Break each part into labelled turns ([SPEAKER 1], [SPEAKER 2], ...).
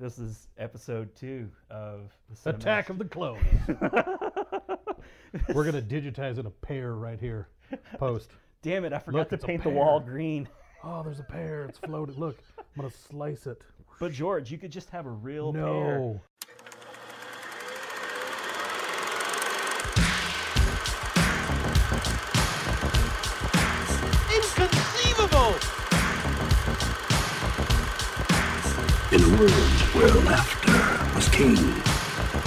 [SPEAKER 1] This is episode two of the
[SPEAKER 2] Attack of the Clones. We're gonna digitize it a pear right here. Post.
[SPEAKER 1] Damn it! I forgot
[SPEAKER 2] Look,
[SPEAKER 1] to
[SPEAKER 2] it's a
[SPEAKER 1] paint the wall
[SPEAKER 2] pear.
[SPEAKER 1] green.
[SPEAKER 2] Oh, there's a pear. It's floated. Look, I'm gonna slice it.
[SPEAKER 1] But George, you could just have a real pear.
[SPEAKER 2] No.
[SPEAKER 3] Inconceivable!
[SPEAKER 4] in a world where laughter was king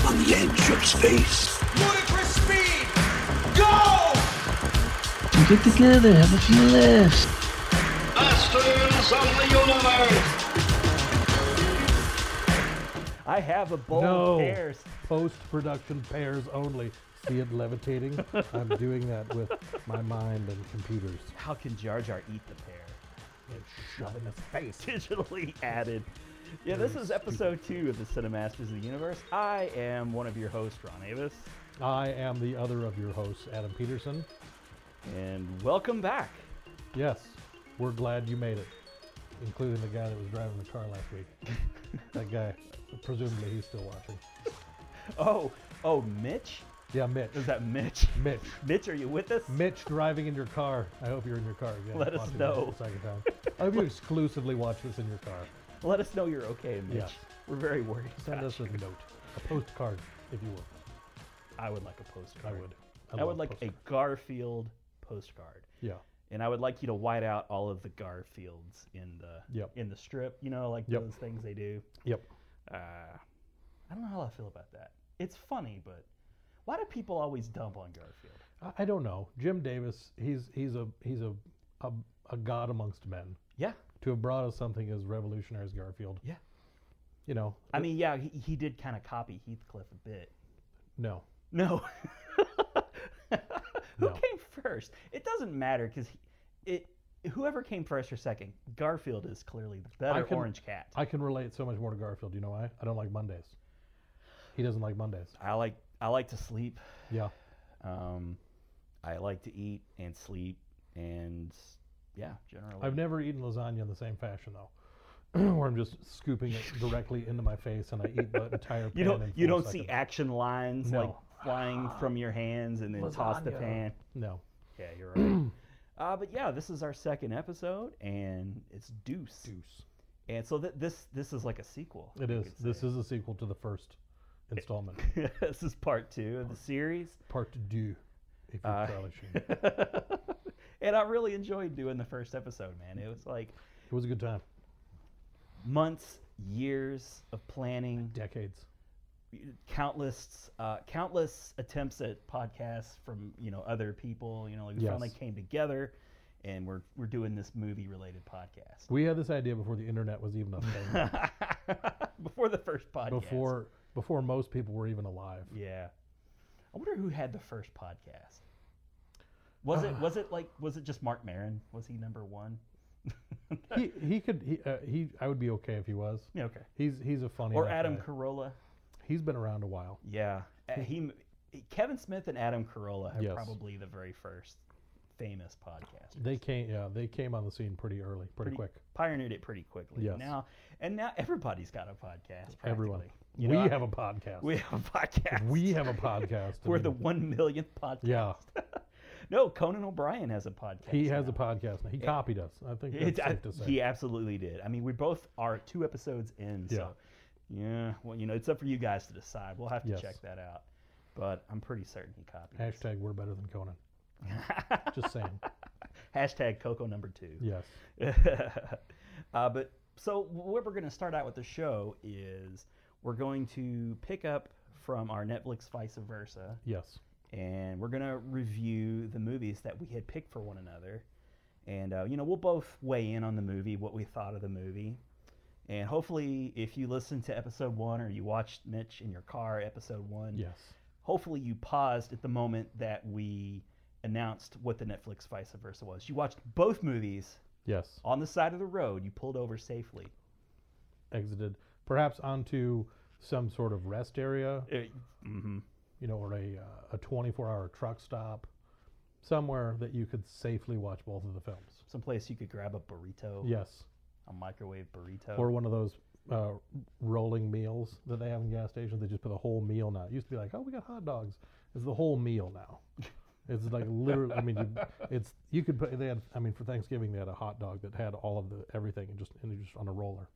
[SPEAKER 4] on the edge of space.
[SPEAKER 3] Ludicrous speed! Go!
[SPEAKER 4] Get together, have a few laughs.
[SPEAKER 3] Masters of the universe!
[SPEAKER 1] I have a bowl
[SPEAKER 2] No.
[SPEAKER 1] of pears.
[SPEAKER 2] Post production pears only. See it levitating? I'm doing that with my mind and computers.
[SPEAKER 1] How can Jar Jar eat the pear?
[SPEAKER 2] It's shut in his face.
[SPEAKER 1] Digitally added. Yeah, this is episode two of the Cinemasters of the Universe. I am one of your hosts, Ron Avis,
[SPEAKER 2] I am the other of your hosts, Adam Peterson.
[SPEAKER 1] and welcome back.
[SPEAKER 2] Yes, we're glad you made it, including the guy that was driving the car last week. that guy, presumably, he's still watching.
[SPEAKER 1] Oh, oh, Mitch?
[SPEAKER 2] Yeah, Mitch.
[SPEAKER 1] Is that Mitch?
[SPEAKER 2] Mitch.
[SPEAKER 1] Mitch, are you with us?
[SPEAKER 2] Mitch driving in your car. I hope you're in your car again.
[SPEAKER 1] Let us
[SPEAKER 2] watching this
[SPEAKER 1] know.
[SPEAKER 2] the second time. I hope you exclusively watch this in your car.
[SPEAKER 1] Let us know you're okay, Mitch.
[SPEAKER 2] Yeah.
[SPEAKER 1] We're very worried.
[SPEAKER 2] Send
[SPEAKER 1] about
[SPEAKER 2] us a
[SPEAKER 1] you.
[SPEAKER 2] note, a postcard, if you will.
[SPEAKER 1] I would like a
[SPEAKER 2] I
[SPEAKER 1] postcard.
[SPEAKER 2] would.
[SPEAKER 1] I, would like a Garfield postcard.
[SPEAKER 2] a. Yeah.
[SPEAKER 1] And I would like you to white out all of the Garfields in the
[SPEAKER 2] Yep.
[SPEAKER 1] in the strip. You know, like
[SPEAKER 2] Yep.
[SPEAKER 1] those things they do.
[SPEAKER 2] Yep.
[SPEAKER 1] Uh, I don't know how I feel about that. It's funny, but why do people always dump on Garfield?
[SPEAKER 2] I- I don't know. Jim Davis. He's he's a he's a a, a god amongst men.
[SPEAKER 1] Yeah,
[SPEAKER 2] To have brought us something as revolutionary as Garfield.
[SPEAKER 1] yeah.
[SPEAKER 2] You know.
[SPEAKER 1] I mean, yeah, he, he did kind of copy Heathcliff a bit.
[SPEAKER 2] No.
[SPEAKER 1] No. Who
[SPEAKER 2] No.
[SPEAKER 1] came first? It doesn't matter because it whoever came first or second, Garfield is clearly the better
[SPEAKER 2] can-
[SPEAKER 1] orange cat. I,
[SPEAKER 2] I can relate so much more to Garfield. You know why? I don't like Mondays. He doesn't like Mondays.
[SPEAKER 1] like I like to sleep.
[SPEAKER 2] Yeah.
[SPEAKER 1] Um, I like to eat and sleep and yeah, generally.
[SPEAKER 2] I've never eaten lasagna in the same fashion though, where I'm just scooping it directly into my face and I eat the entire pan.
[SPEAKER 1] you don't
[SPEAKER 2] in
[SPEAKER 1] you
[SPEAKER 2] four
[SPEAKER 1] don't see
[SPEAKER 2] seconds.
[SPEAKER 1] action lines like
[SPEAKER 2] No.
[SPEAKER 1] flying from your hands and then toss the pan.
[SPEAKER 2] No.
[SPEAKER 1] Yeah, you're right. uh, but yeah, this is our second episode and it's Deuce.
[SPEAKER 2] Deuce.
[SPEAKER 1] And so th- this this is like a sequel.
[SPEAKER 2] It
[SPEAKER 1] you
[SPEAKER 2] is.
[SPEAKER 1] could
[SPEAKER 2] This
[SPEAKER 1] say.
[SPEAKER 2] is a sequel to the first installment,
[SPEAKER 1] this is part two of the series.
[SPEAKER 2] part two. If you're
[SPEAKER 1] Uh,
[SPEAKER 2] Charlie Sheen. it
[SPEAKER 1] and I really enjoyed doing the first episode, man. It was like
[SPEAKER 2] was a good time.
[SPEAKER 1] months, years of planning,
[SPEAKER 2] Decades.
[SPEAKER 1] countless, uh, countless attempts at podcasts from you know other people. You know, like we finally
[SPEAKER 2] Yes.
[SPEAKER 1] came together, and we're we're doing this movie related podcast
[SPEAKER 2] We had this idea before the internet was even a thing.
[SPEAKER 1] before the first podcast.
[SPEAKER 2] before before most people were even alive.
[SPEAKER 1] yeah, I wonder who had the first podcast. Was it was it like was it just Mark Maron? Was he number one?
[SPEAKER 2] he he could he, uh, he I would be okay if he was.
[SPEAKER 1] Yeah, okay.
[SPEAKER 2] He's he's a funny.
[SPEAKER 1] Or
[SPEAKER 2] enough
[SPEAKER 1] Adam
[SPEAKER 2] guy.
[SPEAKER 1] Carolla.
[SPEAKER 2] He's been around a while.
[SPEAKER 1] Yeah, Uh, he, Kevin Smith and Adam Carolla are
[SPEAKER 2] Yes.
[SPEAKER 1] probably the very first famous podcasters.
[SPEAKER 2] They came yeah they came on the scene pretty early,
[SPEAKER 1] Pretty-
[SPEAKER 2] pretty, quick.
[SPEAKER 1] Pioneered it pretty quickly.
[SPEAKER 2] Yes.
[SPEAKER 1] Now and now everybody's got a podcast.
[SPEAKER 2] Everyone.
[SPEAKER 1] practically. You
[SPEAKER 2] We
[SPEAKER 1] know, I-
[SPEAKER 2] have a podcast.
[SPEAKER 1] we have a podcast.
[SPEAKER 2] We have a podcast. I
[SPEAKER 1] We're the
[SPEAKER 2] mean,
[SPEAKER 1] one millionth podcast.
[SPEAKER 2] yeah.
[SPEAKER 1] No, Conan O'Brien has a podcast.
[SPEAKER 2] He has
[SPEAKER 1] now.
[SPEAKER 2] a podcast. now. He copied us. I think that's
[SPEAKER 1] It's- I-
[SPEAKER 2] safe to say.
[SPEAKER 1] he absolutely did. I mean, we both are two episodes in. So, yeah. Well, you know, it's up for you guys to decide. We'll have to
[SPEAKER 2] Yes.
[SPEAKER 1] check that out. But I'm pretty certain he copied. us.
[SPEAKER 2] Hashtag we're better than Conan. Just saying.
[SPEAKER 1] Hashtag Coco number two.
[SPEAKER 2] Yes.
[SPEAKER 1] uh, but so what we're going to start out with the show is we're going to pick up from our Netflix vice versa,
[SPEAKER 2] Yes.
[SPEAKER 1] and we're going to review the movies that we had picked for one another, and uh, you know we'll both weigh in on the movie, what we thought of the movie. And hopefully, if you listened to episode one or you watched Mitch in your car, episode one,
[SPEAKER 2] Yes.
[SPEAKER 1] hopefully you paused at the moment that we announced what the Netflix vice versa was. You watched both movies
[SPEAKER 2] Yes.
[SPEAKER 1] on the side of the road. You pulled over safely.
[SPEAKER 2] Exited. Perhaps onto some sort of rest area,
[SPEAKER 1] mm-hmm.
[SPEAKER 2] you know, or a, uh, a 24 hour truck stop, somewhere that you could safely watch both of the films.
[SPEAKER 1] Someplace you could grab a burrito,
[SPEAKER 2] Yes.
[SPEAKER 1] a microwave burrito.
[SPEAKER 2] Or one of those uh, rolling meals that they have in gas stations. They just put a whole meal now. It used to be like, oh, we got hot dogs. It's the whole meal now. It's like literally. I mean, you, it's you could put. They had. I mean, for Thanksgiving they had a hot dog that had all of the everything and just and it just on a roller,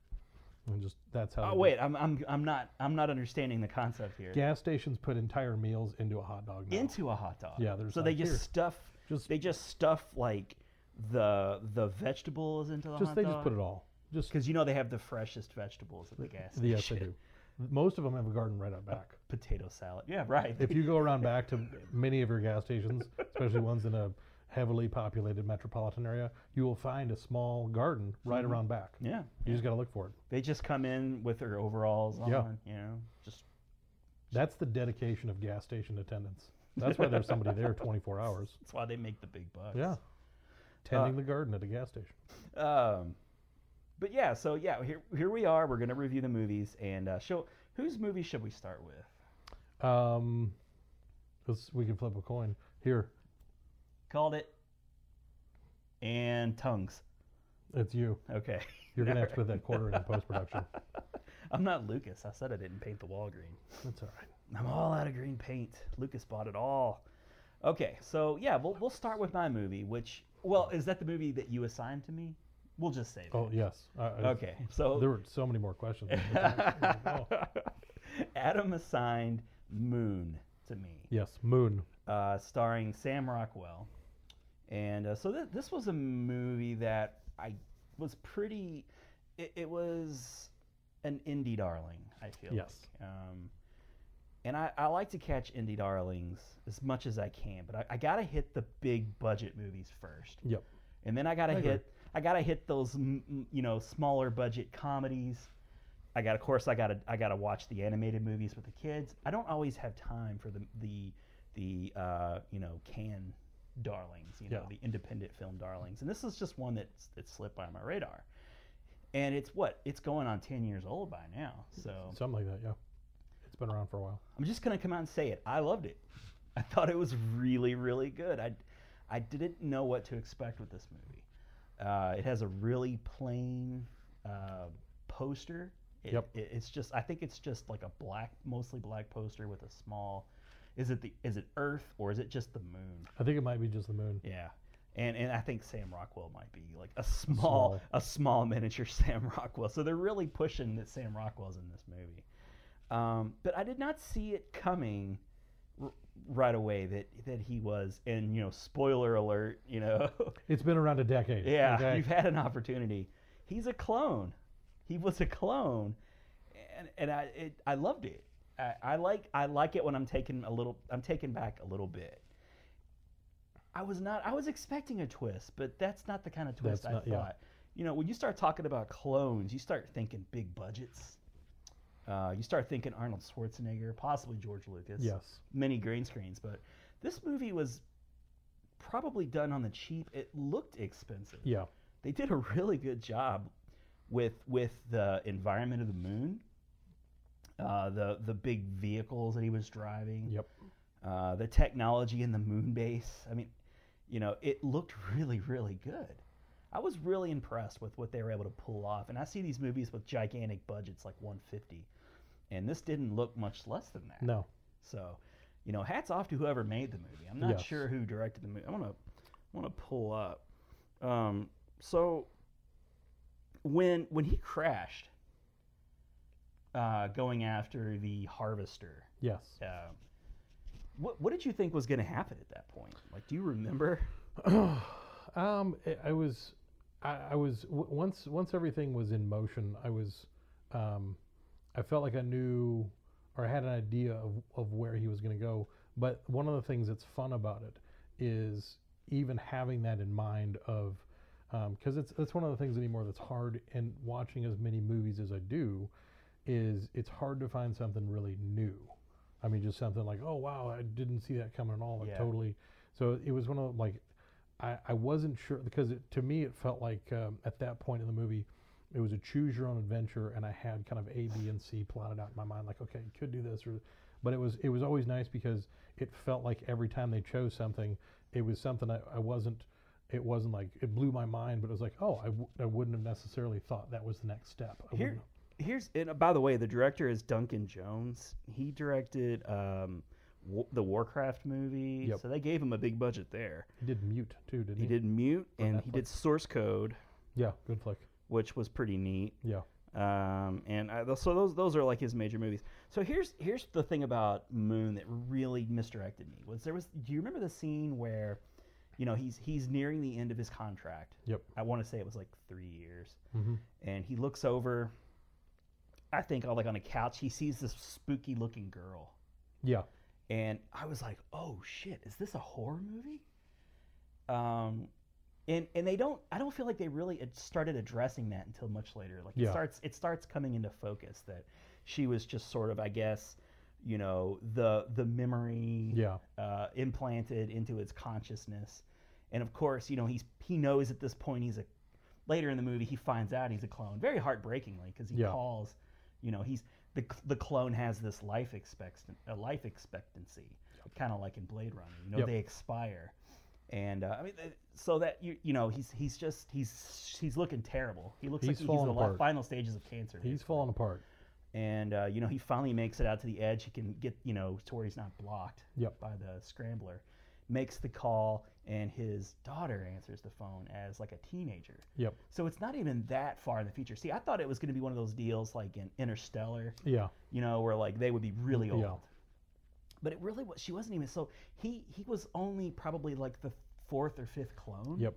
[SPEAKER 2] and just that's how. they
[SPEAKER 1] Oh
[SPEAKER 2] do it.
[SPEAKER 1] wait, I'm I'm I'm not I'm not understanding the concept here.
[SPEAKER 2] Gas stations put entire meals into a hot dog now.
[SPEAKER 1] Into a hot dog.
[SPEAKER 2] Yeah, there's
[SPEAKER 1] so they
[SPEAKER 2] like,
[SPEAKER 1] just
[SPEAKER 2] here,
[SPEAKER 1] stuff
[SPEAKER 2] just-
[SPEAKER 1] they just stuff like the the vegetables into the
[SPEAKER 2] just
[SPEAKER 1] hot
[SPEAKER 2] they
[SPEAKER 1] dog.
[SPEAKER 2] just put it all. Just
[SPEAKER 1] because you know they have the freshest vegetables at the gas station.
[SPEAKER 2] yes, they do. Most of them have a garden right out back.
[SPEAKER 1] Potato salad. Yeah, right.
[SPEAKER 2] if you go around back to many of your gas stations, especially ones in a heavily populated metropolitan area, you will find a small garden right around back.
[SPEAKER 1] yeah,
[SPEAKER 2] You just got to look for it.
[SPEAKER 1] they just come in with their overalls on.
[SPEAKER 2] Yeah.
[SPEAKER 1] You know, just
[SPEAKER 2] That's the dedication of gas station attendants. That's why there's somebody there 24 hours.
[SPEAKER 1] that's why they make the big bucks.
[SPEAKER 2] Yeah. Tending the garden at a gas station.
[SPEAKER 1] Um, but yeah, so yeah, here here we are. We're gonna review the movies and uh, show whose movie should we start with?
[SPEAKER 2] Um, let's, we can flip a coin. Here,
[SPEAKER 1] Called it. And tongues.
[SPEAKER 2] it's you.
[SPEAKER 1] Okay.
[SPEAKER 2] You're going to have to put that quarter in post production.
[SPEAKER 1] I'm not Lucas. I said I didn't paint the wall green.
[SPEAKER 2] That's all right.
[SPEAKER 1] I'm all out of green paint. Lucas bought it all. Okay, so yeah, we'll we'll start with my movie, which well, is that the movie that you assigned to me? We'll just say that.
[SPEAKER 2] Oh, yes. I, I,
[SPEAKER 1] Okay, so
[SPEAKER 2] There were so many more questions. Oh,
[SPEAKER 1] Adam assigned Moon to me,
[SPEAKER 2] yes, Moon.
[SPEAKER 1] uh, starring Sam Rockwell, and uh, so th- this was a movie that I was pretty. It, it was an indie darling. I feel
[SPEAKER 2] Yes.
[SPEAKER 1] like. Um, and I, I like to catch indie darlings as much as I can, but I, I gotta hit the big budget movies first,
[SPEAKER 2] Yep.
[SPEAKER 1] and then I gotta
[SPEAKER 2] I agree.
[SPEAKER 1] hit I gotta hit those m- m- you know smaller budget comedies. I got of course I gotta I gotta watch the animated movies with the kids. I don't always have time for the the the uh, you know can darlings, you know the
[SPEAKER 2] Yeah.
[SPEAKER 1] independent film darlings, and this is just one that's that slipped by my radar. And it's what it's going on ten years old by now, so
[SPEAKER 2] Something like that, yeah. It's been around for a while.
[SPEAKER 1] I'm just gonna come out and say it. I loved it. I thought it was really, really good. I, I didn't know what to expect with this movie. Uh, it has a really plain uh, poster. It,
[SPEAKER 2] Yep.
[SPEAKER 1] it- it's just. I think it's just like a black, mostly black poster with a small. Is it the? Is it Earth or is it just the moon?
[SPEAKER 2] I think it might be just the moon.
[SPEAKER 1] Yeah. And, and I think Sam Rockwell might be like a small,
[SPEAKER 2] Small.
[SPEAKER 1] a small miniature Sam Rockwell. So they're really pushing that Sam Rockwell's in this movie. Um, but I did not see it coming r- right away that that he was. And you know, spoiler alert, you know,
[SPEAKER 2] It's been around a decade.
[SPEAKER 1] yeah,
[SPEAKER 2] okay?
[SPEAKER 1] you've had an opportunity. He's a clone. He was a clone, and and I it, I loved it. I, I like I like it when I'm taken a little I'm taken back a little bit. I was not I was expecting a twist, but that's not the kind of twist
[SPEAKER 2] That's
[SPEAKER 1] I
[SPEAKER 2] not-
[SPEAKER 1] thought.
[SPEAKER 2] yeah.
[SPEAKER 1] You know, when you start talking about clones, you start thinking big budgets. Uh, you start thinking Arnold Schwarzenegger, possibly George Lucas
[SPEAKER 2] Yes.
[SPEAKER 1] many green screens, but this movie was probably done on the cheap. It looked expensive.
[SPEAKER 2] Yeah.
[SPEAKER 1] They did a really good job with with the environment of the moon, uh, the the big vehicles that he was driving,
[SPEAKER 2] Yep.
[SPEAKER 1] uh, the technology in the moon base. I mean, you know, it looked really really good. I was really impressed with what they were able to pull off, and I see these movies with gigantic budgets like 150, and this didn't look much less than that.
[SPEAKER 2] No.
[SPEAKER 1] So, you know, hats off to whoever made the movie. I'm not
[SPEAKER 2] Yes.
[SPEAKER 1] sure who directed the movie. I want to want to pull up. Um, so when when he crashed, uh, going after the harvester,
[SPEAKER 2] Yes.
[SPEAKER 1] um, what what did you think was going to happen at that point? Like, do you remember?
[SPEAKER 2] Um, I- I was, I, I was w- once once everything was in motion. I was, um, I felt like I knew or had an idea of, of where he was going to go. But one of the things that's fun about it is even having that in mind of, because it's that's one of the things anymore that's hard. And watching as many movies as I do, is it's hard to find something really new. I mean, just something like, oh wow, I didn't see that coming at all. Like
[SPEAKER 1] Yeah.
[SPEAKER 2] totally. So it was one of like, I, I wasn't sure because it, to me it felt like um, at that point in the movie, it was a choose your own adventure, and I had kind of A, B, and C plotted out in my mind. Like, okay, you could do this, or, but it was it was always nice because it felt like every time they chose something, it was something I, I wasn't. It wasn't like it blew my mind, but it was like, oh, I w- I wouldn't have necessarily thought that was the next step. I
[SPEAKER 1] Here,
[SPEAKER 2] wouldn't-
[SPEAKER 1] here's and uh, by the way, the director is Duncan Jones. He directed um, w- the Warcraft movie,
[SPEAKER 2] Yep.
[SPEAKER 1] so they gave him a big budget there.
[SPEAKER 2] He did mute too, didn't he?
[SPEAKER 1] He did Mute and he did Source Code,
[SPEAKER 2] Yeah, good flick.
[SPEAKER 1] which was pretty neat.
[SPEAKER 2] Yeah.
[SPEAKER 1] Um, and I, so those those are like his major movies. So here's here's the thing about Moon that really misdirected me was there was do you remember the scene where, you know, he's he's nearing the end of his contract.
[SPEAKER 2] Yep.
[SPEAKER 1] I want to say it was like three years,
[SPEAKER 2] Mhm.
[SPEAKER 1] and he looks over. I think like on a couch, he sees this spooky looking girl,
[SPEAKER 2] Yeah.
[SPEAKER 1] and I was like, "Oh shit, is this a horror movie?" Um, and and they don't. I don't feel like they really ad- started addressing that until much later. Like it
[SPEAKER 2] Yeah.
[SPEAKER 1] starts it starts coming into focus that she was just sort of, I guess, you know, the the memory
[SPEAKER 2] Yeah.
[SPEAKER 1] uh, implanted into his consciousness, and of course, you know, he's he knows at this point he's a later in the movie he finds out he's a clone very heartbreakingly because he
[SPEAKER 2] Yeah.
[SPEAKER 1] calls you know he's the, c- the clone has this life expect a life expectancy kind of like in blade runner you know
[SPEAKER 2] Yep.
[SPEAKER 1] they expire and uh, i mean th- so that you you know he's he's just he's he's looking terrible he looks
[SPEAKER 2] He's
[SPEAKER 1] like he's in
[SPEAKER 2] falling
[SPEAKER 1] the la-
[SPEAKER 2] apart.
[SPEAKER 1] final stages of cancer
[SPEAKER 2] He's
[SPEAKER 1] basically.
[SPEAKER 2] falling apart.
[SPEAKER 1] and uh, you know he finally makes it out to the edge he can get you know to where he's not blocked
[SPEAKER 2] Yep.
[SPEAKER 1] by the scrambler makes the call and his daughter answers the phone as like a teenager
[SPEAKER 2] Yep.
[SPEAKER 1] so it's not even that far in the future. See, I thought it was going to be one of those deals like in Interstellar,
[SPEAKER 2] Yeah.
[SPEAKER 1] you know, where like they would be really old.
[SPEAKER 2] Yeah.
[SPEAKER 1] But it really was. She wasn't even so. He he was only probably like the fourth or fifth clone.
[SPEAKER 2] Yep.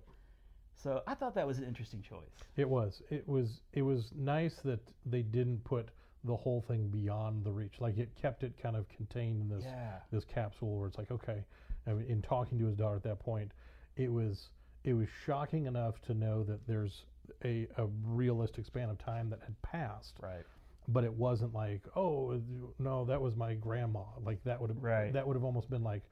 [SPEAKER 1] So I thought that was an interesting choice.
[SPEAKER 2] It was. It was. It was nice that they didn't put the whole thing beyond the reach. Like it kept it kind of contained in this
[SPEAKER 1] Yeah.
[SPEAKER 2] this capsule where it's like, okay, I mean, in talking to his daughter at that point, it was it was shocking enough to know that there's a, a realistic span of time that had passed.
[SPEAKER 1] Right.
[SPEAKER 2] But it wasn't like, oh no, that was my grandma. Like that would have
[SPEAKER 1] Right.
[SPEAKER 2] that would have almost been like,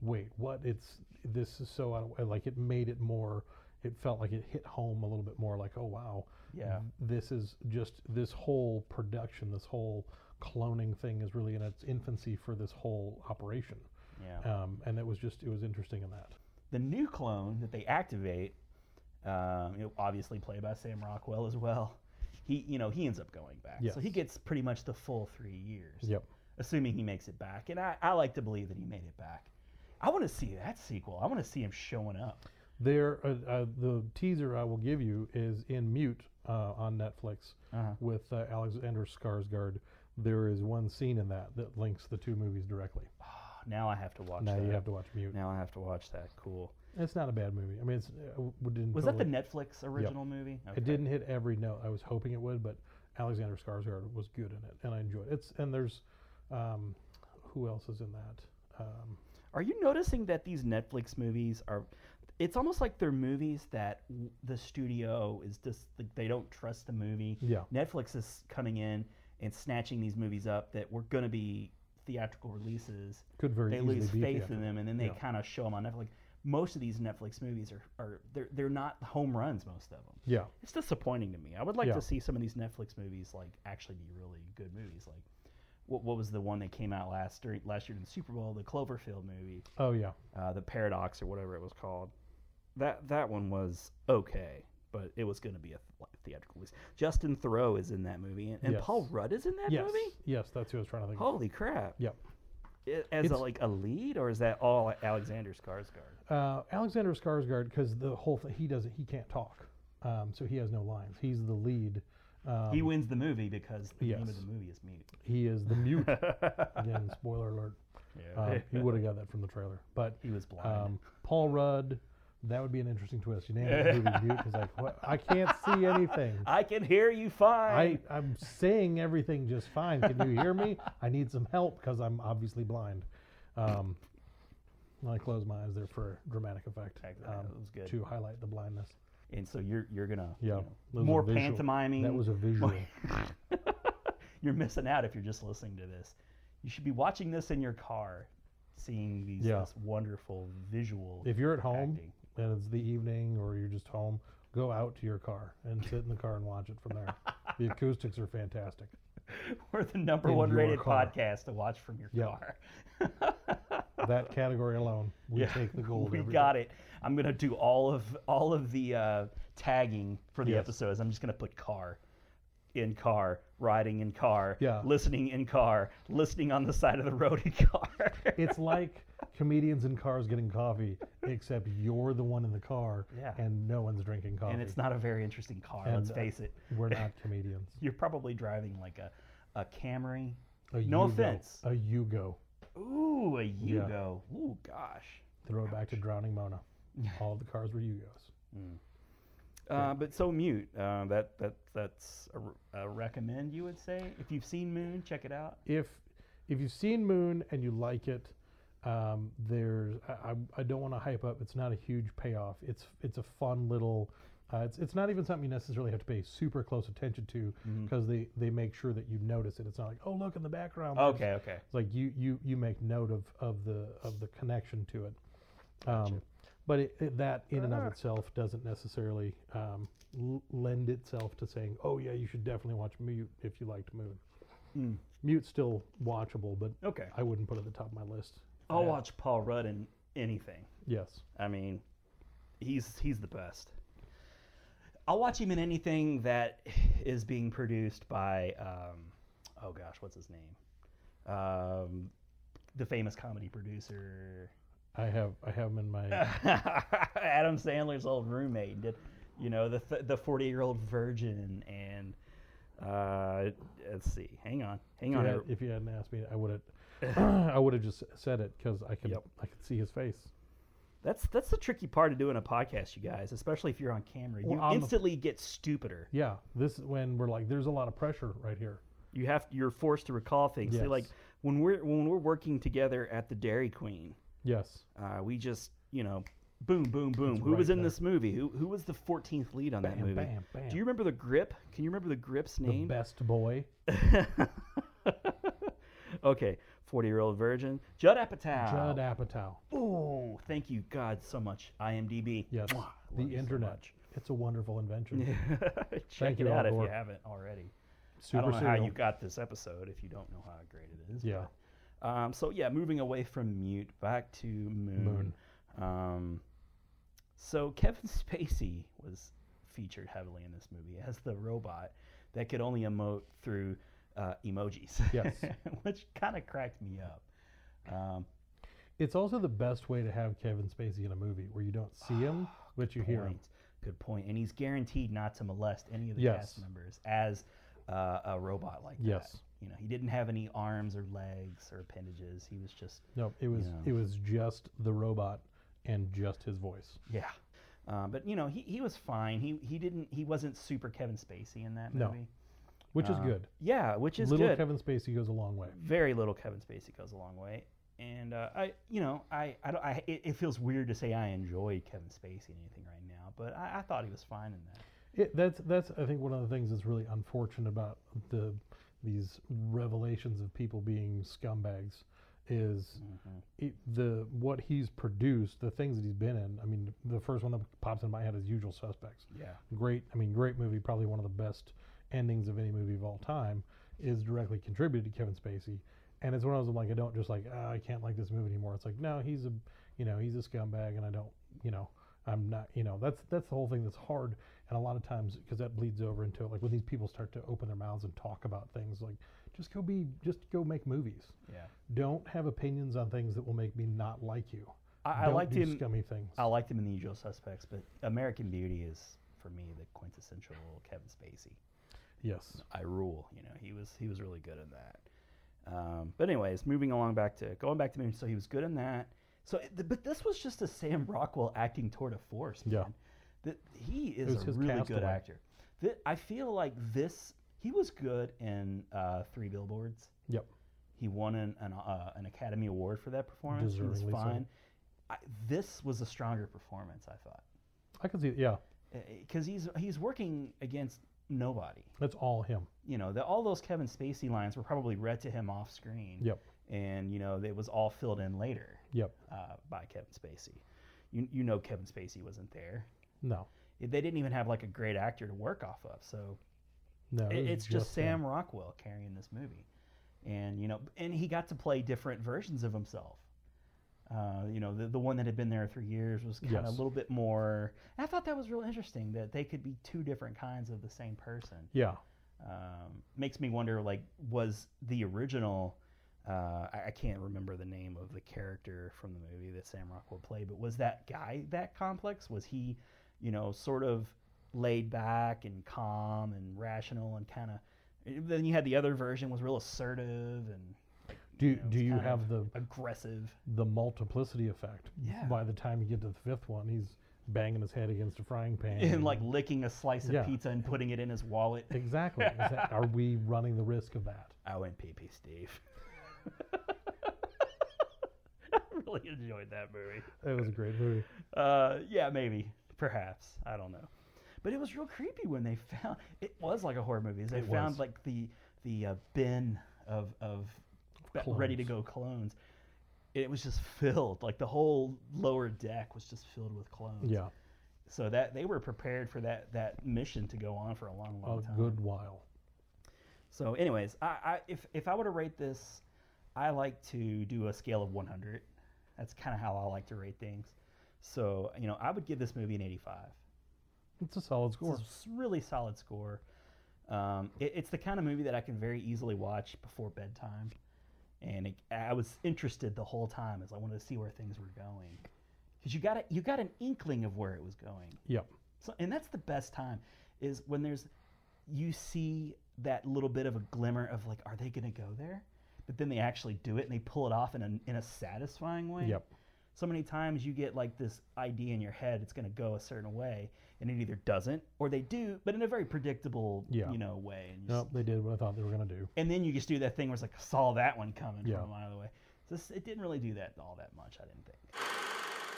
[SPEAKER 2] wait, what? It's this is so out of like it made it more. It felt like it hit home a little bit more. Like oh wow,
[SPEAKER 1] Yeah.
[SPEAKER 2] this is just this whole production, this whole cloning thing is really in its infancy for this whole operation.
[SPEAKER 1] Yeah.
[SPEAKER 2] Um, and it was just it was interesting in that.
[SPEAKER 1] the new clone that they activate, um, you know, obviously played by Sam Rockwell as well. He you know he ends up going back. So he
[SPEAKER 2] Yes.
[SPEAKER 1] gets pretty much the full three years.
[SPEAKER 2] Yep.
[SPEAKER 1] assuming he makes it back. And I, I like to believe that he made it back. I want to see that sequel. I want to see him showing up.
[SPEAKER 2] There, uh, uh, the teaser I will give you is in mute uh, on Netflix
[SPEAKER 1] Uh-huh.
[SPEAKER 2] with uh, Alexander Skarsgård. There is one scene in that that links the two movies directly.
[SPEAKER 1] Oh, now I have to watch
[SPEAKER 2] now
[SPEAKER 1] that.
[SPEAKER 2] you have to watch mute.
[SPEAKER 1] now I have to watch that. Cool.
[SPEAKER 2] It's not a bad movie. I mean, it's uh, w- didn't
[SPEAKER 1] Was that
[SPEAKER 2] totally-
[SPEAKER 1] the Netflix original movie? Okay.
[SPEAKER 2] It didn't hit every note I was hoping it would, but Alexander Skarsgård was good in it, and I enjoyed it. It's and there's, um, who else is in that? Um,
[SPEAKER 1] Are you noticing that these Netflix movies are? It's almost like they're movies that w- the studio is just like they don't trust the movie.
[SPEAKER 2] Yeah.
[SPEAKER 1] Netflix is coming in and snatching these movies up that were going to be theatrical releases.
[SPEAKER 2] could very
[SPEAKER 1] they
[SPEAKER 2] easily
[SPEAKER 1] lose
[SPEAKER 2] be
[SPEAKER 1] faith in
[SPEAKER 2] theatrical.
[SPEAKER 1] them, and then they
[SPEAKER 2] Yeah.
[SPEAKER 1] kind of show them on Netflix. Most of these Netflix movies are, are they're, they're not home runs. Most of them.
[SPEAKER 2] Yeah,
[SPEAKER 1] It's disappointing to me. I would like
[SPEAKER 2] Yeah.
[SPEAKER 1] to see some of these Netflix movies like actually be really good movies. Like, what, what was the one that came out last during, last year in the Super Bowl? The Cloverfield movie,
[SPEAKER 2] oh yeah,
[SPEAKER 1] uh, the Paradox or whatever it was called. That that one was okay, but it was going to be a th- theatrical release. Justin Thoreau is in that movie, and, and
[SPEAKER 2] Yes.
[SPEAKER 1] Paul Rudd is in that
[SPEAKER 2] yes,
[SPEAKER 1] movie.
[SPEAKER 2] yes, that's who I was trying to think. of.
[SPEAKER 1] Holy crap!
[SPEAKER 2] Yep.
[SPEAKER 1] I- As a,
[SPEAKER 2] It's-
[SPEAKER 1] like a lead, or is that all Alexander Skarsgård?
[SPEAKER 2] Uh, Alexander Skarsgård, because the whole thing he doesn't, he can't talk, um, so he has no lines. He's the lead. Um,
[SPEAKER 1] he wins the movie because the name of
[SPEAKER 2] yes.
[SPEAKER 1] the movie is Mute.
[SPEAKER 2] he is the mute. Again, spoiler alert.
[SPEAKER 1] Yeah.
[SPEAKER 2] Um, he would have got that from the trailer, but
[SPEAKER 1] He was blind.
[SPEAKER 2] Um, Paul Rudd, that would be an interesting twist. You name the movie mute. He's like, what? I can't see anything.
[SPEAKER 1] I can hear you fine.
[SPEAKER 2] I, I'm saying everything just fine. Can you hear me? I need some help because I'm obviously blind. Um, and I close my eyes there for dramatic effect. um,
[SPEAKER 1] Exactly, that was good.
[SPEAKER 2] To highlight the blindness.
[SPEAKER 1] and so you're you're gonna you
[SPEAKER 2] Yeah.
[SPEAKER 1] know,
[SPEAKER 2] that was a
[SPEAKER 1] more
[SPEAKER 2] visual-
[SPEAKER 1] pantomiming.
[SPEAKER 2] That was a visual.
[SPEAKER 1] You're missing out if you're just listening to this. You should be watching this in your car, seeing these
[SPEAKER 2] Yeah.
[SPEAKER 1] this wonderful visual.
[SPEAKER 2] if you're at home
[SPEAKER 1] acting.
[SPEAKER 2] and it's the evening or you're just home, go out to your car and sit in the car and watch it from there. the acoustics are fantastic.
[SPEAKER 1] we're the number
[SPEAKER 2] in
[SPEAKER 1] one
[SPEAKER 2] your
[SPEAKER 1] rated
[SPEAKER 2] car.
[SPEAKER 1] podcast to watch from your
[SPEAKER 2] Yeah.
[SPEAKER 1] car.
[SPEAKER 2] That category alone, we take the gold.
[SPEAKER 1] we
[SPEAKER 2] every
[SPEAKER 1] got it. I'm gonna do all of all of the uh, tagging for the
[SPEAKER 2] Yes.
[SPEAKER 1] episodes. I'm just gonna put car in car, riding in car,
[SPEAKER 2] Yeah.
[SPEAKER 1] listening in car, listening on the side of the road in car.
[SPEAKER 2] It's like comedians in cars getting coffee, except you're the one in the car,
[SPEAKER 1] Yeah.
[SPEAKER 2] and no one's drinking coffee.
[SPEAKER 1] and it's not a very interesting car,
[SPEAKER 2] And,
[SPEAKER 1] let's
[SPEAKER 2] uh,
[SPEAKER 1] face it.
[SPEAKER 2] We're not comedians.
[SPEAKER 1] You're probably driving like a, a Camry.
[SPEAKER 2] A
[SPEAKER 1] No
[SPEAKER 2] Yugo.
[SPEAKER 1] offense.
[SPEAKER 2] A Yugo.
[SPEAKER 1] Ooh, a Yugo. Ooh, gosh.
[SPEAKER 2] Throwback to Drowning Mona. All the cars were Yugos.
[SPEAKER 1] Uh, but so mute. Uh, that that that's a, r- a recommend. You would say if you've seen Moon, check it out.
[SPEAKER 2] if if you've seen Moon and you like it, um, there's I, I, I don't want to hype up. It's not a huge payoff. It's it's a fun little. Uh, it's it's not even something you necessarily have to pay super close attention to because they they make sure that you notice it. It's not like oh look in the background. there's-"
[SPEAKER 1] Okay, okay.
[SPEAKER 2] It's like you you you make note of of the of the connection to it. Um, but it, it- that in
[SPEAKER 1] Ah.
[SPEAKER 2] and of itself doesn't necessarily um, l- lend itself to saying, "Oh yeah, you should definitely watch Mute if you liked Moon."
[SPEAKER 1] Hmm.
[SPEAKER 2] Mute's still watchable, but
[SPEAKER 1] Okay.
[SPEAKER 2] I wouldn't put it at the top of my list.
[SPEAKER 1] I'll watch Paul Rudd in anything.
[SPEAKER 2] Yes,
[SPEAKER 1] I mean, he's he's the best. I'll watch him in anything that is being produced by, um, oh gosh, what's his name? Um, the famous comedy producer
[SPEAKER 2] I have I have him in my
[SPEAKER 1] Adam Sandler's old roommate did, you know, the th- the forty year old virgin and. Uh, let's see. Hang on. Hang
[SPEAKER 2] if,
[SPEAKER 1] on.
[SPEAKER 2] you
[SPEAKER 1] every-
[SPEAKER 2] had, if you hadn't asked me, I would have I would have just said it because I could
[SPEAKER 1] Yep.
[SPEAKER 2] I could see his face.
[SPEAKER 1] That's that's the tricky part of doing a podcast, you guys, especially if you're on camera. You
[SPEAKER 2] Well, I'm a-
[SPEAKER 1] instantly get stupider.
[SPEAKER 2] Yeah, this is when we're like, there's a lot of pressure right here.
[SPEAKER 1] You have you're forced to recall things. So, like
[SPEAKER 2] Yes.
[SPEAKER 1] when we're when we're working together at the Dairy Queen,
[SPEAKER 2] Yes,
[SPEAKER 1] uh, we just you know, boom, boom, boom. who was
[SPEAKER 2] right
[SPEAKER 1] in
[SPEAKER 2] there.
[SPEAKER 1] this movie? Who who was the 14th lead on that
[SPEAKER 2] Bam,
[SPEAKER 1] movie?
[SPEAKER 2] bam, bam.
[SPEAKER 1] Do you remember the grip? Can you remember the grip's
[SPEAKER 2] the
[SPEAKER 1] name?
[SPEAKER 2] best boy.
[SPEAKER 1] okay, 40 year old virgin, Judd Apatow.
[SPEAKER 2] Judd Apatow.
[SPEAKER 1] Oh, thank you God so much, IMDb.
[SPEAKER 2] Yes,
[SPEAKER 1] Mwah,
[SPEAKER 2] the
[SPEAKER 1] love you so
[SPEAKER 2] internet.
[SPEAKER 1] much.
[SPEAKER 2] it's a wonderful invention.
[SPEAKER 1] Check
[SPEAKER 2] Thank
[SPEAKER 1] it
[SPEAKER 2] you, Al
[SPEAKER 1] out if you
[SPEAKER 2] Gore.
[SPEAKER 1] haven't already.
[SPEAKER 2] Super
[SPEAKER 1] I don't know how
[SPEAKER 2] serial.
[SPEAKER 1] you got this episode if you don't know how great it is.
[SPEAKER 2] Yeah.
[SPEAKER 1] but, um, so yeah, moving away from mute back to moon. Um, so Kevin Spacey was featured heavily in this movie as the robot that could only emote through uh, emojis.
[SPEAKER 2] Yes.
[SPEAKER 1] which kind of cracked me up. Um,
[SPEAKER 2] It's also the best way to have Kevin Spacey in a movie where you don't see him, but you hear him.
[SPEAKER 1] point. Ah, Good point. And he's guaranteed not to molest any of the
[SPEAKER 2] Yes.
[SPEAKER 1] cast members as uh, a robot like that.
[SPEAKER 2] Yes.
[SPEAKER 1] You know, he didn't have any arms or legs or appendages. He was just
[SPEAKER 2] No, it was
[SPEAKER 1] Yeah.
[SPEAKER 2] it was just the robot and just his voice.
[SPEAKER 1] yeah. Uh, but you know, he, he was fine. He he didn't he wasn't super Kevin Spacey in that movie. Uh,
[SPEAKER 2] No. Which is good.
[SPEAKER 1] Yeah, which is
[SPEAKER 2] Little
[SPEAKER 1] good.
[SPEAKER 2] Kevin Spacey goes a long way.
[SPEAKER 1] Very little Kevin Spacey goes a long way. And uh, I, you know, I, I, don't, I it, it feels weird to say I enjoy Kevin Spacey in anything right now, but I, I thought he was fine in that.
[SPEAKER 2] It, that's that's I think one of the things that's really unfortunate about the these revelations of people being scumbags is it, the what he's produced, the things that he's been in. I mean, the first one that pops in my head is Usual Suspects.
[SPEAKER 1] Yeah.
[SPEAKER 2] great. I mean, great movie, probably one of the best endings of any movie of all time, is directly contributed to Kevin Spacey. And it's one of those I'm like, I don't just like, ah, I can't like this movie anymore. It's like, no, he's a, you know, he's a scumbag, and I don't, you know, I'm not, you know, that's that's the whole thing that's hard. And a lot of times, because that bleeds over into like when these people start to open their mouths and talk about things, like, just go be, just go make movies.
[SPEAKER 1] Yeah.
[SPEAKER 2] Don't have opinions on things that will make me not like you.
[SPEAKER 1] I, I
[SPEAKER 2] Don't
[SPEAKER 1] liked
[SPEAKER 2] do
[SPEAKER 1] him.
[SPEAKER 2] Scummy things.
[SPEAKER 1] I liked him in The Usual Suspects, but American Beauty is for me the quintessential Kevin Spacey.
[SPEAKER 2] yes.
[SPEAKER 1] I rule. You know, he was he was really good in that. Um, but anyways, moving along back to going back to Moon. So he was good in that. So, it- th- but this was just a Sam Rockwell acting toward a force. Man.
[SPEAKER 2] Yeah.
[SPEAKER 1] That he is
[SPEAKER 2] was
[SPEAKER 1] a
[SPEAKER 2] his
[SPEAKER 1] really good
[SPEAKER 2] Castaway.
[SPEAKER 1] actor. Th- I feel like this. He was good in uh, Three Billboards.
[SPEAKER 2] Yep.
[SPEAKER 1] He won an an, uh, an Academy Award for that performance. He was
[SPEAKER 2] Deservingly so.
[SPEAKER 1] fine. I, this was a stronger performance, I thought
[SPEAKER 2] I can see. Yeah.
[SPEAKER 1] because he's he's working against nobody.
[SPEAKER 2] That's all him.
[SPEAKER 1] You know, the, all those Kevin Spacey lines were probably read to him off screen.
[SPEAKER 2] Yep.
[SPEAKER 1] And you know, it was all filled in later
[SPEAKER 2] Yep.
[SPEAKER 1] uh, by Kevin Spacey. You you know, Kevin Spacey wasn't there.
[SPEAKER 2] No.
[SPEAKER 1] They didn't even have like a great actor to work off of. So
[SPEAKER 2] No.
[SPEAKER 1] it-
[SPEAKER 2] it was
[SPEAKER 1] it's just
[SPEAKER 2] him.
[SPEAKER 1] Sam Rockwell carrying this movie, and you know, and he got to play different versions of himself. Uh, you know, the, the one that had been there three years was kind of a
[SPEAKER 2] Yes.
[SPEAKER 1] little bit more. And I thought that was real interesting that they could be two different kinds of the same person.
[SPEAKER 2] Yeah.
[SPEAKER 1] um, makes me wonder like was the original uh, I, I can't remember the name of the character from the movie that Sam Rockwell played, but was that guy that complex? Was he, you know, sort of laid back and calm and rational and kind of? Then you had the other version was real assertive and
[SPEAKER 2] Do
[SPEAKER 1] know, it's
[SPEAKER 2] do you
[SPEAKER 1] kind
[SPEAKER 2] have
[SPEAKER 1] of
[SPEAKER 2] the
[SPEAKER 1] aggressive.
[SPEAKER 2] the multiplicity effect?
[SPEAKER 1] Yeah.
[SPEAKER 2] By the time you get to the fifth one, he's banging his head against a frying pan
[SPEAKER 1] And like licking a slice of
[SPEAKER 2] Yeah.
[SPEAKER 1] pizza and putting it in his wallet.
[SPEAKER 2] exactly. Is that- are we running the risk of that?
[SPEAKER 1] I went pee pee, Steve. I really enjoyed that movie.
[SPEAKER 2] It was a great movie.
[SPEAKER 1] Uh, yeah, maybe, perhaps. I don't know. But it was real creepy when they found it was like a horror movie. is They
[SPEAKER 2] It
[SPEAKER 1] found
[SPEAKER 2] was.
[SPEAKER 1] like the the uh, bin of of ready to go clones. It was just filled. Like the whole lower deck was just filled with clones.
[SPEAKER 2] Yeah,
[SPEAKER 1] So that they were prepared for that that mission to go on for a long, long
[SPEAKER 2] a
[SPEAKER 1] time.
[SPEAKER 2] Oh, good while.
[SPEAKER 1] So, anyways, I, I if if I were to rate this, I like to do a scale of 100. That's kind of how I like to rate things. So, you know, I would give this movie an 85.
[SPEAKER 2] It's a solid score.
[SPEAKER 1] It's a s- really solid score. Um, it, it's the kind of movie that I can very easily watch before bedtime, and it, I was interested the whole time as I wanted to see where things were going, because you got a, you got an inkling of where it was going.
[SPEAKER 2] Yep.
[SPEAKER 1] So, and that's the best time is when there's you see that little bit of a glimmer of like, are they going to go there? But then they actually do it and they pull it off in a, in a satisfying way.
[SPEAKER 2] Yep.
[SPEAKER 1] So many times you get like this idea in your head, it's going to go a certain way, and it either doesn't or they do, but in a very predictable,
[SPEAKER 2] Yeah.
[SPEAKER 1] you know, way. And, you
[SPEAKER 2] Nope, they did what I thought they were gonna do.
[SPEAKER 1] and then you just do that thing where it's like, I saw that one coming
[SPEAKER 2] Yeah.
[SPEAKER 1] from a mile away. So this, it didn't really do that all that much, I didn't think.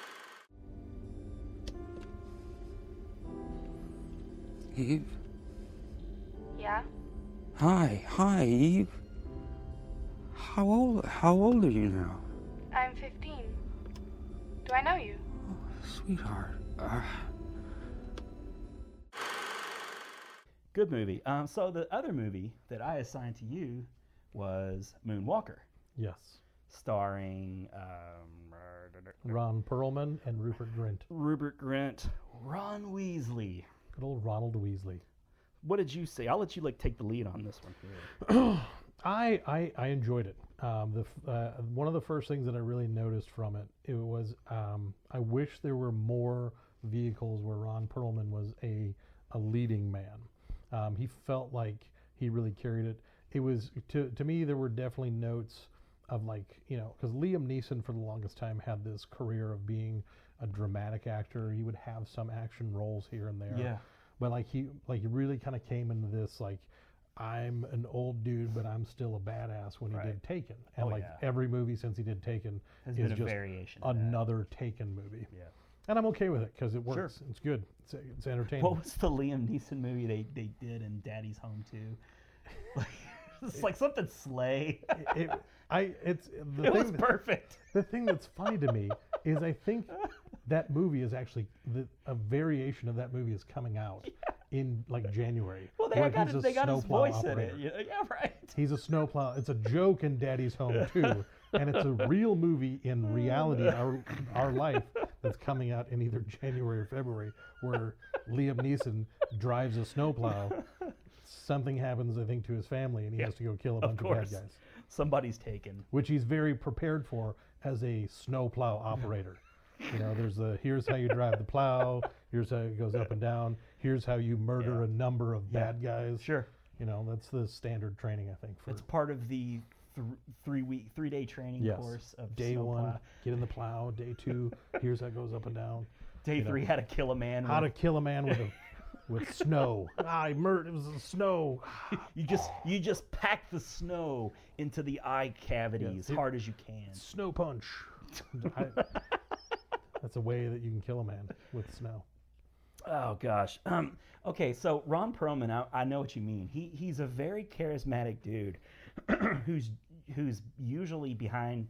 [SPEAKER 5] Eve?
[SPEAKER 6] Yeah?
[SPEAKER 5] Hi, hi, Eve. How old how old are you now?
[SPEAKER 6] I'm 15. Do I know you?
[SPEAKER 5] Sweetheart. Uh,
[SPEAKER 1] Good movie. Um, so the other movie that I assigned to you was Moonwalker,
[SPEAKER 2] Yes.
[SPEAKER 1] starring um, uh,
[SPEAKER 2] Ron Perlman and Rupert Grint.
[SPEAKER 1] Rupert Grint, Ron Weasley.
[SPEAKER 2] Good old Ronald Weasley.
[SPEAKER 1] What did you say? I'll let you like take the lead on this one. really.
[SPEAKER 2] I, I I enjoyed it. Um, the f- uh, one of the first things that I really noticed from it it was um, I wish there were more vehicles where Ron Perlman was a a leading man. Um, he felt like he really carried it. It was to to me there were definitely notes of like you know because Liam Neeson for the longest time had this career of being a dramatic actor. He would have some action roles here and there
[SPEAKER 1] Yeah.
[SPEAKER 2] but like he like he really kind of came into this like I'm an old dude, but I'm still a badass when he did Taken, and
[SPEAKER 1] Oh,
[SPEAKER 2] like
[SPEAKER 1] yeah.
[SPEAKER 2] every movie since he did Taken
[SPEAKER 1] Has
[SPEAKER 2] is
[SPEAKER 1] been a
[SPEAKER 2] just
[SPEAKER 1] variation of that.
[SPEAKER 2] another Taken movie.
[SPEAKER 1] Yeah.
[SPEAKER 2] and I'm okay with it because it works. It's good. It's, it's entertaining.
[SPEAKER 1] What was the Liam Neeson movie they, they did in Daddy's Home too? Like, it's like something sleigh.
[SPEAKER 2] it, I it's the
[SPEAKER 1] it
[SPEAKER 2] thing
[SPEAKER 1] was
[SPEAKER 2] that-
[SPEAKER 1] perfect.
[SPEAKER 2] the thing that's funny to me is I think that movie is actually the, a variation of that movie is coming out in like January.
[SPEAKER 1] Well, they
[SPEAKER 2] where
[SPEAKER 1] got,
[SPEAKER 2] he's
[SPEAKER 1] his-
[SPEAKER 2] a
[SPEAKER 1] they got his
[SPEAKER 2] snowplow
[SPEAKER 1] voice in it.
[SPEAKER 2] operator.
[SPEAKER 1] you know? Yeah, right.
[SPEAKER 2] He's a snowplow. It's a joke in Daddy's Home too, and it's a real movie in reality, our our life that's coming out in either January or February, where Liam Neeson drives a snowplow. Something happens, I think, to his family, and he has to go kill a bunch of, bad
[SPEAKER 1] course.
[SPEAKER 2] guys,
[SPEAKER 1] Somebody's taken.
[SPEAKER 2] which he's very prepared for as a snowplow operator. You know, there's the here's how you drive the plow. Here's how it goes up and down. Here's how you murder a number of bad guys.
[SPEAKER 1] Sure.
[SPEAKER 2] You know, that's the standard training, I think. For
[SPEAKER 1] It's part of the th- three week, three day training
[SPEAKER 2] Yes.
[SPEAKER 1] course of
[SPEAKER 2] day
[SPEAKER 1] Snowplow.
[SPEAKER 2] one, get in the plow. Day two, here's how it goes up and down.
[SPEAKER 1] Day three, how to kill a man.
[SPEAKER 2] How to
[SPEAKER 1] with-
[SPEAKER 2] kill a man with a with snow. ah, I murdered. It was snow.
[SPEAKER 1] you just you just pack the snow into the eye cavity as
[SPEAKER 2] it-
[SPEAKER 1] hard as you can.
[SPEAKER 2] Snow punch. I- that's a way that you can kill a man with snow.
[SPEAKER 1] Oh gosh. Um, okay, so Ron Perlman, I, I know what you mean. He he's a very charismatic dude, who's who's usually behind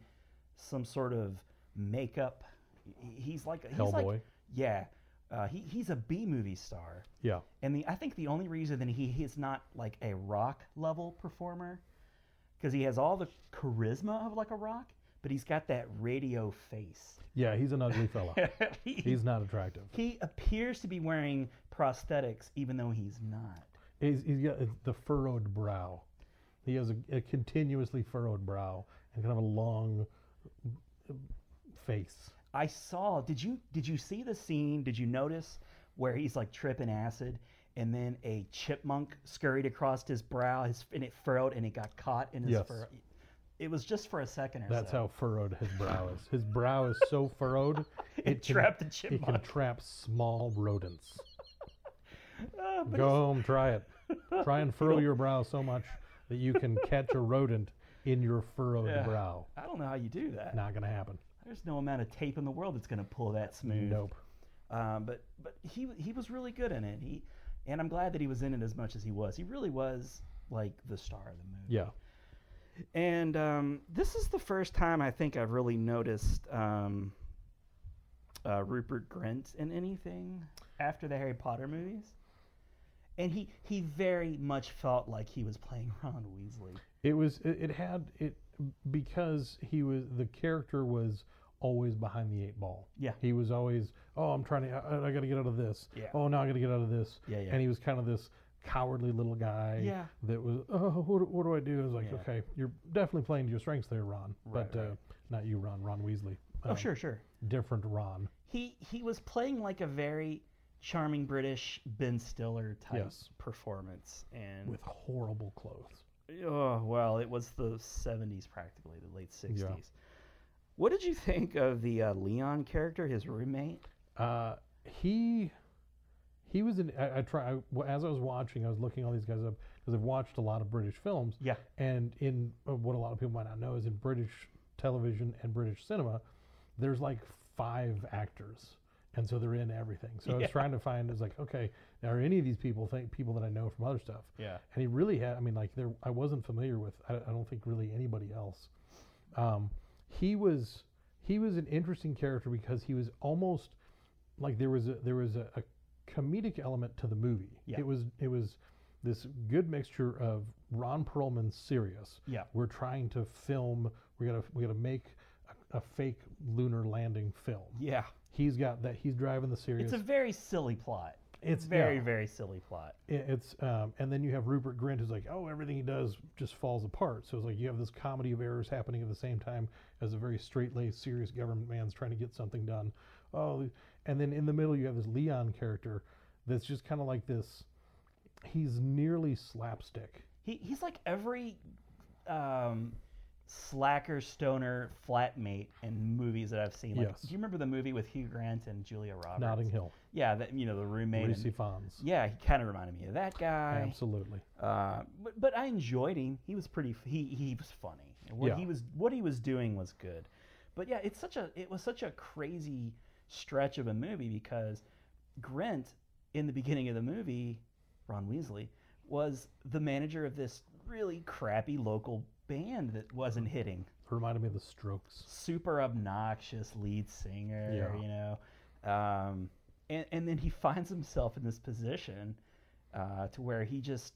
[SPEAKER 1] some sort of makeup. He- He's like he's Like,
[SPEAKER 2] Hellboy.
[SPEAKER 1] yeah, uh, he he's a B movie star.
[SPEAKER 2] Yeah.
[SPEAKER 1] And the I think the only reason that he is not like a rock level performer, because he has all the charisma of like a rock, but he's got that radio face.
[SPEAKER 2] Yeah, he's an ugly fella.
[SPEAKER 1] He-
[SPEAKER 2] He's not attractive.
[SPEAKER 1] he appears to be wearing prosthetics, even though he's not.
[SPEAKER 2] He's, he's got uh, the furrowed brow. He has a, a continuously furrowed brow and kind of a long uh, face.
[SPEAKER 1] I saw. Did you did you see the scene? Did you notice where he's like tripping acid, and then a chipmunk scurried across his brow, his and it furrowed, and it got caught in his
[SPEAKER 2] Yes.
[SPEAKER 1] fur. It was just for a second or
[SPEAKER 2] That's
[SPEAKER 1] so.
[SPEAKER 2] how furrowed his brow is. His brow is so furrowed,
[SPEAKER 1] It trapped a
[SPEAKER 2] He can
[SPEAKER 1] chipmunk.
[SPEAKER 2] trap small rodents.
[SPEAKER 1] Ah, but
[SPEAKER 2] Go home, try it. Try and furrow your brow so much that you can catch a rodent in your furrowed
[SPEAKER 1] Yeah.
[SPEAKER 2] brow.
[SPEAKER 1] I don't know how you do that.
[SPEAKER 2] Not gonna happen.
[SPEAKER 1] There's no amount of tape in the world that's going to pull that smooth.
[SPEAKER 2] Nope.
[SPEAKER 1] Um, but but he he was really good in it. He and I'm glad that he was in it as much as he was. He really was like the star of the movie.
[SPEAKER 2] Yeah.
[SPEAKER 1] And um, this is the first time I think I've really noticed um, uh, Rupert Grint in anything after the Harry Potter movies. And he, he very much felt like he was playing Ron Weasley.
[SPEAKER 2] It was. It, it had it because he was the character was always behind the eight ball.
[SPEAKER 1] Yeah.
[SPEAKER 2] He was always. Oh, I'm trying to. I, I got to get out of this.
[SPEAKER 1] Yeah.
[SPEAKER 2] Oh, now I got to get out of this.
[SPEAKER 1] Yeah, yeah.
[SPEAKER 2] And he was kind of this cowardly little guy.
[SPEAKER 1] Yeah.
[SPEAKER 2] That was. Oh, what, do- what do I do? I was like,
[SPEAKER 1] Yeah.
[SPEAKER 2] okay, you're definitely playing to your strengths there, Ron.
[SPEAKER 1] Right,
[SPEAKER 2] but Uh, not you, Ron. Ron Weasley.
[SPEAKER 1] Oh,
[SPEAKER 2] Um,
[SPEAKER 1] sure, sure.
[SPEAKER 2] Different Ron.
[SPEAKER 1] He he was playing like a very charming British Ben Stiller type
[SPEAKER 2] Yes.
[SPEAKER 1] performance, and
[SPEAKER 2] With horrible clothes.
[SPEAKER 1] oh well, it was the '70s practically, the late '60s.
[SPEAKER 2] Yeah.
[SPEAKER 1] What did you think of the uh, Leon character, his roommate?
[SPEAKER 2] Uh, he he was in. I, I try I, w- as I was watching, I was looking all these guys up because I've watched a lot of British films.
[SPEAKER 1] Yeah.
[SPEAKER 2] And in uh, what a lot of people might not know is in British television and British cinema, there's like five actors, and so they're in everything. So I was trying to find. I was like, okay, are any of these people think people that I know from other stuff?
[SPEAKER 1] Yeah.
[SPEAKER 2] And he really had. I mean, like there, I wasn't familiar with. I, I don't think really anybody else. Um, he was he was an interesting character because he was almost like there was a there was a, a comedic element to the movie.
[SPEAKER 1] Yeah.
[SPEAKER 2] It was it was this good mixture of Ron Perlman's serious.
[SPEAKER 1] Yeah.
[SPEAKER 2] We're trying to film. We gotta we gotta make a, a fake lunar landing film.
[SPEAKER 1] Yeah.
[SPEAKER 2] He's got that. He's driving the serious.
[SPEAKER 1] It's a very silly plot.
[SPEAKER 2] It's-
[SPEAKER 1] very,
[SPEAKER 2] yeah.
[SPEAKER 1] very silly plot.
[SPEAKER 2] I- it's um, and then you have Rupert Grint who's like, oh, everything he does just falls apart. So it's like you have this comedy of errors happening at the same time as a very straight-laced, serious government man's trying to get something done. Oh, and then in the middle you have this Leon character that's just kind of like this. He's nearly slapstick.
[SPEAKER 1] He, he's like every um, slacker, stoner, flatmate in movies that I've seen. Like,
[SPEAKER 2] Yes.
[SPEAKER 1] Do you remember the movie with Hugh Grant and Julia Roberts?
[SPEAKER 2] Notting Hill,
[SPEAKER 1] Yeah, that you know the roommate.
[SPEAKER 2] Reese
[SPEAKER 1] and-
[SPEAKER 2] Fons.
[SPEAKER 1] yeah, he kind of reminded me of that guy.
[SPEAKER 2] Absolutely.
[SPEAKER 1] Uh, but, but I enjoyed him. He was pretty. f- He he was funny. And What
[SPEAKER 2] Yeah.
[SPEAKER 1] he was what he was doing was good. But yeah, it's such a it was such a crazy stretch of a movie because Grint in the beginning of the movie, Ron Weasley was the manager of this really crappy local band that wasn't hitting.
[SPEAKER 2] Reminded me of the Strokes.
[SPEAKER 1] Super obnoxious lead singer.
[SPEAKER 2] Yeah.
[SPEAKER 1] You know. Um, and, and then he finds himself in this position uh, to where he just,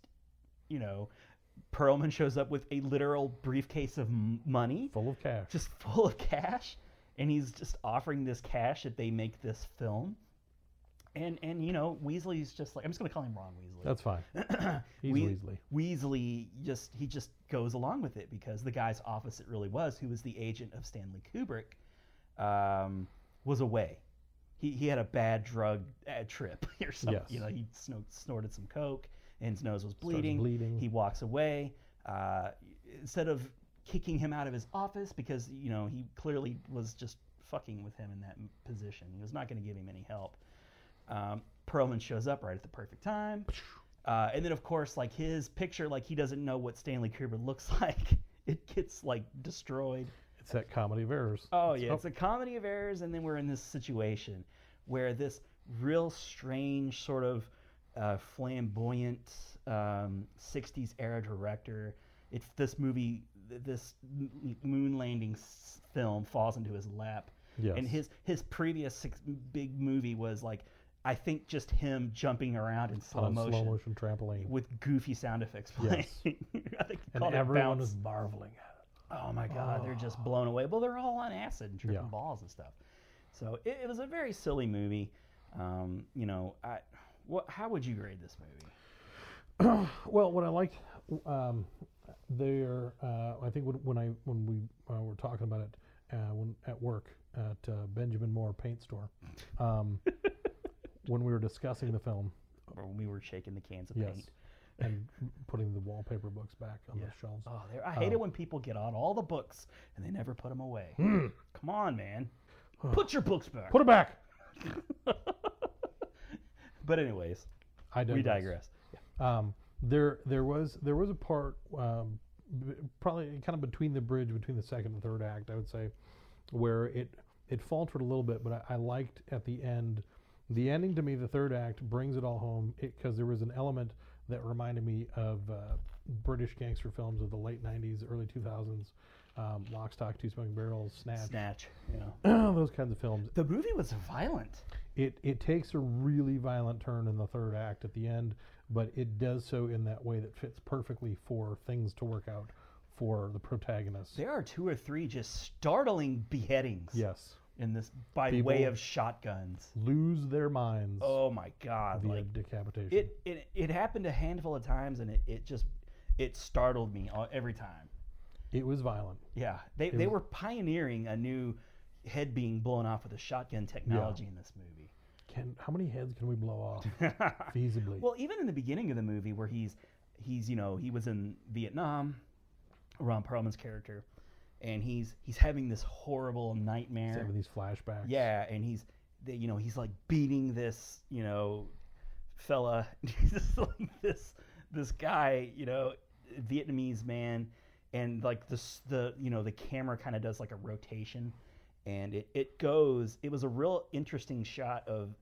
[SPEAKER 1] you know, Perlman shows up with a literal briefcase of m- money,
[SPEAKER 2] Full of cash.
[SPEAKER 1] just full of cash, and he's just offering this cash that they make this film. And and you know, Weasley's just like I'm just gonna call him Ron Weasley.
[SPEAKER 2] That's fine. He's
[SPEAKER 1] Wea-
[SPEAKER 2] Weasley.
[SPEAKER 1] Weasley just he just goes along with it because the guy's office it really was, who was the agent of Stanley Kubrick, um, was away. He, he had a bad drug uh, trip or something. You
[SPEAKER 2] Yes.
[SPEAKER 1] know, he sno- snorted some coke and his nose was
[SPEAKER 2] Starts
[SPEAKER 1] bleeding.
[SPEAKER 2] bleeding.
[SPEAKER 1] He walks away. Uh, instead of kicking him out of his office because you know he clearly was just fucking with him in that m- position. He was not going to give him any help. Um, Perlman shows up right at the perfect time. Uh, and then, of course, like his picture, like he doesn't know what Stanley Kubrick looks like. It gets like destroyed.
[SPEAKER 2] It's that comedy of errors.
[SPEAKER 1] Oh yeah, it's a comedy of errors, and then we're in this situation where this real strange sort of uh, flamboyant um, '60s era director. It's this movie, th- this m- moon landing s- film falls into his lap,
[SPEAKER 2] Yes.
[SPEAKER 1] and his his previous six, big movie was like, I think just him jumping around in slow
[SPEAKER 2] on a
[SPEAKER 1] motion.
[SPEAKER 2] Oh, slow motion trampoline.
[SPEAKER 1] With goofy sound effects playing,
[SPEAKER 2] Yes.
[SPEAKER 1] I think he
[SPEAKER 2] and
[SPEAKER 1] called it
[SPEAKER 2] everyone
[SPEAKER 1] bounce.
[SPEAKER 2] is marveling at it.
[SPEAKER 1] Oh my God, they're just blown away. Well, they're all on acid and tripping
[SPEAKER 2] Yeah.
[SPEAKER 1] balls and stuff. So it, it was a very silly movie. Um, you know, I, what, how would you grade this movie?
[SPEAKER 2] well, what I liked um, there, uh, I think when, when I when we uh, were talking about it uh, when at work at uh, Benjamin Moore Paint Store, um, when we were discussing the film
[SPEAKER 1] Or when we were shaking the cans of
[SPEAKER 2] Yes.
[SPEAKER 1] paint.
[SPEAKER 2] and putting the wallpaper books back on the shelves.
[SPEAKER 1] Oh, there! I hate it when people get on all the books and they never put them away. Come on, man, put your books back.
[SPEAKER 2] Hmm. Put it back.
[SPEAKER 1] but anyways,
[SPEAKER 2] I
[SPEAKER 1] we digress.
[SPEAKER 2] Um, there, there was there was a part, um, b- probably kind of between the bridge, between the second and third act, I would say, where it it faltered a little bit, but I, I liked at the end. The ending to me, the third act brings it all home because there was an element that reminded me of uh, British gangster films of the late '90s, early 2000s, um, Lock, Stock, Two Smoking Barrels, Snatch,
[SPEAKER 1] Snatch. Yeah.
[SPEAKER 2] those kinds of films
[SPEAKER 1] The movie was violent.
[SPEAKER 2] it it takes a really violent turn in the third act at the end, but it does so in that way that fits perfectly for things to work out for the protagonist.
[SPEAKER 1] There are two or three just startling beheadings.
[SPEAKER 2] Yes,
[SPEAKER 1] In this, by way
[SPEAKER 2] People-
[SPEAKER 1] of shotguns.
[SPEAKER 2] lose their minds
[SPEAKER 1] Oh my God!
[SPEAKER 2] via
[SPEAKER 1] Like
[SPEAKER 2] decapitation.
[SPEAKER 1] it, it, it happened a handful of times, and it, it just, it startled me all- every time.
[SPEAKER 2] It was violent.
[SPEAKER 1] Yeah, they they were pioneering a new head being blown off with a shotgun technology in this movie.
[SPEAKER 2] Can how many heads can we blow off feasibly?
[SPEAKER 1] Well, even in the beginning of the movie, where he's he's you know he was in Vietnam, Ron Perlman's character, and he's he's having this horrible
[SPEAKER 2] He's
[SPEAKER 1] nightmare.
[SPEAKER 2] having these flashbacks.
[SPEAKER 1] Yeah, and he's they, you know he's like beating this you know fella, he's just like this this guy you know Vietnamese man, and like this the you know the camera kind of does like a rotation, and it it goes. It was a real interesting shot of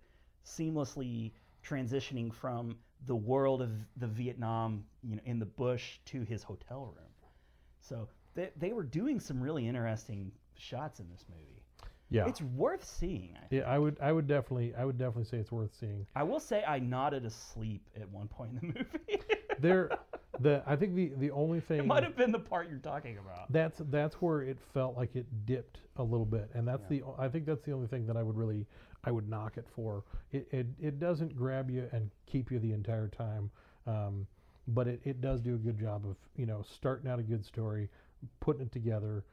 [SPEAKER 1] seamlessly transitioning from the world of the Vietnam you know in the bush to his hotel room. So they they were doing some really interesting shots in this movie.
[SPEAKER 2] yeah.
[SPEAKER 1] It's worth seeing. I,
[SPEAKER 2] yeah, I would, I would definitely, I would definitely say it's worth seeing.
[SPEAKER 1] I will say I nodded asleep at one point in the movie.
[SPEAKER 2] There, the I think the the only thing
[SPEAKER 1] it might have been the part you're talking about.
[SPEAKER 2] that's that's where it felt like it dipped a little bit and that's the o- i think that's the only thing that i would really i would knock it for it it, it doesn't grab you and keep you the entire time um, but it, it does do a good job of you know starting out a good story putting it together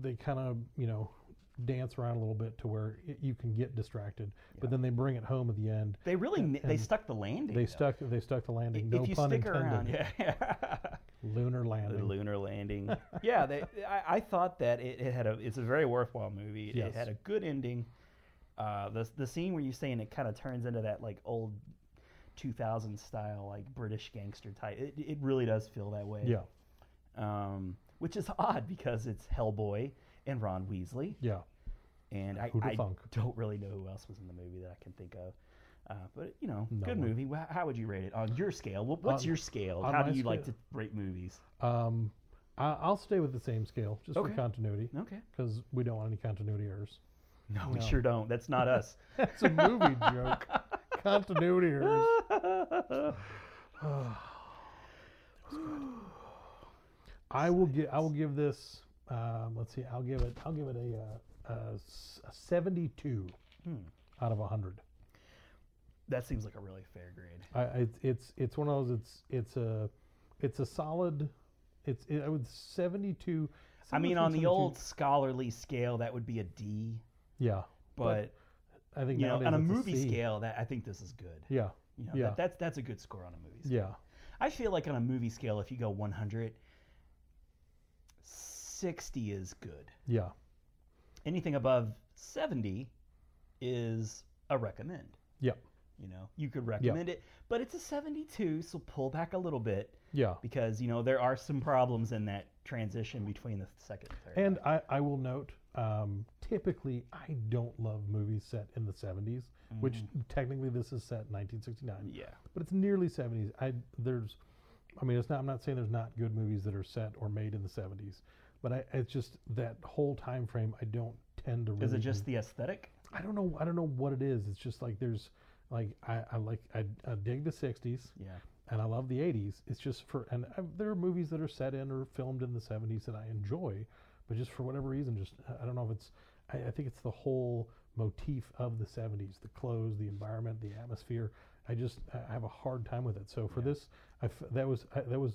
[SPEAKER 2] they kind of you know dance around a little bit to where it, you can get distracted but then they bring it home at the end
[SPEAKER 1] They really ni- they stuck the landing.
[SPEAKER 2] they
[SPEAKER 1] though.
[SPEAKER 2] stuck they stuck the landing
[SPEAKER 1] If
[SPEAKER 2] no
[SPEAKER 1] you
[SPEAKER 2] pun
[SPEAKER 1] stick
[SPEAKER 2] intended
[SPEAKER 1] around, yeah.
[SPEAKER 2] lunar
[SPEAKER 1] the
[SPEAKER 2] landing
[SPEAKER 1] lunar landing. yeah, they, I, I thought that it, it had a. It's a very worthwhile movie. It-
[SPEAKER 2] Yes.
[SPEAKER 1] It had a good ending. Uh, the the scene where you're saying it kind of turns into that like old 2000 style like British gangster type. It, it really does feel that way.
[SPEAKER 2] yeah
[SPEAKER 1] Um, which is odd because it's Hellboy and Ron Weasley.
[SPEAKER 2] yeah
[SPEAKER 1] and I,
[SPEAKER 2] Who'da
[SPEAKER 1] I
[SPEAKER 2] thunk?
[SPEAKER 1] don't really know who else was in the movie that I can think of. Uh, but you know, good
[SPEAKER 2] one.
[SPEAKER 1] movie. Wha- How would you rate it on your scale? Wha- What's
[SPEAKER 2] On-
[SPEAKER 1] your scale?
[SPEAKER 2] on
[SPEAKER 1] How
[SPEAKER 2] my
[SPEAKER 1] do you like to
[SPEAKER 2] scale?
[SPEAKER 1] rate movies?
[SPEAKER 2] Um, I, I'll stay with the same scale just
[SPEAKER 1] Okay.
[SPEAKER 2] for continuity
[SPEAKER 1] Okay.
[SPEAKER 2] because we don't want any continuity errors.
[SPEAKER 1] No, we sure don't. That's not us.
[SPEAKER 2] That's a movie joke. Continuity errors. I will give. I will give this. Um, let's see. I'll give it. I'll give it a, uh, a, s- a seventy-two
[SPEAKER 1] Hmm.
[SPEAKER 2] out of hundred.
[SPEAKER 1] that seems like a really fair grade.
[SPEAKER 2] I, it's it's it's one of those. It's it's a it's a solid. It's it, I would seventy-two.
[SPEAKER 1] I mean, on the
[SPEAKER 2] 72
[SPEAKER 1] old scholarly scale, that would be a D.
[SPEAKER 2] Yeah,
[SPEAKER 1] But,
[SPEAKER 2] I think
[SPEAKER 1] you know,
[SPEAKER 2] nowadays
[SPEAKER 1] on a
[SPEAKER 2] it's
[SPEAKER 1] movie
[SPEAKER 2] C.
[SPEAKER 1] scale, that I think this is good.
[SPEAKER 2] Yeah.
[SPEAKER 1] You know,
[SPEAKER 2] yeah.
[SPEAKER 1] that, that's that's a good score on a movie. Scale.
[SPEAKER 2] yeah.
[SPEAKER 1] I feel like on a movie scale, if you go 100, 60 is good.
[SPEAKER 2] Yeah.
[SPEAKER 1] anything above 70 is a recommend
[SPEAKER 2] Yeah.
[SPEAKER 1] you know you could recommend it but it's a 72 so pull back a little bit
[SPEAKER 2] Yeah.
[SPEAKER 1] because you know there are some problems in that transition between the second and third
[SPEAKER 2] And I, I will note, um, typically I don't love movies set in the 70s, which technically this is set in 1969.
[SPEAKER 1] Mm. yeah
[SPEAKER 2] But it's nearly 70s. I there's I mean, it's not I'm not saying there's not good movies that are set or made in the 70s, but I it's just that whole time frame I don't tend to really
[SPEAKER 1] is it just the aesthetic
[SPEAKER 2] I don't know I don't know what it is. It's just like there's like I, I like I, I dig the 60s.
[SPEAKER 1] yeah
[SPEAKER 2] and I love the 80s. It's just for, and uh, there are movies that are set in or filmed in the 70s that I enjoy, but just for whatever reason, just I- I don't know if it's, I, I think it's the whole motif of the 70s, the clothes, the environment, the atmosphere. I just I have a hard time with it. So for this, I f- that was I, that was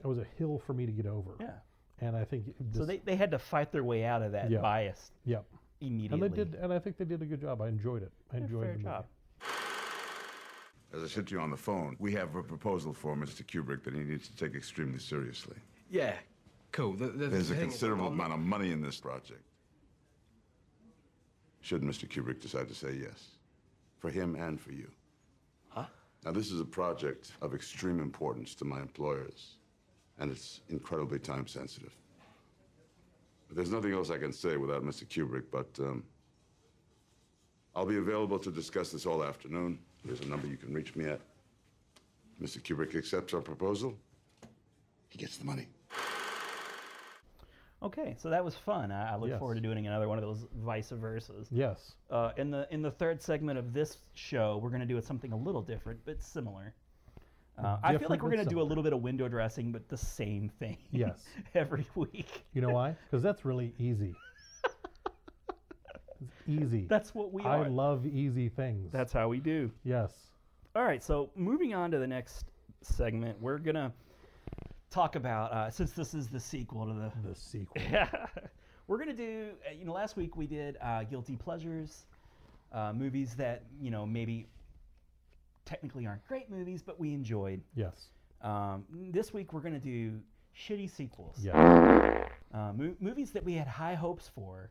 [SPEAKER 2] that was a hill for me to get over.
[SPEAKER 1] Yeah.
[SPEAKER 2] And I think
[SPEAKER 1] So
[SPEAKER 2] this-
[SPEAKER 1] they, they had to fight their way out of that
[SPEAKER 2] Yeah.
[SPEAKER 1] bias
[SPEAKER 2] yep. And
[SPEAKER 1] immediately.
[SPEAKER 2] they did, and I think they did a good job. I enjoyed it. I
[SPEAKER 1] Did a
[SPEAKER 2] enjoyed
[SPEAKER 1] fair
[SPEAKER 2] the
[SPEAKER 1] job.
[SPEAKER 7] As I said to you on the phone, we have a proposal for Mr. Kubrick that he needs to take extremely seriously.
[SPEAKER 8] Yeah, cool. The, the
[SPEAKER 7] There's a
[SPEAKER 8] thing-
[SPEAKER 7] considerable
[SPEAKER 8] I'm-
[SPEAKER 7] amount of money in this project. Should Mr. Kubrick decide to say yes, for him and for you. Huh? Now, this is a project of extreme importance to my employers, and it's incredibly time sensitive. But there's nothing else I can say without Mr. Kubrick, but um, I'll be available to discuss this all afternoon. There's a number you can reach me at. Mr. Kubrick accepts our proposal, he gets the money.
[SPEAKER 1] Okay, so that was fun. I, I look
[SPEAKER 2] Yes.
[SPEAKER 1] forward to doing another one of those vice versas.
[SPEAKER 2] movie. Yes.
[SPEAKER 1] Uh, in the in the third segment of this show, we're going to do it something a little different but similar. Uh, I feel
[SPEAKER 2] Different
[SPEAKER 1] like we're
[SPEAKER 2] but
[SPEAKER 1] going to do a
[SPEAKER 2] similar.
[SPEAKER 1] little bit of window dressing, but the same thing.
[SPEAKER 2] Yes.
[SPEAKER 1] every week.
[SPEAKER 2] You know why? Because that's really easy. It's easy.
[SPEAKER 1] That's what we
[SPEAKER 2] I
[SPEAKER 1] are.
[SPEAKER 2] love easy things.
[SPEAKER 1] That's how we do.
[SPEAKER 2] yes.
[SPEAKER 1] All right, so moving on to the next segment, we're going to talk about uh, since this is the sequel to the
[SPEAKER 2] The sequel.
[SPEAKER 1] Yeah. We're going to do, uh, you know, last week we did uh, Guilty Pleasures, uh, movies that, you know, maybe technically aren't great movies, but we enjoyed.
[SPEAKER 2] Yes.
[SPEAKER 1] Um, this week we're going to do shitty sequels.
[SPEAKER 2] Yes.
[SPEAKER 1] Uh, mo- movies that we had high hopes for,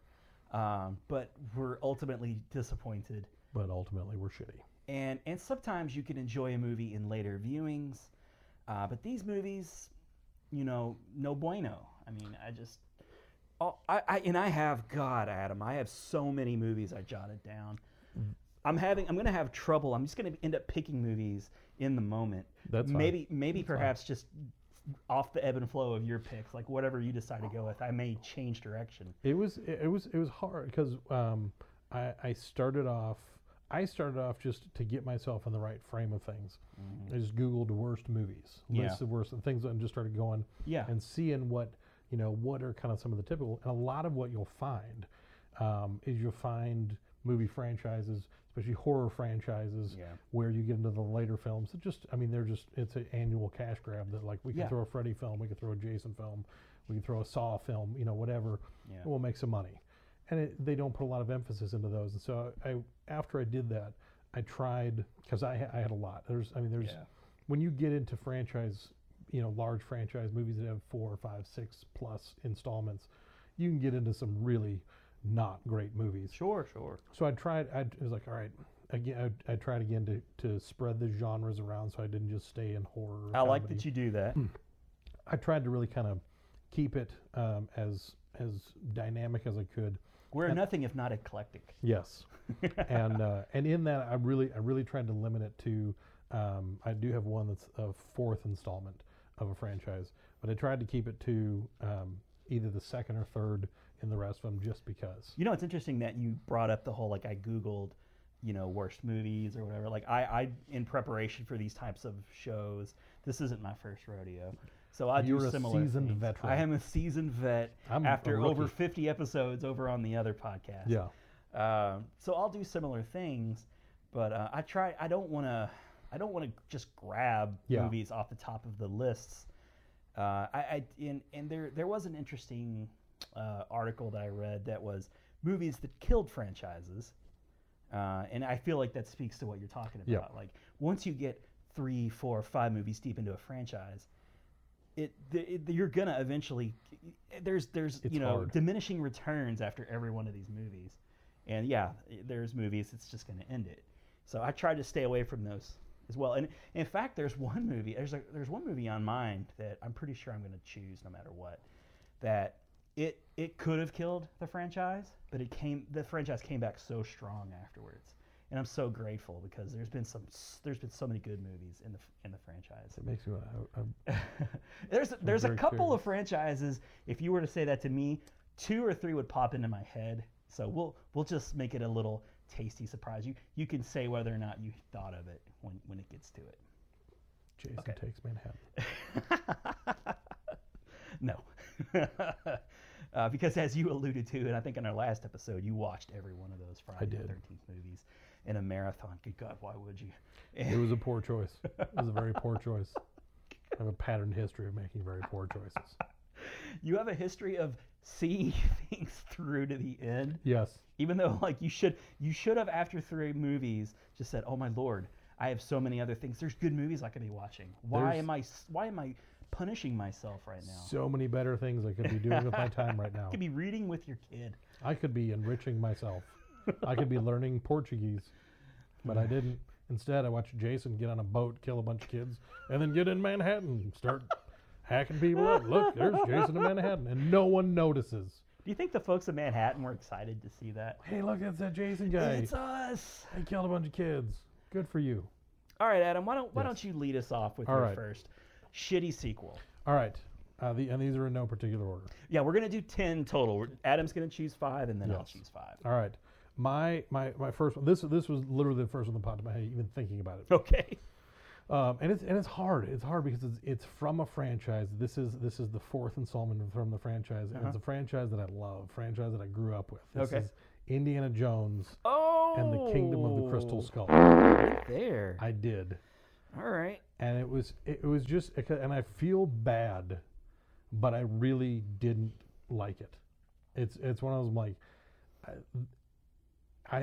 [SPEAKER 1] um, but were ultimately disappointed.
[SPEAKER 2] But ultimately, we're shitty.
[SPEAKER 1] And, and sometimes you can enjoy a movie in later viewings, uh, but these movies, you know, no bueno. I mean, I just, oh, I, I and I have God, Adam, I have so many movies I jotted down.
[SPEAKER 2] Mm.
[SPEAKER 1] I'm having, I'm gonna have trouble. I'm just gonna end up picking movies in the moment.
[SPEAKER 2] That's fine.
[SPEAKER 1] maybe, maybe perhaps just off the ebb and flow of your picks, like whatever you decide to go with. I may change direction.
[SPEAKER 2] It was it it was it was hard because um, I I started off I started off just to get myself in the right frame of things. I just googled worst movies,
[SPEAKER 1] Mm-hmm. Yeah.
[SPEAKER 2] lists of worst and things, and just started going
[SPEAKER 1] Yeah.
[SPEAKER 2] and seeing what you know what are kind of some of the typical and a lot of what you'll find um, is you'll find movie franchises, especially horror franchises,
[SPEAKER 1] Yeah.
[SPEAKER 2] where you get into the later films that just I mean they're just it's an annual cash grab that like we can
[SPEAKER 1] Yeah.
[SPEAKER 2] throw a Freddy film, we can throw a Jason film, we can throw a Saw film, you know whatever,
[SPEAKER 1] Yeah.
[SPEAKER 2] and we'll make some money, and it, they don't put a lot of emphasis into those. And so I after I did that, I tried because I ha- I had a lot. There's I mean there's
[SPEAKER 1] Yeah.
[SPEAKER 2] when you get into franchise, you know large franchise movies that have four or five six plus installments, you can get into some really not great movies
[SPEAKER 1] Sure, sure.
[SPEAKER 2] so I tried. I it was like, all right, again. I, I tried again to, to spread the genres around, so I didn't just stay in horror.
[SPEAKER 1] I like that you do
[SPEAKER 2] Hmm.
[SPEAKER 1] that.
[SPEAKER 2] I tried to really kind of keep it um, as as dynamic as I could.
[SPEAKER 1] We're nothing if not eclectic.
[SPEAKER 2] Yes, and uh, and in that, I really I really tried to limit it to. Um, I do have one that's a fourth installment of a franchise, but I tried to keep it to um, either the second or third in the rest of them, just because.
[SPEAKER 1] You know, it's interesting that you brought up the whole like I googled, you know, worst movies or whatever. Like I, I in preparation for these types of shows, this isn't my first rodeo. So I
[SPEAKER 2] You're
[SPEAKER 1] do
[SPEAKER 2] a
[SPEAKER 1] similar.
[SPEAKER 2] seasoned
[SPEAKER 1] things.
[SPEAKER 2] veteran.
[SPEAKER 1] I am a seasoned vet.
[SPEAKER 2] I'm a
[SPEAKER 1] after over
[SPEAKER 2] rookie.
[SPEAKER 1] 50 episodes over on the other podcast.
[SPEAKER 2] Yeah.
[SPEAKER 1] Um, so I'll do similar things, but uh, I try. I don't want to. I don't want to just grab
[SPEAKER 2] Yeah.
[SPEAKER 1] movies off the top of the lists. Uh, I, I and, and there there was an interesting uh, article that I read that was movies that killed franchises, uh, and I feel like that speaks to what you're talking about.
[SPEAKER 2] Yeah.
[SPEAKER 1] Like once you get three, four, five movies deep into a franchise, it, th it you're gonna eventually there's there's
[SPEAKER 2] It's
[SPEAKER 1] you know
[SPEAKER 2] hard.
[SPEAKER 1] diminishing returns after every one of these movies and yeah there's movies it's just gonna end it so i tried to stay away from those as well and in fact there's one movie there's a, there's one movie on mine that i'm pretty sure i'm gonna choose no matter what that it it could have killed the franchise but it came the franchise came back so strong afterwards and i'm so grateful because there's been some s- there's been so many good movies in the f- in the franchise
[SPEAKER 2] It makes me. want to
[SPEAKER 1] there's there's a
[SPEAKER 2] very
[SPEAKER 1] couple of franchises. If you were to say that to me, two or three would pop into my head. So we'll we'll just make it a little tasty surprise. You you can say whether or not you thought of it when when it gets to it.
[SPEAKER 2] Jason
[SPEAKER 1] Okay.
[SPEAKER 2] takes Manhattan.
[SPEAKER 1] No, uh, because as you alluded to, and I think in our last episode, you watched every one of those Friday the
[SPEAKER 2] did.
[SPEAKER 1] Thirteenth movies in a marathon. Good God, why would you?
[SPEAKER 2] It was a poor choice. It was a very poor choice. I have a patterned history of making very poor choices.
[SPEAKER 1] You have a history of seeing things through to the end,
[SPEAKER 2] yes.
[SPEAKER 1] even though like you should you should have after three movies just said, "Oh my lord, I have so many other things. There's good movies I could be watching. Why
[SPEAKER 2] There's-
[SPEAKER 1] am I s- why am I punishing myself right now?
[SPEAKER 2] So many better things I could be doing with my time right now.
[SPEAKER 1] I could be reading with your kid.
[SPEAKER 2] I could be enriching myself. I could be learning Portuguese, but I didn't. Instead, I watched Jason get on a boat, kill a bunch of kids, and then get in Manhattan, start hacking people up. Look, there's Jason in Manhattan, and no one notices.
[SPEAKER 1] Do you think the folks in Manhattan were excited to see that?
[SPEAKER 2] Hey, look, that's that Jason guy.
[SPEAKER 1] It's us.
[SPEAKER 2] He killed a bunch of kids. Good for you.
[SPEAKER 1] All right, Adam. Why don't why don't you lead us off with
[SPEAKER 2] All
[SPEAKER 1] your
[SPEAKER 2] right.
[SPEAKER 1] first shitty sequel?
[SPEAKER 2] All right. Uh, the, and these are in no particular order.
[SPEAKER 1] Yeah, we're gonna do ten total. We're- Adam's gonna choose five, and then I'll
[SPEAKER 2] Yes.
[SPEAKER 1] choose five.
[SPEAKER 2] All right. My my my first one. This this was literally the first one that popped in my head, even thinking about it.
[SPEAKER 1] Okay.
[SPEAKER 2] Um, and it's and it's hard. It's hard because it's, it's from a franchise. This is this is the fourth installment from the franchise, and it's a franchise that I love, franchise that I grew up with. This
[SPEAKER 1] Okay.
[SPEAKER 2] is Indiana Jones
[SPEAKER 1] Oh.
[SPEAKER 2] and the Kingdom of the Crystal Skull.
[SPEAKER 1] There.
[SPEAKER 2] I did,
[SPEAKER 1] All right.
[SPEAKER 2] and it was it was just and I feel bad, but I really didn't like it. It's it's one of those like. I,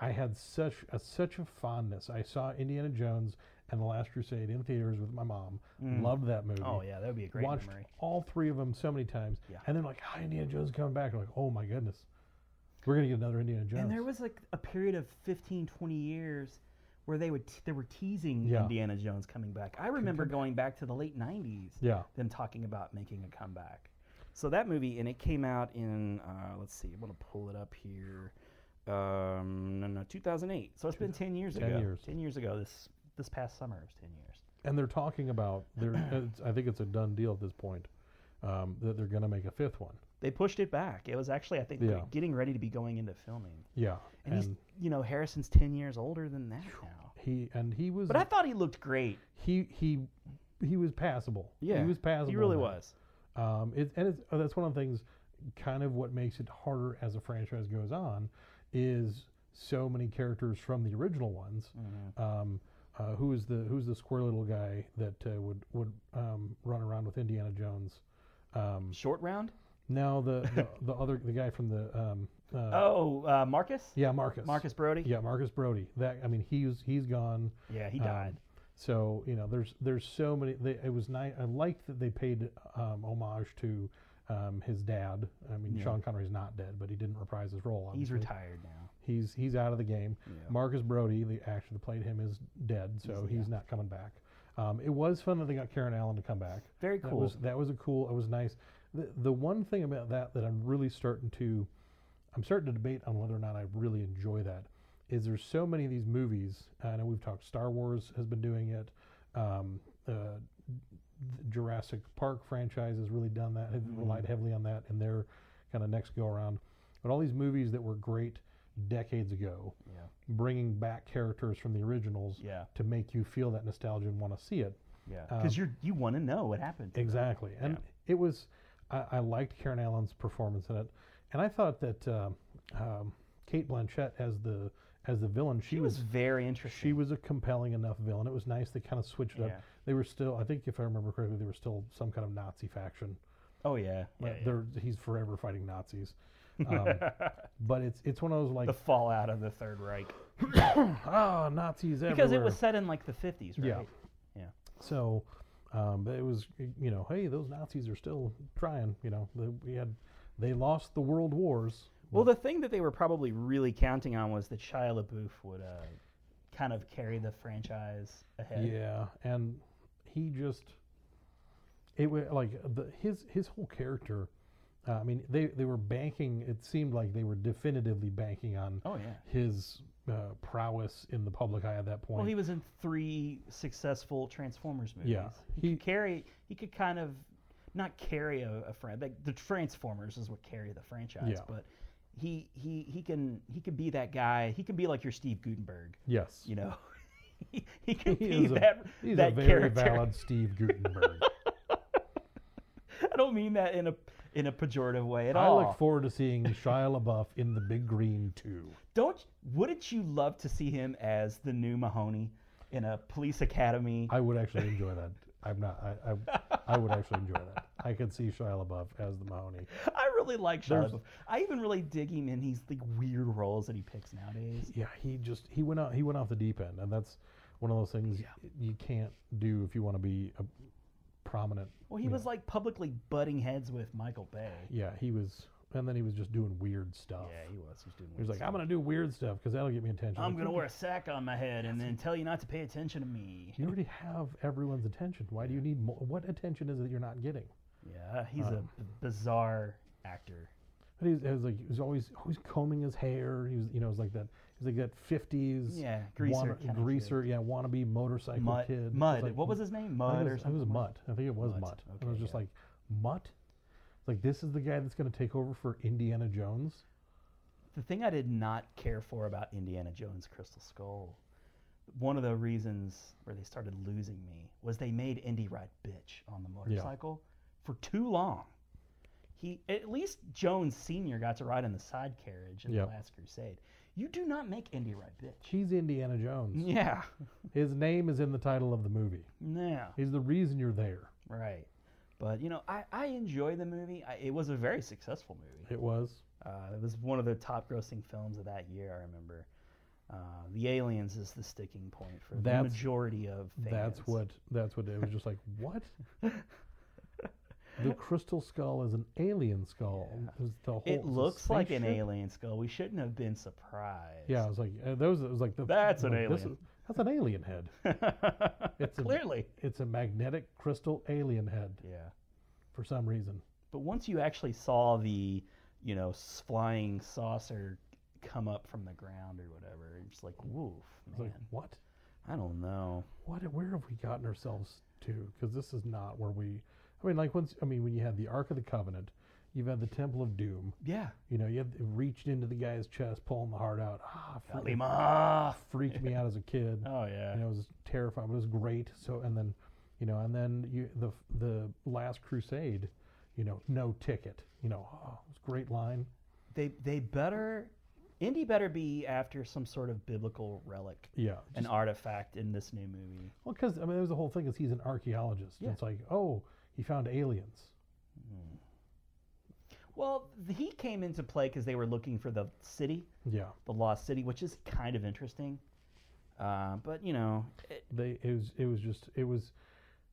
[SPEAKER 2] I I had such a such a fondness. I saw Indiana Jones and the Last Crusade in theaters with my mom. Loved that movie.
[SPEAKER 1] Oh yeah, that would be a great
[SPEAKER 2] watched
[SPEAKER 1] memory.
[SPEAKER 2] all three of them so many times, and then like, oh, Indiana Jones is coming back. I'm like, oh my goodness, we're gonna get another Indiana Jones.
[SPEAKER 1] And there was like a period of 15, 20 years where they would they were teasing
[SPEAKER 2] Yeah.
[SPEAKER 1] Indiana Jones coming back. I remember going back to the late nineties.
[SPEAKER 2] Yeah.
[SPEAKER 1] Them talking about making a comeback. So that movie and it came out in uh, let's see, I'm gonna pull it up here. Um, no, no, 2008. So it's been 10 years
[SPEAKER 2] 10
[SPEAKER 1] ago.
[SPEAKER 2] years.
[SPEAKER 1] 10 years ago. This this past summer it was 10 years.
[SPEAKER 2] and they're talking about they're. it's, I think it's a done deal at this point um, that they're gonna make a fifth one.
[SPEAKER 1] They pushed it back. It was actually I think
[SPEAKER 2] Yeah.
[SPEAKER 1] getting ready to be going into filming.
[SPEAKER 2] Yeah,
[SPEAKER 1] And, he's you know Harrison's 10 years older than that now.
[SPEAKER 2] he and he was
[SPEAKER 1] But I thought he looked great.
[SPEAKER 2] he he he was passable. he was passable.
[SPEAKER 1] He really
[SPEAKER 2] in that.
[SPEAKER 1] was.
[SPEAKER 2] Um, it, and it's, uh, that's one of the things, kind of what makes it harder as a franchise goes on, is so many characters from the original ones.
[SPEAKER 1] Mm-hmm.
[SPEAKER 2] Um, uh, who is the who's the square little guy that uh, would would um, run around with Indiana Jones? Um,
[SPEAKER 1] Short round?
[SPEAKER 2] now the, the the other the guy from the um, uh,
[SPEAKER 1] Oh, uh, Marcus?
[SPEAKER 2] yeah Marcus
[SPEAKER 1] Marcus Brody?
[SPEAKER 2] yeah Marcus Brody that I mean he's he's gone
[SPEAKER 1] Yeah, he
[SPEAKER 2] um,
[SPEAKER 1] died.
[SPEAKER 2] so you know, there's there's so many. They, it was nice. I liked that they paid um, homage to um, his dad. I mean, Sean Connery's not dead, but he didn't reprise his role.
[SPEAKER 1] He's
[SPEAKER 2] obviously.
[SPEAKER 1] retired now.
[SPEAKER 2] He's he's out of the game. Marcus Brody, the actor that played him, is dead, so he's, not coming back. Um, it was fun that they got Karen Allen to come back.
[SPEAKER 1] Very
[SPEAKER 2] That
[SPEAKER 1] cool.
[SPEAKER 2] was that was a cool. It was nice. The, the one thing about that that I'm really starting to, I'm starting to debate on whether or not I really enjoy that. Is there's so many of these movies. I know we've talked. Star Wars has been doing it. Um, uh, the Jurassic Park franchise has really done that, has
[SPEAKER 1] Mm-hmm.
[SPEAKER 2] relied heavily on that in their kind of next go around. But all these movies that were great decades ago, bringing back characters from the originals
[SPEAKER 1] Yeah.
[SPEAKER 2] to make you feel that nostalgia and want to see it.
[SPEAKER 1] Yeah. Because you're you want to know what happened.
[SPEAKER 2] Um, Exactly. And it was, I, I liked Karen Allen's performance in it. And I thought that um, um, Kate Blanchett as the as the villain, she,
[SPEAKER 1] She was very interesting.
[SPEAKER 2] she was a compelling enough villain. It was nice they kind of switched it
[SPEAKER 1] Yeah.
[SPEAKER 2] up. They were still, I think, if I remember correctly, they were still some kind of Nazi faction.
[SPEAKER 1] oh yeah. yeah,
[SPEAKER 2] But
[SPEAKER 1] yeah.
[SPEAKER 2] They're, he's forever fighting Nazis. Um, but it's it's one of those like
[SPEAKER 1] The fallout of the Third Reich.
[SPEAKER 2] ah Nazis everywhere.
[SPEAKER 1] Because it was set in like the 50s, right?
[SPEAKER 2] Yeah.
[SPEAKER 1] Yeah.
[SPEAKER 2] so. Um, but it was you know hey those Nazis are still trying you know they, we had they lost the world wars
[SPEAKER 1] Well, the thing that they were probably really counting on was that Shia LaBeouf would uh, kind of carry the franchise ahead.
[SPEAKER 2] Yeah, and he just it was like the, his his whole character. Uh, I mean, they they were banking. It seemed like they were definitively banking on
[SPEAKER 1] Oh, yeah.
[SPEAKER 2] his uh, prowess in the public eye at that point.
[SPEAKER 1] Well, he was in three successful Transformers movies.
[SPEAKER 2] Yeah,
[SPEAKER 1] he,
[SPEAKER 2] he-
[SPEAKER 1] could carry. He could kind of not carry a, a friend. Like the Transformers is what carry the franchise,
[SPEAKER 2] Yeah.
[SPEAKER 1] but he he he can he can be that guy. He can be like your Steve Gutenberg.
[SPEAKER 2] yes,
[SPEAKER 1] You know, he, he can
[SPEAKER 2] he
[SPEAKER 1] be
[SPEAKER 2] is a,
[SPEAKER 1] that
[SPEAKER 2] he's
[SPEAKER 1] that
[SPEAKER 2] a very
[SPEAKER 1] character.
[SPEAKER 2] valid Steve Gutenberg.
[SPEAKER 1] I don't mean that in a in a pejorative way at
[SPEAKER 2] I
[SPEAKER 1] all.
[SPEAKER 2] look forward to seeing Shia LaBeouf in The Big Green too.
[SPEAKER 1] don't wouldn't you love to see him as the new Mahoney in a police academy?
[SPEAKER 2] I would actually enjoy that. I'm not. I, I, I would actually enjoy that. I could see Shia LaBeouf as the Mahoney.
[SPEAKER 1] I really like Shia.
[SPEAKER 2] There's-
[SPEAKER 1] LaBeouf. I even really dig him in these like weird roles that he picks nowadays.
[SPEAKER 2] Yeah, he just he went out he went off the deep end, and that's one of those things you can't do if you want to be a prominent.
[SPEAKER 1] Well, he was like publicly butting heads with Michael Bay.
[SPEAKER 2] Yeah, he was, and then he was just doing weird stuff.
[SPEAKER 1] Yeah, he was. He was doing.
[SPEAKER 2] He
[SPEAKER 1] weird
[SPEAKER 2] was like, I'm
[SPEAKER 1] stuff.
[SPEAKER 2] gonna do weird stuff because that'll get me attention.
[SPEAKER 1] I'm
[SPEAKER 2] Like,
[SPEAKER 1] gonna
[SPEAKER 2] you-
[SPEAKER 1] wear a sack on my head and then tell you not to pay attention to me.
[SPEAKER 2] You already have everyone's attention. Why do you need more? What attention is it that you're not getting?
[SPEAKER 1] Yeah, he's
[SPEAKER 2] Uh,
[SPEAKER 1] a b- bizarre actor.
[SPEAKER 2] But he's, he was like he was always always combing his hair. He was you know it was like that he was like that fifties
[SPEAKER 1] Yeah, greaser
[SPEAKER 2] wanna,
[SPEAKER 1] kinda kid.
[SPEAKER 2] greaser yeah wannabe motorcycle
[SPEAKER 1] Mutt.
[SPEAKER 2] kid. It was
[SPEAKER 1] Mud.
[SPEAKER 2] like-
[SPEAKER 1] what was his name?
[SPEAKER 2] I
[SPEAKER 1] Mud
[SPEAKER 2] think
[SPEAKER 1] or
[SPEAKER 2] it was,
[SPEAKER 1] something.
[SPEAKER 2] It was Mutt. I think it was
[SPEAKER 1] Mutt.
[SPEAKER 2] Mutt. and I was
[SPEAKER 1] Okay,
[SPEAKER 2] just
[SPEAKER 1] yeah.
[SPEAKER 2] like Mutt. It's like this is the guy that's going to take over for Indiana Jones.
[SPEAKER 1] The thing I did not care for about Indiana Jones Crystal Skull, one of the reasons where they started losing me was they made Indy ride bitch on the motorcycle for too long. He at least Jones Senior got to ride in the side carriage in
[SPEAKER 2] Yep.
[SPEAKER 1] the Last Crusade. You do not make Indy ride bitch.
[SPEAKER 2] He's Indiana Jones.
[SPEAKER 1] Yeah.
[SPEAKER 2] His name is in the title of the movie.
[SPEAKER 1] Yeah.
[SPEAKER 2] He's the reason you're there.
[SPEAKER 1] Right. But you know, I, I enjoy the movie. I, it was a very successful movie.
[SPEAKER 2] It was.
[SPEAKER 1] Uh, it was one of the top grossing films of that year. I remember. Uh, the Aliens is the sticking point for the
[SPEAKER 2] That's-
[SPEAKER 1] majority of fans.
[SPEAKER 2] That's what. That's what it was. Just like what. The crystal skull is an alien skull. It was the whole-
[SPEAKER 1] It
[SPEAKER 2] it's a
[SPEAKER 1] looks like an
[SPEAKER 2] spaceship.
[SPEAKER 1] alien skull. We shouldn't have been surprised.
[SPEAKER 2] Yeah, I was like, uh, those. It was like the,
[SPEAKER 1] That's
[SPEAKER 2] I'm
[SPEAKER 1] an
[SPEAKER 2] like, this
[SPEAKER 1] alien.
[SPEAKER 2] is- that's an alien head. It's a-
[SPEAKER 1] Clearly.
[SPEAKER 2] it's a magnetic crystal alien head
[SPEAKER 1] Yeah.
[SPEAKER 2] for some reason.
[SPEAKER 1] But once you actually saw the, you know, s- flying saucer come up from the ground or whatever, you're just like, woof,
[SPEAKER 2] It's
[SPEAKER 1] man.
[SPEAKER 2] like what?
[SPEAKER 1] I don't know.
[SPEAKER 2] What? Where have we gotten ourselves to? Because this is not where we. I mean, like once. I mean, when you had the Ark of the Covenant, you've had the Temple of Doom.
[SPEAKER 1] Yeah.
[SPEAKER 2] You know, you had it reached into the guy's chest, pulling the heart out. Ah, freak-
[SPEAKER 1] Leave 'em off.
[SPEAKER 2] freaked me out as a kid.
[SPEAKER 1] Oh yeah.
[SPEAKER 2] You know, it was terrifying, but it was great. So, and then, you know, and then you the the Last Crusade. You know, no ticket. You know, oh, it was a great line.
[SPEAKER 1] they they better Indy better be after some sort of biblical relic,
[SPEAKER 2] Yeah,
[SPEAKER 1] an artifact in this new movie.
[SPEAKER 2] Well, because I mean, there was the whole thing is he's an archaeologist. and It's like, oh, he found aliens.
[SPEAKER 1] Well, th- he came into play because they were looking for the city,
[SPEAKER 2] Yeah,
[SPEAKER 1] the lost city, which is kind of interesting. Uh, but you know, it,
[SPEAKER 2] they it was it was just it was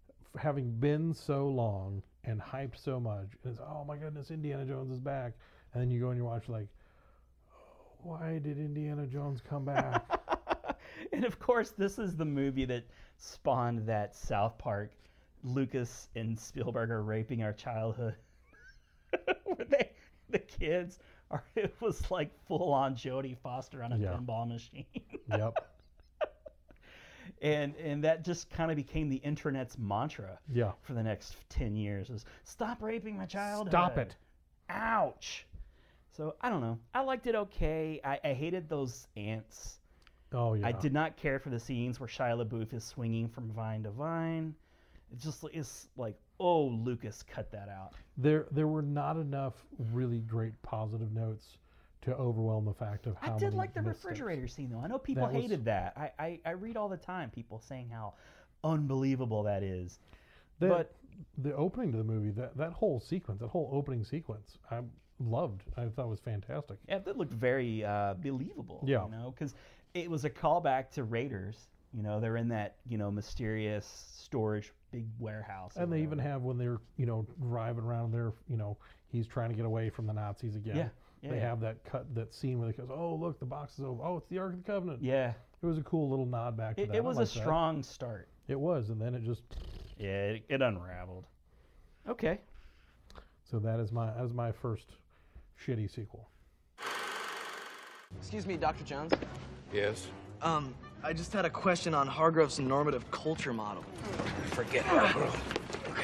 [SPEAKER 2] f- having been so long and hyped so much. And it's oh my goodness, Indiana Jones is back, and then you go and you watch like, oh, why did Indiana Jones come back?
[SPEAKER 1] and of course, this is the movie that spawned that South Park. Lucas and Spielberg are raping our childhood. Where they, the kids are, it was like full on Jodie Foster on a
[SPEAKER 2] Yeah.
[SPEAKER 1] pinball machine.
[SPEAKER 2] yep.
[SPEAKER 1] and and that just kind of became the internet's mantra
[SPEAKER 2] Yeah.
[SPEAKER 1] for the next 10 years is stop raping my child
[SPEAKER 2] Stop it.
[SPEAKER 1] ouch so i don't know i liked it okay i, I hated those ants
[SPEAKER 2] Oh yeah.
[SPEAKER 1] i did not care for the scenes where shia labeouf is swinging from vine to vine it just is like oh lucas cut that out
[SPEAKER 2] There there were not enough really great positive notes to overwhelm the fact of how
[SPEAKER 1] I did
[SPEAKER 2] many
[SPEAKER 1] like the
[SPEAKER 2] missteps.
[SPEAKER 1] refrigerator scene though. I know people
[SPEAKER 2] That was-
[SPEAKER 1] hated that. I, I, I read all the time people saying how unbelievable that is.
[SPEAKER 2] The,
[SPEAKER 1] But-
[SPEAKER 2] the opening to the movie, that, that whole sequence, that whole opening sequence, I loved. I thought was fantastic.
[SPEAKER 1] Yeah, that looked very uh, believable.
[SPEAKER 2] Yeah.
[SPEAKER 1] You know, because it was a callback to Raiders. You know, they're in that, you know, mysterious storage big warehouse. or
[SPEAKER 2] And they even
[SPEAKER 1] whatever.
[SPEAKER 2] have when they're you know driving around there, you know he's trying to get away from the Nazis again.
[SPEAKER 1] Yeah, yeah,
[SPEAKER 2] they
[SPEAKER 1] yeah.
[SPEAKER 2] have that cut that scene where they goes, oh look, the box is over. Oh, it's the Ark of the Covenant.
[SPEAKER 1] Yeah.
[SPEAKER 2] it was a cool little nod back to
[SPEAKER 1] It,
[SPEAKER 2] that. I
[SPEAKER 1] it was a
[SPEAKER 2] liked that.
[SPEAKER 1] strong start.
[SPEAKER 2] It was, and then it just
[SPEAKER 1] Yeah, it, it unraveled. Okay.
[SPEAKER 2] so that is my that was my first shitty sequel.
[SPEAKER 9] Excuse me, Dr. Jones.
[SPEAKER 4] Yes?
[SPEAKER 9] Um, I just had a question on Hargrove's normative culture model.
[SPEAKER 4] Forget Barbara.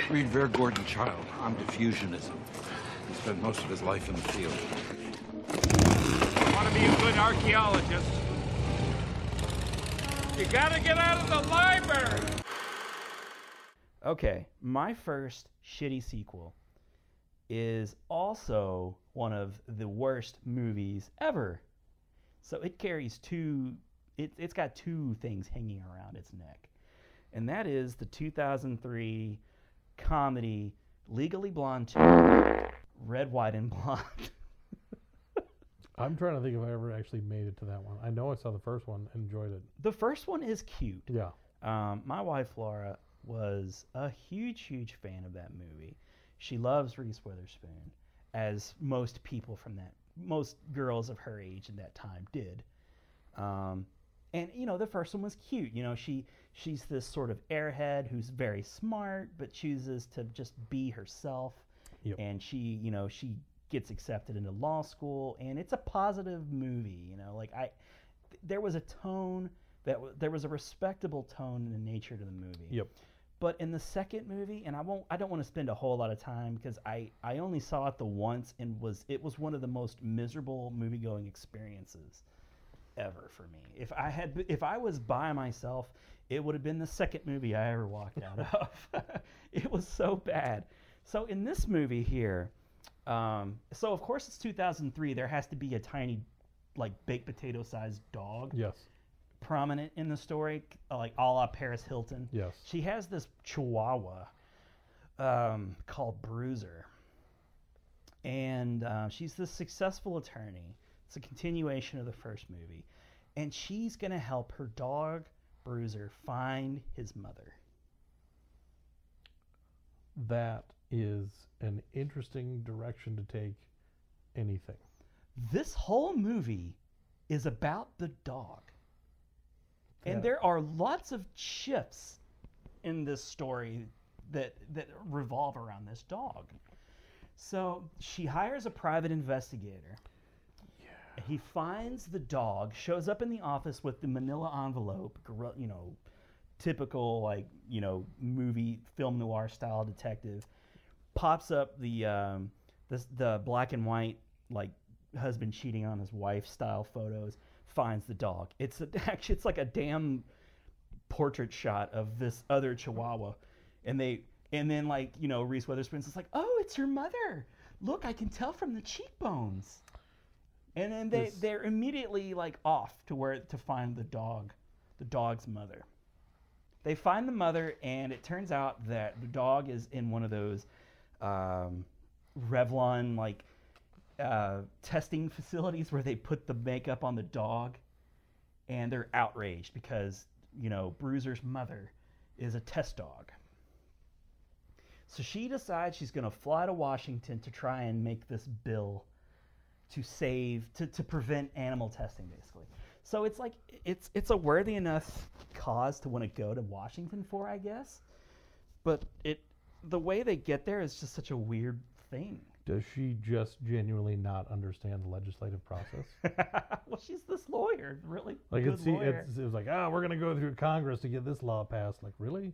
[SPEAKER 4] Read Ver Gordon Child. I'm diffusionism. He spent most of his life in the field.
[SPEAKER 3] Want to be a good archaeologist? You gotta get out of the library.
[SPEAKER 1] Okay. My first shitty sequel is also one of the worst movies ever. So it carries two. It, it's got two things hanging around its neck. and that is the 2003 comedy Legally Blonde 2, Red, White, and Blonde.
[SPEAKER 2] I'm trying to think if I ever actually made it to that one. I know I saw the first one and enjoyed it.
[SPEAKER 1] the first one is cute.
[SPEAKER 2] Yeah.
[SPEAKER 1] Um, my wife Laura was a huge, huge fan of that movie. She loves Reese Witherspoon, as most people from that, most girls of her age in that time did. Um, and you know, the first one was cute. You know, she she's this sort of airhead who's very smart, but chooses to just be herself.
[SPEAKER 2] Yep.
[SPEAKER 1] And she, you know, she gets accepted into law school, and it's a positive movie. You know, like I, th- there was a tone that w- there was a respectable tone and nature to the movie.
[SPEAKER 2] Yep.
[SPEAKER 1] But in the second movie, and I won't, I don't want to spend a whole lot of time because I, I only saw it the once and was it was one of the most miserable movie going experiences ever for me. If I had, b- if I was by myself, it would have been the second movie I ever walked out of. it was so bad. So in this movie here, um, so of course it's 2003. There has to be a tiny, like baked potato sized dog
[SPEAKER 2] Yes.
[SPEAKER 1] prominent in the story, uh, like a la Paris Hilton.
[SPEAKER 2] Yes.
[SPEAKER 1] She has this chihuahua um, called Bruiser. And uh, she's this successful attorney. It's a continuation of the first movie. And she's going to help her dog, Bruiser, find his mother.
[SPEAKER 2] That is an interesting direction to take anything.
[SPEAKER 1] This whole movie is about the dog.
[SPEAKER 2] Yeah.
[SPEAKER 1] And there are lots of shifts in this story that that revolve around this dog. So she hires a private investigator. He finds the dog, shows up in the office with the manila envelope, gor- you know, typical like, you know, movie film noir style detective. Pops up the um, this, the black and white like husband cheating on his wife style photos, finds the dog. It's a, actually it's like a damn portrait shot of this other chihuahua and they and then like you know reese witherspoon's is like oh it's your mother look i can tell from the cheekbones and then they
[SPEAKER 2] This-
[SPEAKER 1] they're immediately like off to where to find the dog the dog's mother they find the mother and it turns out that the dog is in one of those um, revlon like uh, testing facilities where they put the makeup on the dog and they're outraged because you know Bruiser's mother is a test dog. So she decides she's going to fly to Washington to try and make this bill to save to, to prevent animal testing basically. So it's like it's it's a worthy enough cause to want to go to Washington for, I guess. But it the way they get there is just such a weird thing.
[SPEAKER 2] Does she just genuinely not understand the legislative process?
[SPEAKER 1] well, she's this lawyer, really.
[SPEAKER 2] Like
[SPEAKER 1] good
[SPEAKER 2] it's,
[SPEAKER 1] lawyer.
[SPEAKER 2] it's it was like, ah, we're gonna go through Congress to get this law passed. Like really?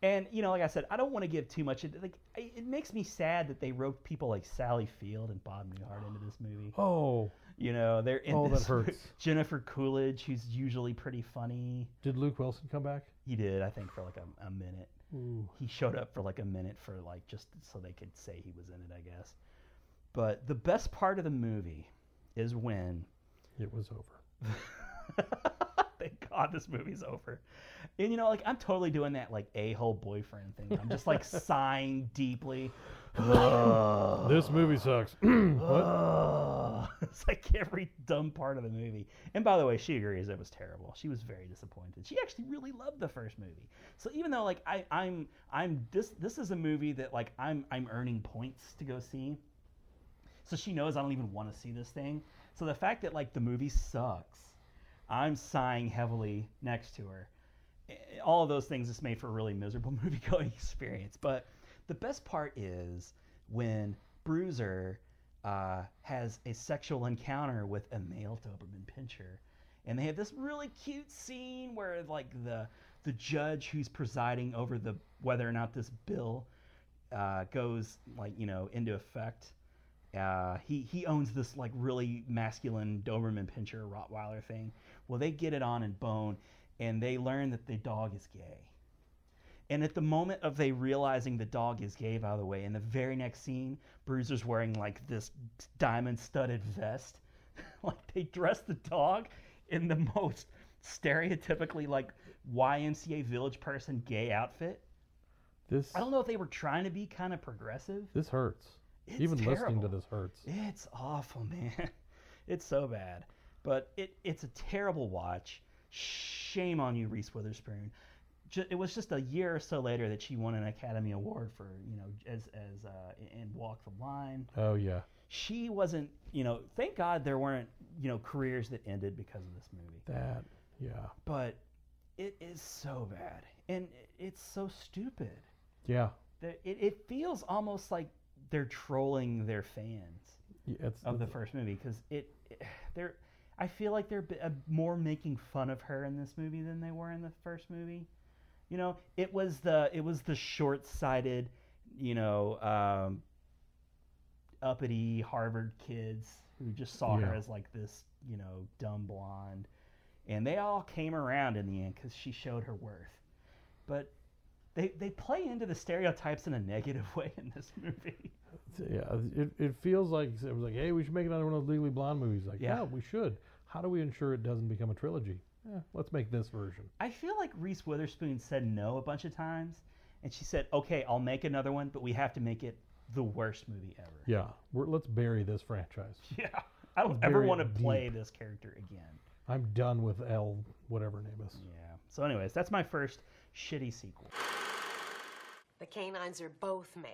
[SPEAKER 1] And you know, like I said, I don't want to give too much. It, like I- it makes me sad that they roped people like Sally Field and Bob Newhart into this movie.
[SPEAKER 2] Oh,
[SPEAKER 1] You know, they're in
[SPEAKER 2] Oh, that
[SPEAKER 1] this
[SPEAKER 2] hurts.
[SPEAKER 1] Jennifer Coolidge, who's usually pretty funny.
[SPEAKER 2] did Luke Wilson come back?
[SPEAKER 1] He did, I think, for like a, a minute.
[SPEAKER 2] Ooh.
[SPEAKER 1] He showed up for like a minute for like just so they could say he was in it, I guess. But the best part of the movie is when
[SPEAKER 2] It was over.
[SPEAKER 1] Thank God this movie's over. And you know, like I'm totally doing that like a hole boyfriend thing. I'm just like sighing deeply.
[SPEAKER 2] this movie sucks. what?
[SPEAKER 1] Ugh. It's like every dumb part of the movie. And by the way, she agrees it was terrible. She was very disappointed. She actually really loved the first movie. So even though like I, I'm I'm this this is a movie that like I'm I'm earning points to go see. So she knows I don't even want to see this thing. So the fact that like the movie sucks, I'm sighing heavily next to her. Eh, All of those things just made for a really miserable movie going experience. But the best part is when Bruiser uh, has a sexual encounter with a male Doberman Pinscher, and they have this really cute scene where like the the judge who's presiding over the whether or not this bill uh, goes like you know into effect. Uh, he he owns this like really masculine Doberman Pinscher Rottweiler thing. Well, they get it on and bone, and they learn that the dog is gay. And at the moment of they realizing the dog is gay, by the way, in the very next scene, Bruiser's wearing like this diamond-studded vest. like they dress the dog in the most stereotypically like YMCA village person gay outfit.
[SPEAKER 2] This
[SPEAKER 1] I don't know if they were trying to be kind of progressive.
[SPEAKER 2] this hurts.
[SPEAKER 1] It's
[SPEAKER 2] Even listening
[SPEAKER 1] terrible.
[SPEAKER 2] to this hurts.
[SPEAKER 1] It's awful, man. It's so bad. But it it's a terrible watch. Shame on you, Reese Witherspoon. Ju- It was just a year or so later that she won an Academy Award for you know as as uh, in Walk the Line.
[SPEAKER 2] Oh yeah.
[SPEAKER 1] She wasn't you know thank God there weren't you know careers that ended because of this movie.
[SPEAKER 2] That yeah.
[SPEAKER 1] But it is so bad and it- it's so stupid.
[SPEAKER 2] Yeah.
[SPEAKER 1] That- It it feels almost like they're trolling their fans
[SPEAKER 2] Yeah, It's
[SPEAKER 1] of the first movie because it, it they're I feel like they're b- uh, more making fun of her in this movie than they were in the first movie. You know, it was the it was the short-sighted, you know, um, uppity Harvard kids who just saw her
[SPEAKER 2] Yeah.
[SPEAKER 1] as like this, you know, dumb blonde, and they all came around in the end because she showed her worth. But they they play into the stereotypes in a negative way in this movie.
[SPEAKER 2] yeah. It, it feels like it was like, hey, we should make another one of those Legally Blonde movies. Like,
[SPEAKER 1] Yeah.
[SPEAKER 2] yeah, we should. How do we ensure it doesn't become a trilogy? Eh, let's make this version.
[SPEAKER 1] I feel like Reese Witherspoon said no a bunch of times, and she said, "Okay, I'll make another one, but we have to make it the worst movie ever."
[SPEAKER 2] Yeah, we're, let's bury this franchise.
[SPEAKER 1] Yeah, I don't ever
[SPEAKER 2] Very
[SPEAKER 1] want to
[SPEAKER 2] deep.
[SPEAKER 1] play this character again.
[SPEAKER 2] I'm done with L, whatever her name is.
[SPEAKER 1] Yeah. So, anyways, that's my first shitty sequel.
[SPEAKER 10] The canines are both male.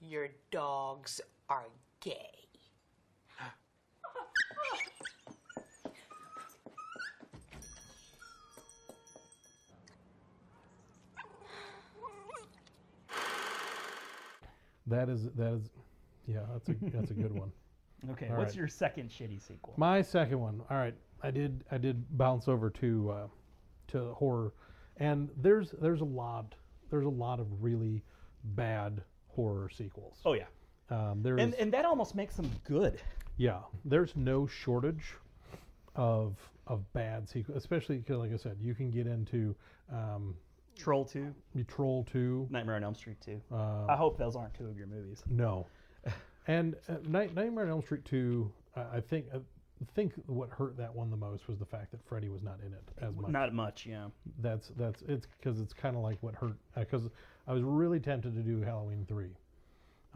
[SPEAKER 10] Your dogs are gay.
[SPEAKER 2] That is that is, yeah, that's a that's a good one.
[SPEAKER 1] Okay,
[SPEAKER 2] All
[SPEAKER 1] what's
[SPEAKER 2] right.
[SPEAKER 1] your second shitty sequel?
[SPEAKER 2] My second one. All right, I did I did bounce over to uh, to horror, and there's there's a lot there's a lot of really bad horror sequels.
[SPEAKER 1] oh yeah,
[SPEAKER 2] Um, there
[SPEAKER 1] and
[SPEAKER 2] is-
[SPEAKER 1] and that almost makes them good.
[SPEAKER 2] yeah, there's no shortage of of bad sequels, especially 'cause like I said, you can get into um,
[SPEAKER 1] Troll Two,
[SPEAKER 2] you Troll Two.
[SPEAKER 1] Nightmare on Elm Street Two.
[SPEAKER 2] Uh,
[SPEAKER 1] I hope those aren't two of your movies.
[SPEAKER 2] No. And uh, Night, Nightmare on Elm Street 2, I I think I think what hurt that one the most was the fact that Freddy was not in it as much.
[SPEAKER 1] Not much, yeah.
[SPEAKER 2] That's that's it's because it's kind of like what hurt because I was really tempted to do Halloween 3,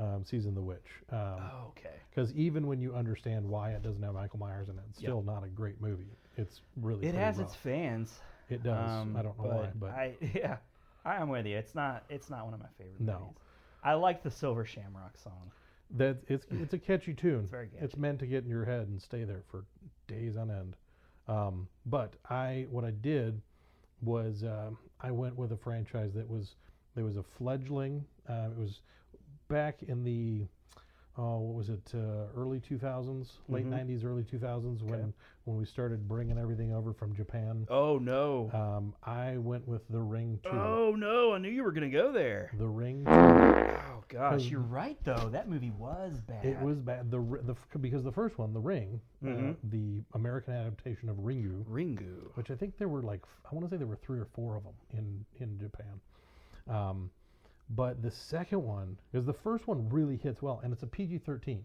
[SPEAKER 2] um, Season of the Witch.
[SPEAKER 1] Oh.
[SPEAKER 2] Because
[SPEAKER 1] Okay.
[SPEAKER 2] even when you understand why it doesn't have Michael Myers in it, it's still not a great movie. It's really
[SPEAKER 1] It
[SPEAKER 2] pretty
[SPEAKER 1] has
[SPEAKER 2] rough.
[SPEAKER 1] its fans.
[SPEAKER 2] It does. I don't know why, but
[SPEAKER 1] Um, I yeah, I am with you. It's not it's not one of my favorite
[SPEAKER 2] No.
[SPEAKER 1] movies. I like the Silver Shamrock song.
[SPEAKER 2] That it's it's a catchy tune. It's
[SPEAKER 1] very
[SPEAKER 2] It's
[SPEAKER 1] catchy.
[SPEAKER 2] meant to get in your head and stay there for days on end. Um, but I what I did was um, I went with a franchise that was there was a fledgling. Uh, it was back in the oh what was it uh, early two thousands,
[SPEAKER 1] Mm-hmm.
[SPEAKER 2] late 90s early two thousands when when we started bringing everything over from Japan.
[SPEAKER 1] Oh no.
[SPEAKER 2] Um, I went with The Ring two.
[SPEAKER 1] oh no, I knew you were going to go there.
[SPEAKER 2] The Ring
[SPEAKER 1] Oh gosh, you're right though. That movie was bad.
[SPEAKER 2] It was bad. The, ri- the f- because the first one, The Ring, uh, the American adaptation of Ringu,
[SPEAKER 1] Ringu.
[SPEAKER 2] which I think there were like f- I want to say there were three or four of them in in Japan. Um, but the second one, because the first one really hits well, and it's a PG thirteen.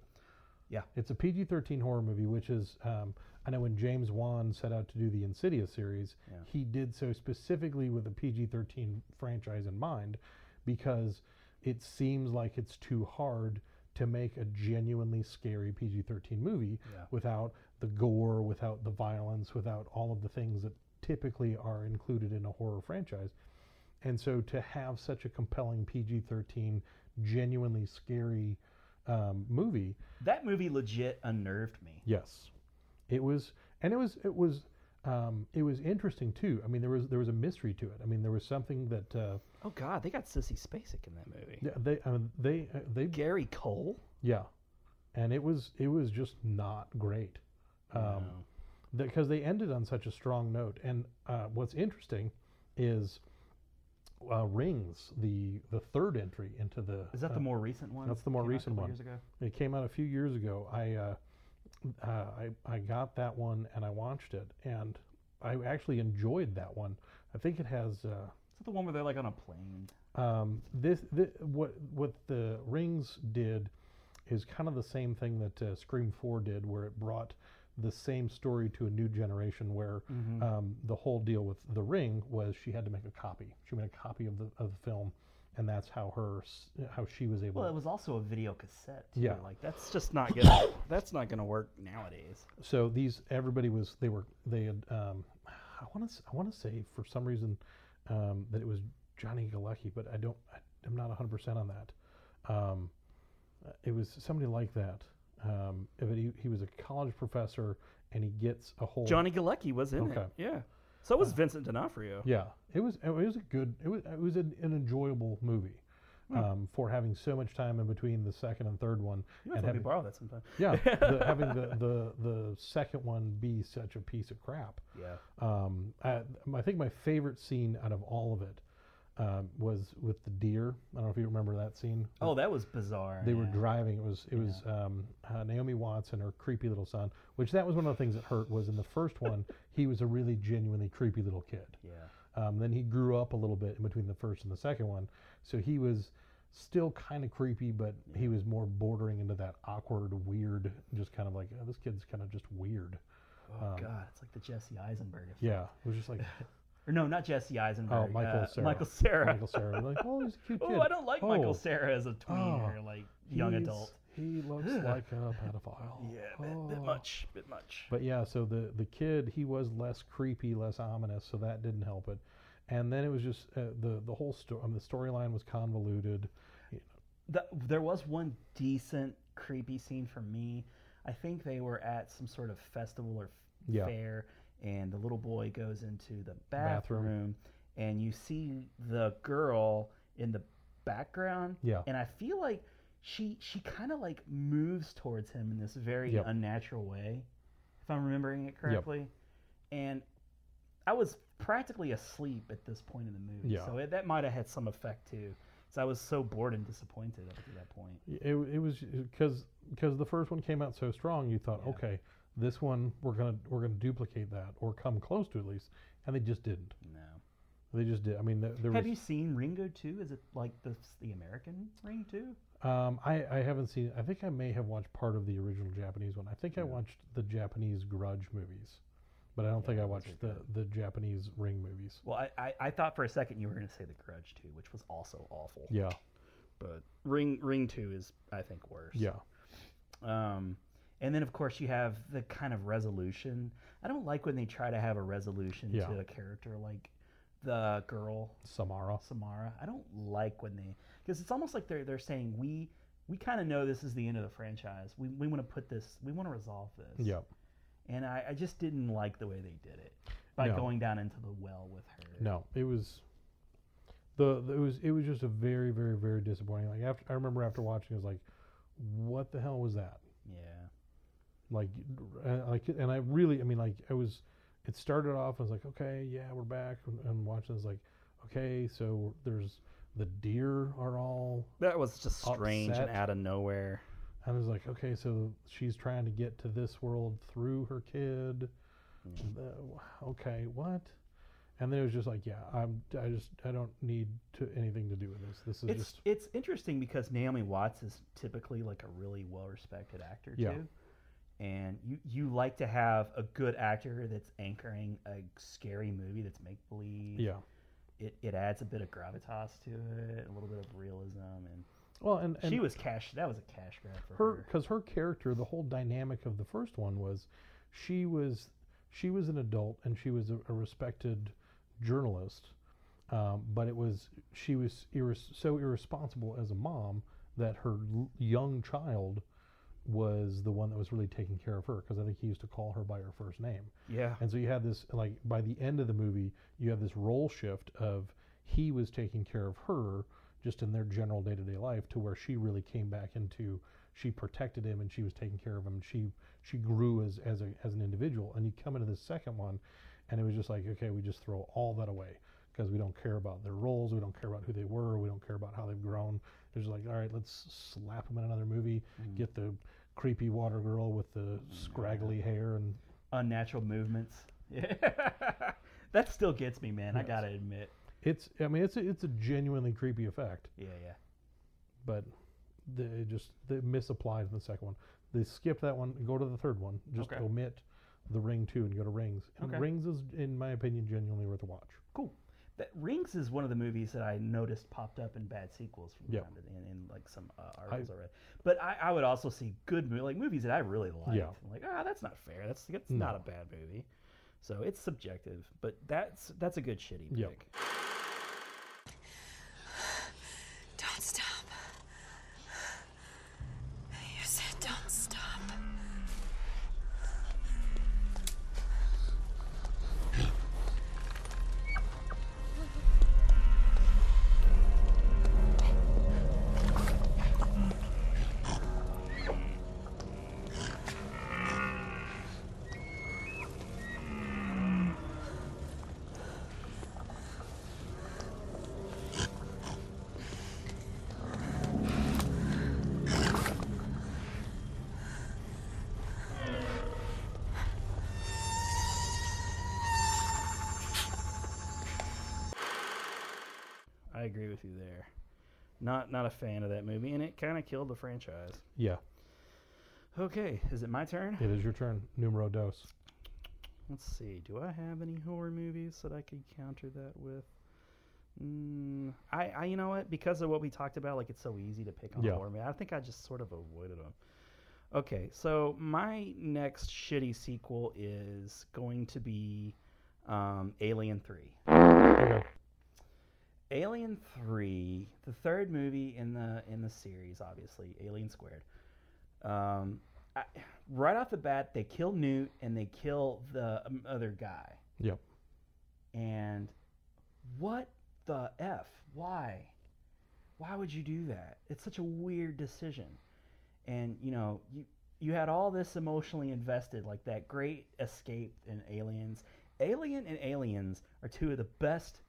[SPEAKER 1] Yeah.
[SPEAKER 2] it's a PG thirteen horror movie, which is um, I know when James Wan set out to do the Insidious series, he did so specifically with a PG thirteen franchise in mind, because it seems like it's too hard to make a genuinely scary PG thirteen movie without the gore, without the violence, without all of the things that typically are included in a horror franchise. And so to have such a compelling PG 13, genuinely scary um, movie,
[SPEAKER 1] That movie legit unnerved me.
[SPEAKER 2] yes, it was, and it was, it was, um, it was interesting too. I mean, there was, there was a mystery to it. I mean, there was something that, uh,
[SPEAKER 1] Oh god, they got Sissy Spacek in that movie.
[SPEAKER 2] yeah, they, I mean, they, uh, they,
[SPEAKER 1] Gary Cole?
[SPEAKER 2] yeah. And it was, it was just not great. Um, because they ended on such a strong note. And uh, what's interesting is, uh, rings the the third entry into the
[SPEAKER 1] Is that the more recent one?
[SPEAKER 2] uh, That's the more
[SPEAKER 1] Came out a
[SPEAKER 2] recent
[SPEAKER 1] couple
[SPEAKER 2] one.
[SPEAKER 1] Years ago?
[SPEAKER 2] It came out a few years ago. I, uh, uh, I I got that one and I watched it, and I actually enjoyed that one. I think it has uh,
[SPEAKER 1] Is that the one where they're like on a plane?
[SPEAKER 2] um, this, this what what the rings did is kind of the same thing that uh, Scream Four did, where it brought the same story to a new generation. Where
[SPEAKER 1] Mm-hmm.
[SPEAKER 11] Mhm.
[SPEAKER 2] um, the whole deal with The Ring was she had to make a copy. She made a copy of the of the film, and that's how her s- how she was able.
[SPEAKER 1] Well, it was also a video cassette. too.
[SPEAKER 2] Yeah.
[SPEAKER 1] like that's just not gonna that's not gonna work nowadays.
[SPEAKER 2] so these everybody was they were they had um, I want to I want to say for some reason um, that it was Johnny Galecki, but I don't I, I'm not 100 percent on that. Um, uh, it was somebody like that. Um, but he, he was a college professor and he gets a whole
[SPEAKER 1] Johnny Galecki was in
[SPEAKER 2] Okay.
[SPEAKER 1] it. Yeah. So was Vincent D'Onofrio.
[SPEAKER 2] Yeah, it was it was a good it was it was an, an enjoyable movie.
[SPEAKER 1] Yeah.
[SPEAKER 2] Um, for having so much time in between the second and third one,
[SPEAKER 1] You might let
[SPEAKER 2] and
[SPEAKER 1] me
[SPEAKER 2] having,
[SPEAKER 1] borrow that sometime.
[SPEAKER 2] yeah, the, having the, the the second one be such a piece of crap.
[SPEAKER 1] Yeah.
[SPEAKER 2] Um, I, I think my favorite scene out of all of it um, was with the deer. I don't know if you remember that scene.
[SPEAKER 1] Oh, that was bizarre.
[SPEAKER 2] They were
[SPEAKER 1] yeah.
[SPEAKER 2] driving. It was it was um, uh, Naomi Watts and her creepy little son. Which that was one of the things that hurt was in the first one he was a really genuinely creepy little kid.
[SPEAKER 1] Yeah.
[SPEAKER 2] Um, then he grew up a little bit in between the first and the second one, so he was still kind of creepy, but he was more bordering into that awkward, weird, just kind of like oh, this kid's kind of just weird.
[SPEAKER 1] Oh
[SPEAKER 2] Um,
[SPEAKER 1] God, it's like the Jesse Eisenberg effect.
[SPEAKER 2] Yeah, it was just like
[SPEAKER 1] Or no, not Jesse Eisenberg.
[SPEAKER 2] Oh, Michael
[SPEAKER 1] uh,
[SPEAKER 2] Cera.
[SPEAKER 1] Michael Sarah.
[SPEAKER 2] Michael Cera. Like, oh, he's a cute kid.
[SPEAKER 1] Oh, I don't like Michael
[SPEAKER 2] Oh.
[SPEAKER 1] Sarah as a tween or like young
[SPEAKER 2] he's-
[SPEAKER 1] adult.
[SPEAKER 2] He looks like a pedophile.
[SPEAKER 1] Yeah, a bit,
[SPEAKER 2] Oh.
[SPEAKER 1] bit much, bit much.
[SPEAKER 2] But yeah, so the the kid he was less creepy, less ominous, so that didn't help it. And then it was just uh, the the whole story. the storyline was convoluted.
[SPEAKER 1] The, there was one decent creepy scene for me. I think they were at some sort of festival or f-
[SPEAKER 2] Yeah.
[SPEAKER 1] fair, and the little boy goes into the
[SPEAKER 2] Bathroom.
[SPEAKER 1] bathroom, and you see the girl in the background.
[SPEAKER 2] Yeah.
[SPEAKER 1] and I feel like she she kind of like moves towards him in this very
[SPEAKER 2] Yep.
[SPEAKER 1] unnatural way, if I'm remembering it correctly. And I was practically asleep at this point in the movie,
[SPEAKER 2] Yeah.
[SPEAKER 1] so it, that might have had some effect too. So I was so bored and disappointed up to that point.
[SPEAKER 2] It it was because because the first one came out so strong, you thought, okay, this one we're gonna we're gonna duplicate that or come close to at least, and they just didn't.
[SPEAKER 1] No.
[SPEAKER 2] They just did. I mean, th- there
[SPEAKER 1] Have
[SPEAKER 2] was.
[SPEAKER 1] you seen Ringo too? Is it like the the American Ring too?
[SPEAKER 2] Um, I, I haven't seen. I think I may have watched part of the original Japanese one. I think I watched the Japanese Grudge movies, but I don't think I watched the, the Japanese Ring movies.
[SPEAKER 1] Well, I, I, I thought for a second you were going to say The Grudge too, which was also awful.
[SPEAKER 2] Yeah,
[SPEAKER 1] but Ring Ring Two is I think worse.
[SPEAKER 2] yeah.
[SPEAKER 1] Um, and then of course you have the kind of resolution. I don't like when they try to have a resolution
[SPEAKER 2] Yeah.
[SPEAKER 1] to a character like the girl
[SPEAKER 2] Samara.
[SPEAKER 1] Samara. I don't like when they because it's almost like they're they're saying we we kind of know this is the end of the franchise. We we want to put this. We want to resolve this.
[SPEAKER 2] Yeah.
[SPEAKER 1] And I, I just didn't like the way they did it by
[SPEAKER 2] No.
[SPEAKER 1] going down into the well with her.
[SPEAKER 2] No, it was the, the- it was it was just a very very very disappointing. Like after I remember after watching, it was like, what the hell was that?
[SPEAKER 1] Yeah.
[SPEAKER 2] Like uh, like and I really I mean like I was it started off I was like okay yeah we're back and, and watching it's like okay so there's the deer are all
[SPEAKER 1] That was just strange and
[SPEAKER 2] Upset.
[SPEAKER 1] out of nowhere.
[SPEAKER 2] I was like, okay, so she's trying to get to this world through her kid. Uh, okay, what? And then it was just like, yeah, I'm. I just I don't need to anything to do with this. This is
[SPEAKER 1] It's
[SPEAKER 2] just
[SPEAKER 1] it's interesting because Naomi Watts is typically like a really well respected actor
[SPEAKER 2] Yeah.
[SPEAKER 1] too. And you, you like to have a good actor that's anchoring a scary movie that's make believe.
[SPEAKER 2] yeah.
[SPEAKER 1] It, it adds a bit of gravitas to it, a little bit of realism, and,
[SPEAKER 2] Well, and, and
[SPEAKER 1] she was cash. That was a cash grab for her.
[SPEAKER 2] her because her character, the whole dynamic of the first one was, she was she was an adult and she was a, a respected journalist, um, but it was she was irres- so irresponsible as a mom that her l- young child was the one that was really taking care of her because I think he used to call her by her first name.
[SPEAKER 1] Yeah.
[SPEAKER 2] And so you have this like by the end of the movie, you have this role shift of he was taking care of her just in their general day to day life to where she really came back into she protected him and she was taking care of him. She she grew as as a as an individual. And you come into the second one, and it was just like okay, we just throw all that away because we don't care about their roles, we don't care about who they were, we don't care about how they've grown. It's just like all right, let's slap them in another movie, get the creepy water girl with the scraggly hair and
[SPEAKER 1] Unnatural movements. Yeah. that still gets me, man. I gotta admit.
[SPEAKER 2] It's I mean it's a, it's a genuinely creepy effect,
[SPEAKER 1] Yeah, yeah.
[SPEAKER 2] but the, it just they misapplied in the second one. They skip that one and go to the third one. Just
[SPEAKER 1] Okay.
[SPEAKER 2] omit the ring two and go to rings. And
[SPEAKER 1] Okay.
[SPEAKER 2] rings is, in my opinion, genuinely worth a watch.
[SPEAKER 1] Cool. That Rings is one of the movies that I noticed popped up in bad sequels from
[SPEAKER 2] Yeah.
[SPEAKER 1] time to in, in like some uh, articles I, read. But I, I would also see good mo- like movies that I really liked.
[SPEAKER 2] Yeah.
[SPEAKER 1] I'm like, ah, that's not fair. That's that's not a bad movie. So it's subjective, but that's that's a good shitty pick.
[SPEAKER 2] Yeah.
[SPEAKER 11] Don't stop. You said don't stop.
[SPEAKER 1] I agree with you there. Not not a fan of that movie, and it kind of killed the franchise.
[SPEAKER 2] Yeah,
[SPEAKER 1] Okay, is it my turn?
[SPEAKER 2] it is your turn. Numero dos.
[SPEAKER 1] Let's see. Do I have any horror movies that I could counter that with? Mm, I, I, you know what? Because of what we talked about, like it's so easy to pick on
[SPEAKER 2] Yeah.
[SPEAKER 1] horror movie. I think I just sort of avoided them. Okay, so my next shitty sequel is going to be um, Alien Three.
[SPEAKER 2] Okay.
[SPEAKER 1] Alien Three, the third movie in the in the series, obviously Alien Squared. Um, I, right off the bat, they kill Newt and they kill the um, other guy.
[SPEAKER 2] Yep.
[SPEAKER 1] And what the f? Why? Why would you do that? It's such a weird decision. And you know, you you had all this emotionally invested, like that great escape in Aliens. Alien and Aliens are two of the best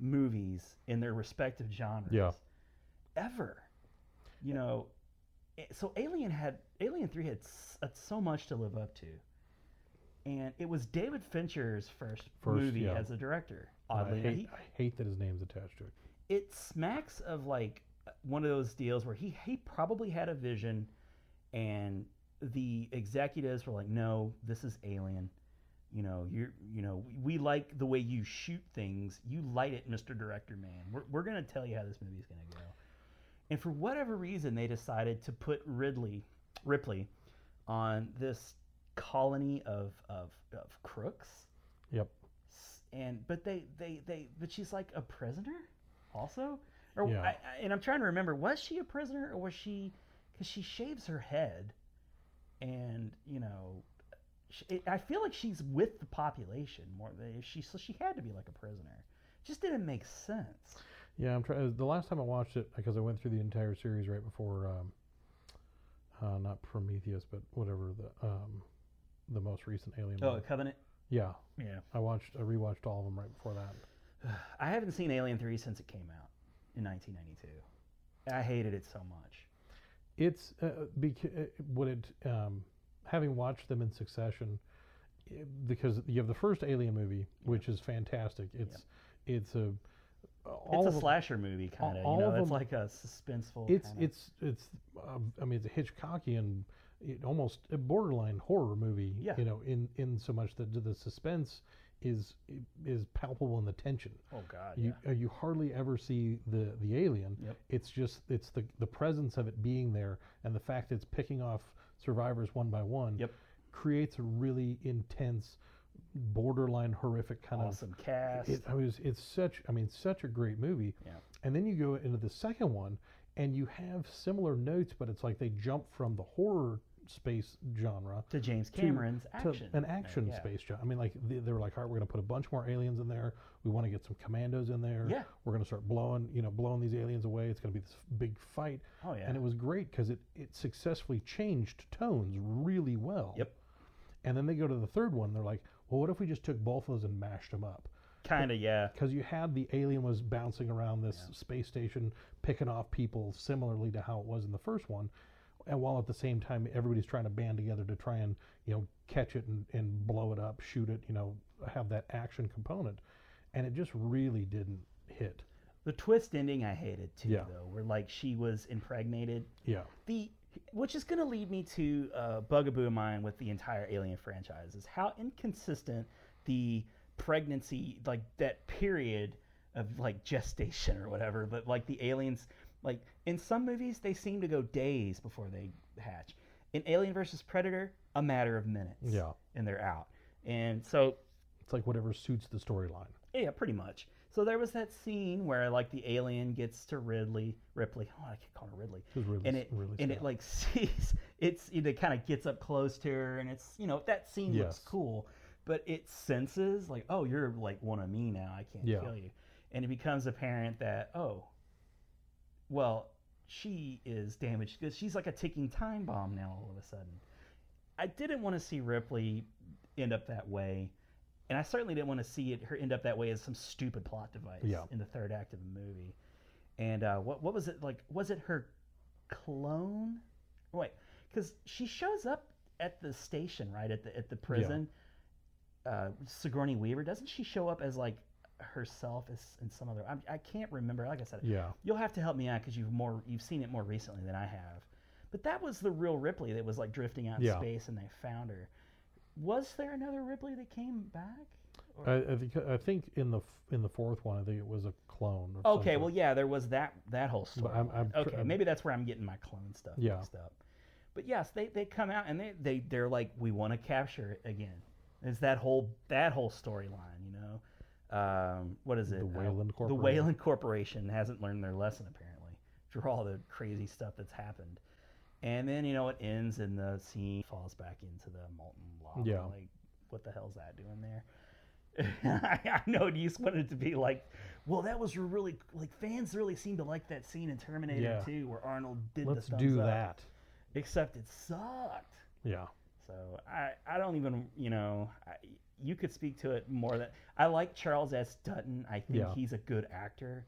[SPEAKER 1] movies in their respective genres
[SPEAKER 2] Yeah.
[SPEAKER 1] ever. You know, a- so Alien had Alien Three had, s- had so much to live up to, and it was David Fincher's first,
[SPEAKER 2] First,
[SPEAKER 1] movie
[SPEAKER 2] yeah.
[SPEAKER 1] as a director.
[SPEAKER 2] And
[SPEAKER 1] Oddly,
[SPEAKER 2] I
[SPEAKER 1] enough.
[SPEAKER 2] hate, I hate that his name's attached to it.
[SPEAKER 1] He- it smacks of like one of those deals where he he probably had a vision, and the executives were like, "No, this is Alien." You know, you're, you know, we like the way you shoot things. You light it, Mr. Director Man. We're, we're going to tell you how this movie's going to go. And for whatever reason, they decided to put Ridley, Ripley, on this colony of of, of crooks.
[SPEAKER 2] Yep.
[SPEAKER 1] S- And but they they they but she's like a prisoner, also. Or
[SPEAKER 2] Yeah.
[SPEAKER 1] I, I, and I'm trying to remember, was she a prisoner or was she? Because she shaves her head, and you know, sh it, I feel like she's with the population more. Than if she so she had to be like a prisoner. Just didn't make sense.
[SPEAKER 2] Yeah, I'm trying. The last time I watched it, because I went through the entire series right before, um, uh, not Prometheus, but whatever the um, the most recent Alien.
[SPEAKER 1] Oh,
[SPEAKER 2] one.
[SPEAKER 1] Covenant.
[SPEAKER 2] Yeah.
[SPEAKER 1] Yeah.
[SPEAKER 2] I watched. I rewatched all of them right before that.
[SPEAKER 1] I haven't seen Alien 3 since it came out in 1992. I hated it so much.
[SPEAKER 2] It's uh, beca- uh, what it um, having watched them in succession, i- because you have the first Alien movie, which is fantastic. It's it's a all
[SPEAKER 1] it's
[SPEAKER 2] of
[SPEAKER 1] a
[SPEAKER 2] 'em-
[SPEAKER 1] slasher movie, kind of.
[SPEAKER 2] all
[SPEAKER 1] You know,
[SPEAKER 2] of
[SPEAKER 1] it's
[SPEAKER 2] them-
[SPEAKER 1] like a suspenseful.
[SPEAKER 2] It's
[SPEAKER 1] kinda-
[SPEAKER 2] it's it's. Um, I mean, it's a Hitchcockian, it almost a borderline horror movie.
[SPEAKER 1] Yeah.
[SPEAKER 2] You know, in in so much that the suspense is is palpable in the tension.
[SPEAKER 1] Oh, God,
[SPEAKER 2] You uh, you hardly ever see the the alien.
[SPEAKER 1] Yep.
[SPEAKER 2] It's just it's the the presence of it being there and the fact that it's picking off survivors one by one.
[SPEAKER 1] Yep.
[SPEAKER 2] Creates a really intense, borderline horrific kind of
[SPEAKER 1] awesome cast.
[SPEAKER 2] it, I was, it's such, I mean, such a great movie.
[SPEAKER 1] Yeah.
[SPEAKER 2] And then you go into the second one, and you have similar notes, but it's like they jump from the horror space genre
[SPEAKER 1] to James Cameron's
[SPEAKER 2] to
[SPEAKER 1] action.
[SPEAKER 2] an action
[SPEAKER 1] yeah.
[SPEAKER 2] space genre. I mean, like they, they were like, all right, we're going to put a bunch more aliens in there. We want to get some commandos in there.
[SPEAKER 1] Yeah.
[SPEAKER 2] We're going to start blowing, you know, blowing these aliens away. It's going to be this big fight.
[SPEAKER 1] Oh, yeah.
[SPEAKER 2] And it was great because it it successfully changed tones really well.
[SPEAKER 1] Yep.
[SPEAKER 2] And then they go to the third one. They're like, well, what if we just took both of those and mashed them up?
[SPEAKER 1] Kind of, yeah.
[SPEAKER 2] because you had the alien was bouncing around this space station picking off people similarly to how it was in the first one and while at the same time everybody's trying to band together to try and you know catch it and, and blow it up shoot it you know have that action component and it just really didn't hit
[SPEAKER 1] The twist ending I hated too,
[SPEAKER 2] Yeah.
[SPEAKER 1] though, where like she was impregnated.
[SPEAKER 2] Yeah.
[SPEAKER 1] The which is going to lead me to uh, bugaboo of mine with the entire Alien franchise is how inconsistent the pregnancy, like that period of like gestation or whatever, but like the aliens, like in some movies they seem to go days before they hatch. In Alien versus Predator, a matter of minutes.
[SPEAKER 2] Yeah.
[SPEAKER 1] and they're out. And so
[SPEAKER 2] It's like whatever suits the storyline.
[SPEAKER 1] yeah, pretty much. So there was that scene where like the alien gets to Ridley, Ripley. Oh, I can't call her Ridley.
[SPEAKER 2] 'Cause Ridley's-
[SPEAKER 1] and it
[SPEAKER 2] Ridley's
[SPEAKER 1] and
[SPEAKER 2] dead.
[SPEAKER 1] it like sees it's it kind of gets up close to her, and it's you know that scene looks
[SPEAKER 2] Yes.
[SPEAKER 1] cool, but it senses like oh you're like one of me now. I can't
[SPEAKER 2] Yeah.
[SPEAKER 1] kill you, and it becomes apparent that oh, well she is damaged because she's like a ticking time bomb now all of a sudden. I didn't want to see Ripley end up that way, and I certainly didn't want to see it her end up that way as some stupid plot device
[SPEAKER 2] Yeah.
[SPEAKER 1] in the third act of the movie. And uh, what what was it like? Was it her clone? Wait, because she shows up at the station, right at the at the prison. Uh, Sigourney Weaver doesn't she show up as like herself as in some other? I'm, I can't remember. Like I said,
[SPEAKER 2] Yeah.
[SPEAKER 1] you'll have to help me out because you've more you've seen it more recently than I have. But that was the real Ripley that was like drifting out in
[SPEAKER 2] Yeah.
[SPEAKER 1] space, and they found her. Was there another Ripley that came back? Or-
[SPEAKER 2] I, I think I think in the f- in the fourth one, I think it was a clone. Or
[SPEAKER 1] Okay,
[SPEAKER 2] something.
[SPEAKER 1] well, yeah, there was that that whole story.
[SPEAKER 2] But I'm- I'm tr-
[SPEAKER 1] okay,
[SPEAKER 2] I'm-
[SPEAKER 1] maybe that's where I'm getting my clone stuff
[SPEAKER 2] Yeah.
[SPEAKER 1] mixed up. But yes, they, they come out and they, they they're like, we want to capture it again. It's that whole that whole storyline, you know. Um, what is it?
[SPEAKER 2] The
[SPEAKER 1] Uh,
[SPEAKER 2] Wayland
[SPEAKER 1] The
[SPEAKER 2] Corporation.
[SPEAKER 1] Wayland Corporation hasn't learned their lesson apparently. After all the crazy stuff that's happened, and then you know it ends and the scene falls back into the molten lava.
[SPEAKER 2] Yeah.
[SPEAKER 1] Like, what the hell's that doing there? I, I know you just wanted it to be like, well, that was really like fans really seem to like that scene in Terminator
[SPEAKER 2] Yeah.
[SPEAKER 1] 2 where Arnold did
[SPEAKER 2] let's
[SPEAKER 1] the thumbs
[SPEAKER 2] do
[SPEAKER 1] up,
[SPEAKER 2] that.
[SPEAKER 1] Except it sucked.
[SPEAKER 2] Yeah.
[SPEAKER 1] So I, I don't even you know I, you could speak to it more than I like Charles S. Dutton. I think
[SPEAKER 2] Yeah.
[SPEAKER 1] he's a good actor,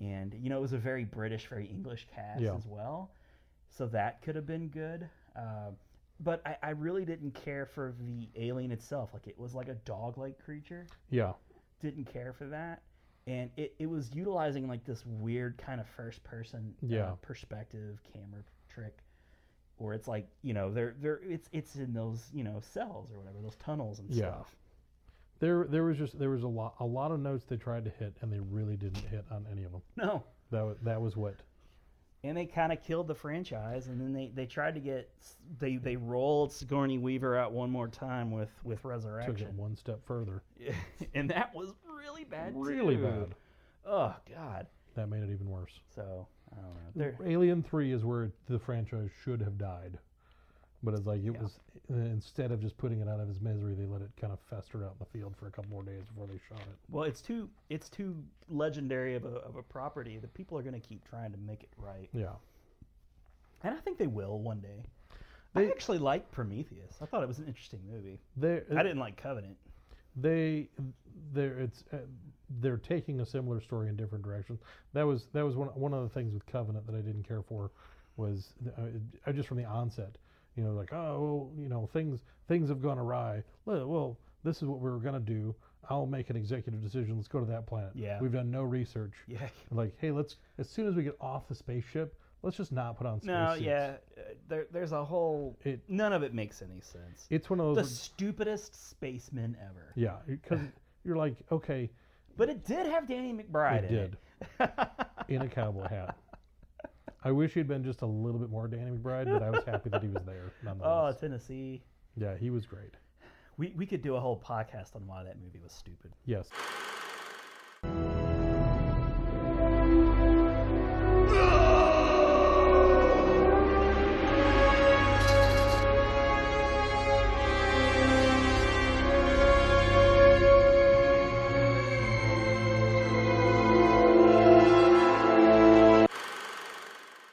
[SPEAKER 1] and you know it was a very British, very English cast
[SPEAKER 2] Yeah.
[SPEAKER 1] as well, so that could have been good. Uh, but I, I really didn't care for the alien itself. Like it was like a dog-like creature
[SPEAKER 2] Yeah.
[SPEAKER 1] didn't care for that and it, it was utilizing like this weird kind of first person uh,
[SPEAKER 2] Yeah.
[SPEAKER 1] perspective camera trick where it's like you know they're they're it's it's in those you know cells or whatever those tunnels and
[SPEAKER 2] Yeah.
[SPEAKER 1] stuff
[SPEAKER 2] There there was just there was a lot a lot of notes they tried to hit and they really didn't hit on any of them.
[SPEAKER 1] no
[SPEAKER 2] That was, that was what.
[SPEAKER 1] and they kind of killed the franchise and then they they tried to get they they rolled Sigourney Weaver out one more time with with
[SPEAKER 2] Took it
[SPEAKER 1] resurrection
[SPEAKER 2] one step further.
[SPEAKER 1] and that was really bad
[SPEAKER 2] Really
[SPEAKER 1] too.
[SPEAKER 2] bad.
[SPEAKER 1] oh god
[SPEAKER 2] That made it even worse.
[SPEAKER 1] so I don't know They're-
[SPEAKER 2] Alien Three is where the franchise should have died, but it's like it was instead of just putting it out of its misery, they let it kind of fester out in the field for a couple more days before they shot it.
[SPEAKER 1] Well, it's too it's too legendary of a, of a property that people are going to keep trying to make it right,
[SPEAKER 2] Yeah,
[SPEAKER 1] and I think they will one day. I actually liked Prometheus. I thought it was an interesting movie.
[SPEAKER 2] they
[SPEAKER 1] I didn't like Covenant.
[SPEAKER 2] they they're it's uh, they're taking a similar story in different directions. That was that was one one of the things with Covenant that I didn't care for was th- uh, I just from the onset, you know, like oh well, you know things things have gone awry. Well, well, this is what we were gonna do. I'll make an executive decision. Let's go to that planet.
[SPEAKER 1] Yeah.
[SPEAKER 2] we've done no research.
[SPEAKER 1] Yeah.
[SPEAKER 2] like hey, let's as soon as we get off the spaceship, let's just not put on spacesuits.
[SPEAKER 1] No, yeah, uh, there, there's a whole
[SPEAKER 2] It-
[SPEAKER 1] none of it makes any sense.
[SPEAKER 2] it's one of
[SPEAKER 1] the
[SPEAKER 2] those.
[SPEAKER 1] stupidest spaceman ever.
[SPEAKER 2] yeah, because you're like okay,
[SPEAKER 1] But it did have Danny McBride.
[SPEAKER 2] It
[SPEAKER 1] in
[SPEAKER 2] did. in a cowboy hat. I wish he'd been just a little bit more Danny McBride, but I was happy that he was there
[SPEAKER 1] Oh,
[SPEAKER 2] nonetheless.
[SPEAKER 1] Tennessee.
[SPEAKER 2] yeah, he was great.
[SPEAKER 1] We we could do a whole podcast on why that movie was stupid.
[SPEAKER 2] Yes.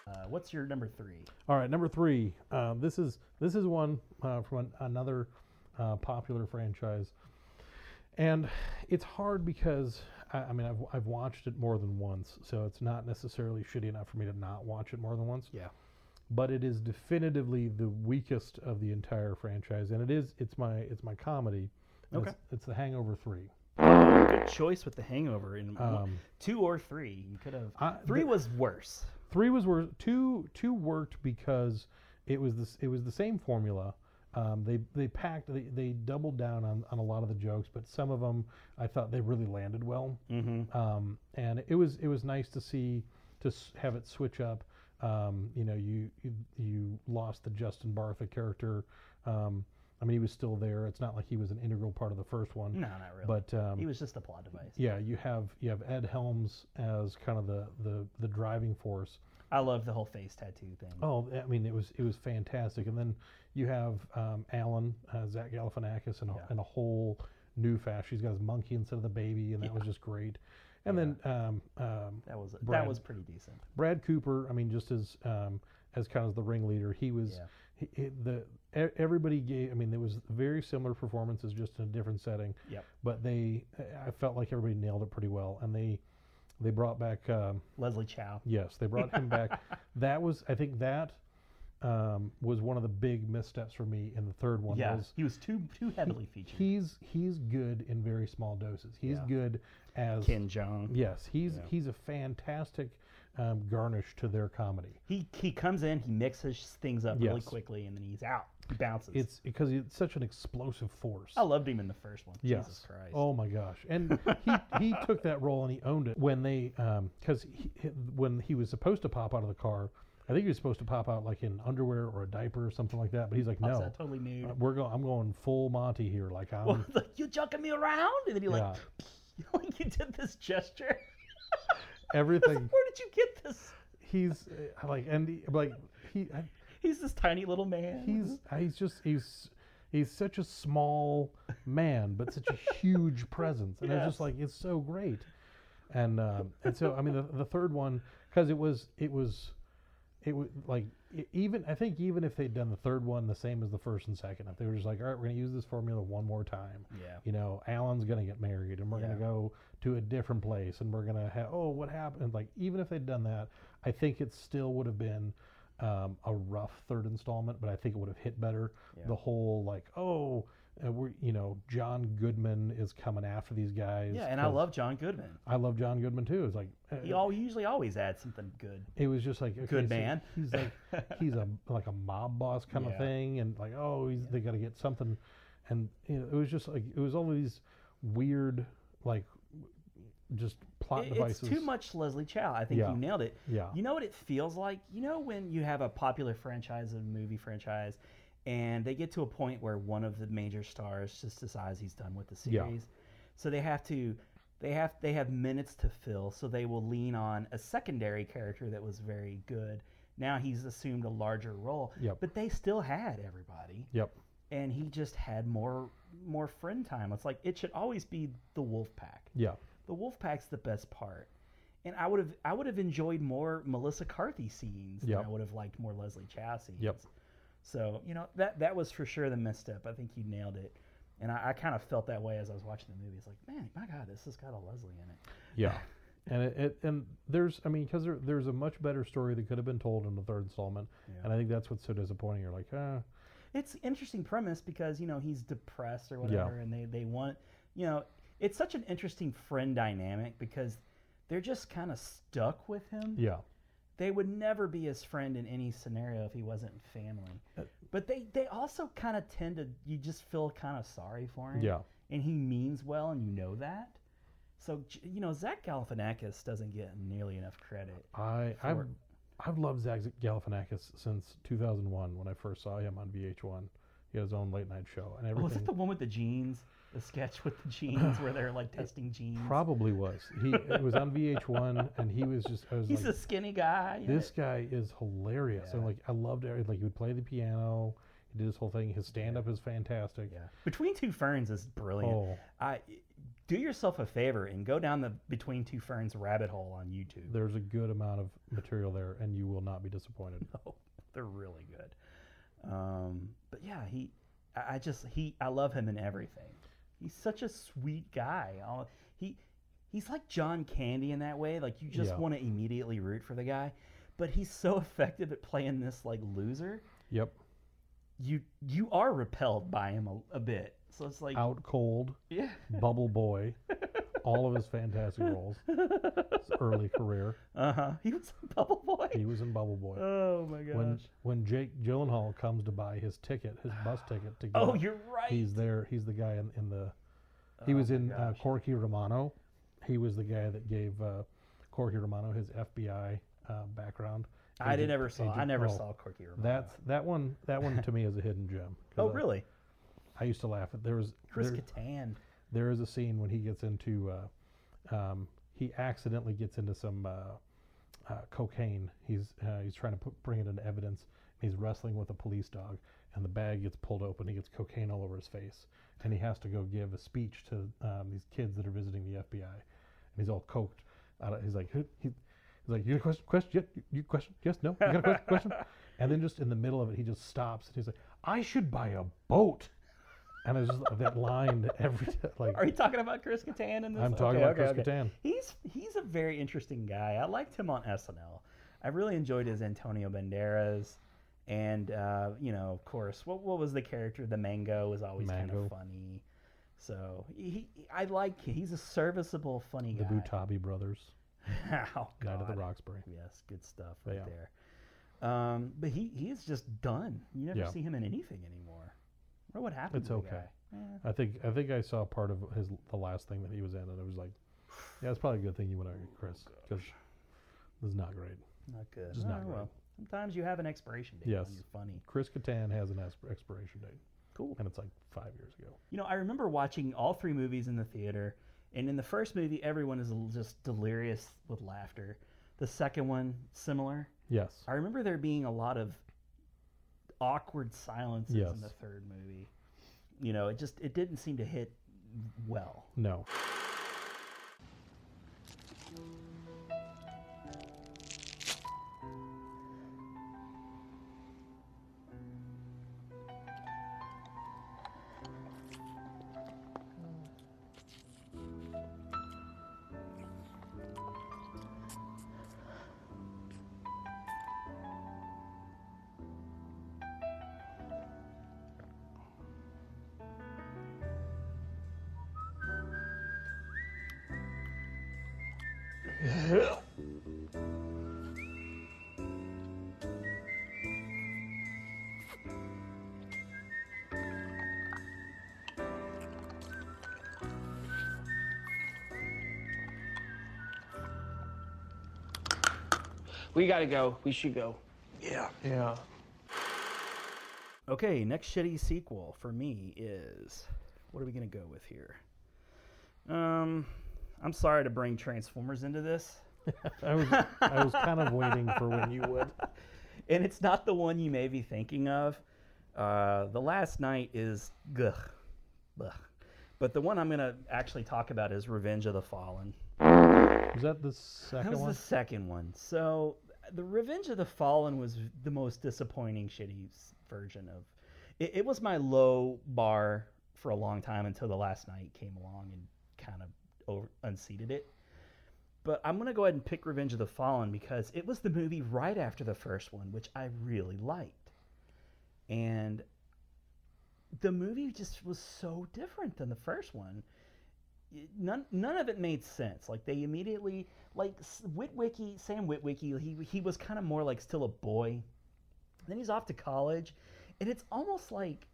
[SPEAKER 1] Uh, what's your number three?
[SPEAKER 2] All right, number three. Um, this is this is one uh, from an, another uh, popular franchise, and it's hard because I, I mean I've I've watched it more than once, so it's not necessarily shitty enough for me to not watch it more than once.
[SPEAKER 1] Yeah.
[SPEAKER 2] but it is definitively the weakest of the entire franchise, and it is it's my it's my comedy. and It's, it's The Hangover Three.
[SPEAKER 1] Good choice with the Hangover in one-
[SPEAKER 2] Um,
[SPEAKER 1] two or three. You could have
[SPEAKER 2] I-
[SPEAKER 1] three
[SPEAKER 2] the-
[SPEAKER 1] was worse.
[SPEAKER 2] Three was worse. Two two worked because it was this it was the same formula. Um, they they packed they, they doubled down on, on a lot of the jokes, but some of them I thought they really landed well.
[SPEAKER 1] Mhm.
[SPEAKER 2] Um, and it was it was nice to see to s- have it switch up. Um, you know you, you you lost the Justin Bartha character. Um, I mean he was still there. It's not like he was an integral part of the first one.
[SPEAKER 1] No, not really.
[SPEAKER 2] But um,
[SPEAKER 1] he was just a plot device.
[SPEAKER 2] yeah, you have you have Ed Helms as kind of the the, the driving force.
[SPEAKER 1] I love the whole face tattoo thing.
[SPEAKER 2] Oh, I mean, it was it was fantastic. And then you have um, Alan uh, Zach Galifianakis and, a and a whole new fashion. She's got his monkey instead of the baby, and that was just great. And then um, um,
[SPEAKER 1] that was
[SPEAKER 2] Brad-
[SPEAKER 1] that was pretty decent.
[SPEAKER 2] Brad Cooper. I mean, just as um, as kind of the ringleader, he was he, he- the e- everybody gave. I mean, there was very similar performances, just in a different setting.
[SPEAKER 1] Yep.
[SPEAKER 2] But they, I felt like everybody nailed it pretty well, and they they brought back um,
[SPEAKER 1] Leslie Chow.
[SPEAKER 2] Yes, they brought him back. That was, I think, that um, was one of the big missteps for me in the third one.
[SPEAKER 1] yeah,
[SPEAKER 2] was
[SPEAKER 1] he was too too heavily featured.
[SPEAKER 2] he's he's good in very small doses. He's
[SPEAKER 1] Yeah.
[SPEAKER 2] good as
[SPEAKER 1] Ken Jeong.
[SPEAKER 2] Yes, he's
[SPEAKER 1] Yeah.
[SPEAKER 2] he's a fantastic um, garnish to their comedy.
[SPEAKER 1] He he comes in, he mixes things up really
[SPEAKER 2] Yes.
[SPEAKER 1] quickly, and then he's out. He bounces.
[SPEAKER 2] It's because it's such an explosive force.
[SPEAKER 1] I loved him in the first one.
[SPEAKER 2] Yes.
[SPEAKER 1] Oh, Jesus Christ.
[SPEAKER 2] Oh my gosh. And he, he took that role and he owned it when they because he he- when he was supposed to pop out of the car, I think he was supposed to pop out like in underwear or a diaper or something like that. But he's like,
[SPEAKER 1] Pops
[SPEAKER 2] no,
[SPEAKER 1] out totally nude."
[SPEAKER 2] uh, We're going. I'm going full Monty here. Like I'm.
[SPEAKER 1] Well, like, you joking me around, and then you like, like you did this gesture.
[SPEAKER 2] everything.
[SPEAKER 1] Where did you get this?
[SPEAKER 2] He's uh, like and he- like he uh,
[SPEAKER 1] He's this tiny little man.
[SPEAKER 2] he's uh, he's just he's he's such a small man but such a huge presence and it's
[SPEAKER 1] Yes.
[SPEAKER 2] just like it's so great and um, and so i mean the, the third one because it was it was it was like e- even i think even if they'd done the third one the same as the first and second if they were just like all right we're going to use this formula one more time
[SPEAKER 1] Yeah.
[SPEAKER 2] you know alan's going to get married and we're going
[SPEAKER 1] Yeah.
[SPEAKER 2] to go to a different place and we're going to have oh what happened like even if they'd done that i think it still would have been um, a rough third installment but i think it would have hit better the whole like oh uh, we're you know john goodman is coming after these guys
[SPEAKER 1] yeah, and I
[SPEAKER 2] 'cause-
[SPEAKER 1] love John Goodman.
[SPEAKER 2] i love john goodman too it's like uh,
[SPEAKER 1] He all usually always adds something good.
[SPEAKER 2] it was just like okay,
[SPEAKER 1] Good
[SPEAKER 2] so
[SPEAKER 1] man.
[SPEAKER 2] He's like he's a like a mob boss kind
[SPEAKER 1] Yeah.
[SPEAKER 2] of thing, and like oh, he's, they got to get something, and you know, it was just like it was all these weird like w- just plot
[SPEAKER 1] It-
[SPEAKER 2] devices.
[SPEAKER 1] It's too much Leslie Chow. I think
[SPEAKER 2] Yeah.
[SPEAKER 1] you nailed it.
[SPEAKER 2] Yeah.
[SPEAKER 1] You know what it feels like? You know when you have a popular franchise, a movie franchise, and they get to a point where one of the major stars just decides he's done with the series.
[SPEAKER 2] Yeah.
[SPEAKER 1] So they have to they have they have minutes to fill, so they will lean on a secondary character that was very good. Now he's assumed a larger role.
[SPEAKER 2] Yep.
[SPEAKER 1] But they still had everybody.
[SPEAKER 2] Yep.
[SPEAKER 1] And he just had more more friend time. It's like it should always be the wolf pack
[SPEAKER 2] Yeah.
[SPEAKER 1] the Wolfpack's the best part. And I would have I would have enjoyed more Melissa Carthy scenes
[SPEAKER 2] Yep.
[SPEAKER 1] than I would have liked more Leslie Chow scenes.
[SPEAKER 2] Yep.
[SPEAKER 1] So, you know, that that was for sure the misstep. I think you nailed it. And I, I kind of felt that way as I was watching the movie. It's like, man, my God, this has got a Leslie in it.
[SPEAKER 2] Yeah. And it, it and there's I mean because there, there's a much better story that could have been told in the third installment, and I think that's what's so disappointing. You're like, ah,
[SPEAKER 1] It's interesting premise because, you know, he's depressed or whatever and they, they want you know, it's such an interesting friend dynamic because they're just kind of stuck with him.
[SPEAKER 2] yeah,
[SPEAKER 1] they would never be his friend in any scenario if he wasn't family.
[SPEAKER 2] Uh,
[SPEAKER 1] But they, they also kind of tend to, you just feel kind of sorry for him.
[SPEAKER 2] Yeah.
[SPEAKER 1] And he means well, and you know that. So, j- you know, Zach Galifianakis doesn't get nearly enough credit.
[SPEAKER 2] I I've
[SPEAKER 1] For-
[SPEAKER 2] I've loved Zach Galifianakis since 2001 when I first saw him on VH1. He had his own late night show, and
[SPEAKER 1] Oh,
[SPEAKER 2] everything.
[SPEAKER 1] was it the one with the jeans? The sketch with the jeans where they're like testing jeans?
[SPEAKER 2] Probably was. He it was on VH1, and he was just. I was
[SPEAKER 1] He's a
[SPEAKER 2] like,
[SPEAKER 1] skinny guy. in
[SPEAKER 2] this
[SPEAKER 1] it.
[SPEAKER 2] guy is hilarious. And like, I loved it. Like, he would play the piano. He did his whole thing. His stand up is fantastic. Yeah.
[SPEAKER 1] Between Two Ferns is brilliant.
[SPEAKER 2] Oh.
[SPEAKER 1] I, do yourself a favor and go down the Between Two Ferns rabbit hole on YouTube.
[SPEAKER 2] There's a good amount of material there, and you will not be disappointed.
[SPEAKER 1] Oh, they're really good. Um, but yeah, he, I, I just he, I love him in everything. He's such a sweet guy. All- He, he's like John Candy in that way. Like you just
[SPEAKER 2] Yeah.
[SPEAKER 1] want to immediately root for the guy, but he's so effective at playing this like loser.
[SPEAKER 2] Yep.
[SPEAKER 1] You you are repelled by him a, a bit. So it's like
[SPEAKER 2] Out Cold,
[SPEAKER 1] Yeah.
[SPEAKER 2] Bubble Boy, all of his fantastic roles, his early career.
[SPEAKER 1] Uh huh. He was in Bubble Boy.
[SPEAKER 2] He was in Bubble Boy.
[SPEAKER 1] Oh my
[SPEAKER 2] When
[SPEAKER 1] gosh.
[SPEAKER 2] when Jake Gyllenhaal comes to buy his ticket, his bus ticket to
[SPEAKER 1] Oh,
[SPEAKER 2] get-
[SPEAKER 1] you're right.
[SPEAKER 2] He's there. He's the guy in, in the. He
[SPEAKER 1] Oh
[SPEAKER 2] was
[SPEAKER 1] my
[SPEAKER 2] in uh, Corky Romano. He was the guy that gave uh, Corky Romano his FBI uh, background.
[SPEAKER 1] I didn't ever saw- I never saw Corky Romano.
[SPEAKER 2] That's oh, that one. That one to me is a hidden gem. 'cause
[SPEAKER 1] Oh,
[SPEAKER 2] I-
[SPEAKER 1] really?
[SPEAKER 2] I used to laugh at there was
[SPEAKER 1] Chris
[SPEAKER 2] there-
[SPEAKER 1] Kattan.
[SPEAKER 2] there is a scene when he gets into uh, um, he accidentally gets into some uh, uh, cocaine he's uh, he's trying to put, bring it into evidence and he's wrestling with a police dog and the bag gets pulled open he gets cocaine all over his face and he has to go give a speech to um, these kids that are visiting the FBI and he's all coked out of- he's like "Huh?" he, he's like you question question yet you, you question yes no you got a question, question and then just in the middle of it he just stops and he's like I should buy a boat and it's just that line that every t- like
[SPEAKER 1] Are you talking about Chris Kattan in this?
[SPEAKER 2] I'm talking about Chris Kattan.
[SPEAKER 1] He's he's a very interesting guy. I liked him on SNL. I really enjoyed his Antonio Banderas, and uh, you know, of course, what what was the character? The Mango was always kind
[SPEAKER 2] Mango.
[SPEAKER 1] of funny. So he, he- I like him. He's a serviceable, funny
[SPEAKER 2] the
[SPEAKER 1] guy.
[SPEAKER 2] Butabi brothers,
[SPEAKER 1] oh,
[SPEAKER 2] Night of the
[SPEAKER 1] God.
[SPEAKER 2] Roxbury.
[SPEAKER 1] Yes, good stuff right
[SPEAKER 2] Yeah.
[SPEAKER 1] there. Um, but he he is just done. You never
[SPEAKER 2] Yeah.
[SPEAKER 1] see him in anything anymore. I wonder what happened.
[SPEAKER 2] It's
[SPEAKER 1] to the
[SPEAKER 2] okay.
[SPEAKER 1] guy. Eh.
[SPEAKER 2] I think I think I saw part of his the last thing that he was in, and it was like, yeah, it's probably a good thing you went out, here, Chris,
[SPEAKER 1] Oh,
[SPEAKER 2] because this is not great.
[SPEAKER 1] Not good.
[SPEAKER 2] Just not
[SPEAKER 1] Oh,
[SPEAKER 2] great.
[SPEAKER 1] well, sometimes you have an expiration date.
[SPEAKER 2] Yes,
[SPEAKER 1] When you're funny.
[SPEAKER 2] Chris Kattan has an asp- expiration date.
[SPEAKER 1] Cool.
[SPEAKER 2] and it's like five years ago.
[SPEAKER 1] You know, I remember watching all three movies in the theater, and in the first movie, everyone is l- just delirious with laughter. The second one, similar.
[SPEAKER 2] Yes,
[SPEAKER 1] I remember there being a lot of awkward silences
[SPEAKER 2] Yes.
[SPEAKER 1] in the third movie. You know, it just it didn't seem to hit well.
[SPEAKER 2] no.
[SPEAKER 12] We gotta go. We should go.
[SPEAKER 1] Yeah.
[SPEAKER 12] Yeah.
[SPEAKER 1] Okay, next shitty sequel for me is what are we gonna go with here? Um, I'm sorry to bring Transformers into this.
[SPEAKER 2] I was I was kind of waiting for when you would.
[SPEAKER 1] and it's not the one you may be thinking of. Uh, the last night is gugh, Ugh. but the one I'm gonna actually talk about is Revenge of the Fallen.
[SPEAKER 2] Was that the
[SPEAKER 1] that
[SPEAKER 2] second
[SPEAKER 1] was
[SPEAKER 2] one?
[SPEAKER 1] the second one. So the Revenge of the Fallen was the most disappointing, shitty s- version of. It, it was my low bar for a long time until the last night came along and kind of over, unseated it. But I'm gonna go ahead and pick Revenge of the Fallen because it was the movie right after the first one, which I really liked, and the movie just was so different than the first one it- none none of it made sense. Like they immediately like S- Witwicky, Sam Witwicky, he he was kind of more like still a boy. Then he's off to college, and it's almost like,